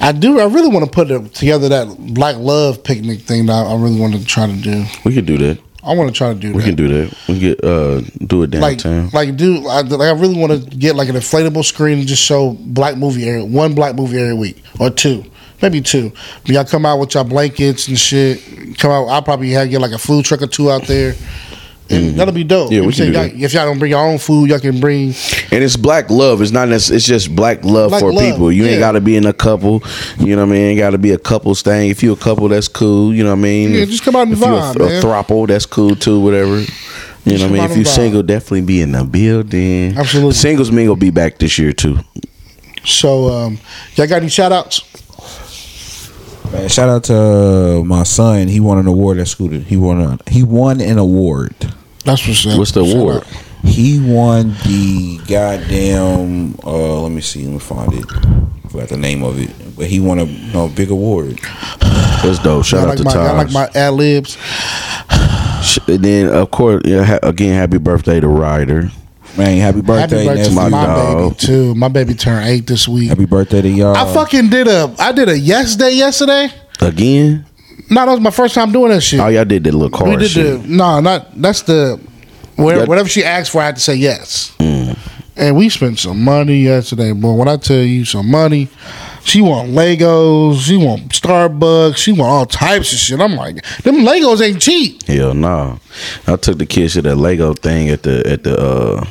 Speaker 2: I do. I really want to put it together that Black Love picnic thing that I really want to try to do.
Speaker 3: We could do that.
Speaker 2: I want to try to do
Speaker 3: We
Speaker 2: that.
Speaker 3: can do that. We can get uh, do it
Speaker 2: like,
Speaker 3: downtown.
Speaker 2: like, dude, I, like I really want to get like an inflatable screen and just show black movie area, one black movie every week or two, maybe two. Y'all come out with y'all blankets and shit. Come out. I'll probably have get like a food truck or two out there. And That'll be dope.
Speaker 3: Mm-hmm. Yeah,
Speaker 2: You
Speaker 3: we
Speaker 2: see,
Speaker 3: can do
Speaker 2: y'all-
Speaker 3: that.
Speaker 2: If y'all don't bring your own food, y'all can bring.
Speaker 3: And it's black love. It's not. Necess- it's just black love
Speaker 2: Black
Speaker 3: for
Speaker 2: love,
Speaker 3: people. You
Speaker 2: yeah.
Speaker 3: ain't got to be in a couple. You know what I mean. Ain't got to be a couples thing. If you a couple, that's cool. You know what I mean.
Speaker 2: Yeah,
Speaker 3: If-
Speaker 2: just come out and
Speaker 3: if you
Speaker 2: vibe,
Speaker 3: a,
Speaker 2: man.
Speaker 3: a throuple, that's cool too. Whatever. You know
Speaker 2: come
Speaker 3: what I
Speaker 2: out
Speaker 3: mean. If
Speaker 2: and
Speaker 3: you
Speaker 2: vibe.
Speaker 3: single, definitely be in the building.
Speaker 2: Absolutely.
Speaker 3: Singles mingle be back this year too.
Speaker 2: So, um, y'all got any shout outs?
Speaker 4: Man, shout out to uh, my son. He won an award at school. He won a, he won an award.
Speaker 2: That's what's up.
Speaker 3: What's the
Speaker 2: Shout
Speaker 3: award?
Speaker 2: out.
Speaker 4: He won the goddamn. Uh, let me see. Let me find it. Forgot the name of it, but he won a you know, big award.
Speaker 3: That's dope.
Speaker 2: Y'all
Speaker 3: Shout out
Speaker 2: like,
Speaker 3: to
Speaker 2: my, y'all like
Speaker 3: Taj.
Speaker 2: my ad libs.
Speaker 3: Sh- and then of course, yeah, ha- again, happy birthday to Ryder.
Speaker 4: Man, happy
Speaker 2: Happy
Speaker 4: birthday,
Speaker 2: birthday to
Speaker 4: nephew.
Speaker 2: my baby
Speaker 3: dog.
Speaker 2: too. My baby turned eight this week.
Speaker 4: Happy birthday to y'all.
Speaker 2: I fucking did a I did a yes day yesterday.
Speaker 3: Again,
Speaker 2: No, that was my first time doing that shit.
Speaker 3: oh y'all did that little
Speaker 2: we
Speaker 3: car
Speaker 2: did
Speaker 3: shit.
Speaker 2: the no, not that's the whatever,
Speaker 3: Yeah.
Speaker 2: whatever she asked for. I had to say yes.
Speaker 3: Mm.
Speaker 2: And we spent some money yesterday, boy. When I tell you some money, she want Legos, she want Starbucks, she want all types of shit. I'm like, them Legos ain't cheap.
Speaker 3: Hell no. I took the kids to that Lego thing at the at the uh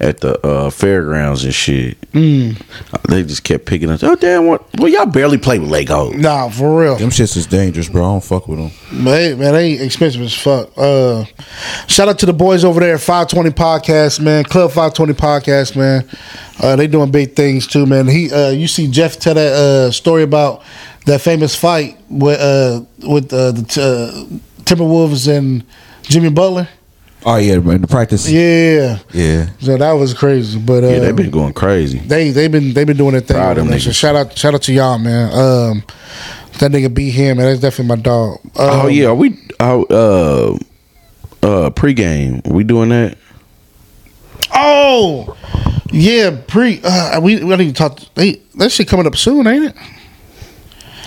Speaker 3: at the uh fairgrounds and shit. Mm. They just kept picking up. Oh damn! What? Well, y'all barely play with Lego.
Speaker 2: Nah, for real.
Speaker 4: Them shits is dangerous, bro. I don't fuck with them.
Speaker 2: But hey, man, they expensive as fuck. Uh, shout out to the boys over there at 520 Podcast, man. Club 520 Podcast, man. Uh, they doing big things too, man. He, uh, you see Jeff tell that uh, story about that famous fight with uh, with uh, the t- uh, Timberwolves and Jimmy Butler.
Speaker 4: Oh yeah, in the practice.
Speaker 2: Yeah,
Speaker 4: Yeah.
Speaker 2: so that was crazy. But uh,
Speaker 3: Yeah, they've been going crazy.
Speaker 2: they they been they been doing their thing.
Speaker 3: Proud of
Speaker 2: over there.
Speaker 3: niggas.
Speaker 2: So shout out shout out to y'all, man. Um, that nigga beat him, man. That's definitely my dog. Um,
Speaker 3: oh yeah, are we? Oh, uh, uh, pregame. We doing that?
Speaker 2: Oh, yeah. Pre, uh, we we need to talk. They, that shit coming up soon, ain't it?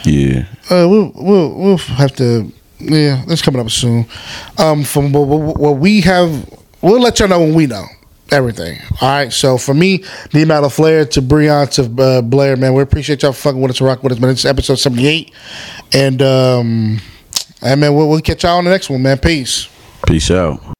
Speaker 3: Yeah.
Speaker 2: Uh, we'll we'll we'll have to. Yeah, that's coming up soon. Um, from what, what, what we have, we'll let y'all know when we know everything. All right. So for me, the amount of flair to Breon to uh, Blair, man, we appreciate y'all fucking with us, and rock with us, man. It's episode seventy eight, and um, and man, we'll, we'll catch y'all on the next one, man. Peace.
Speaker 3: Peace out.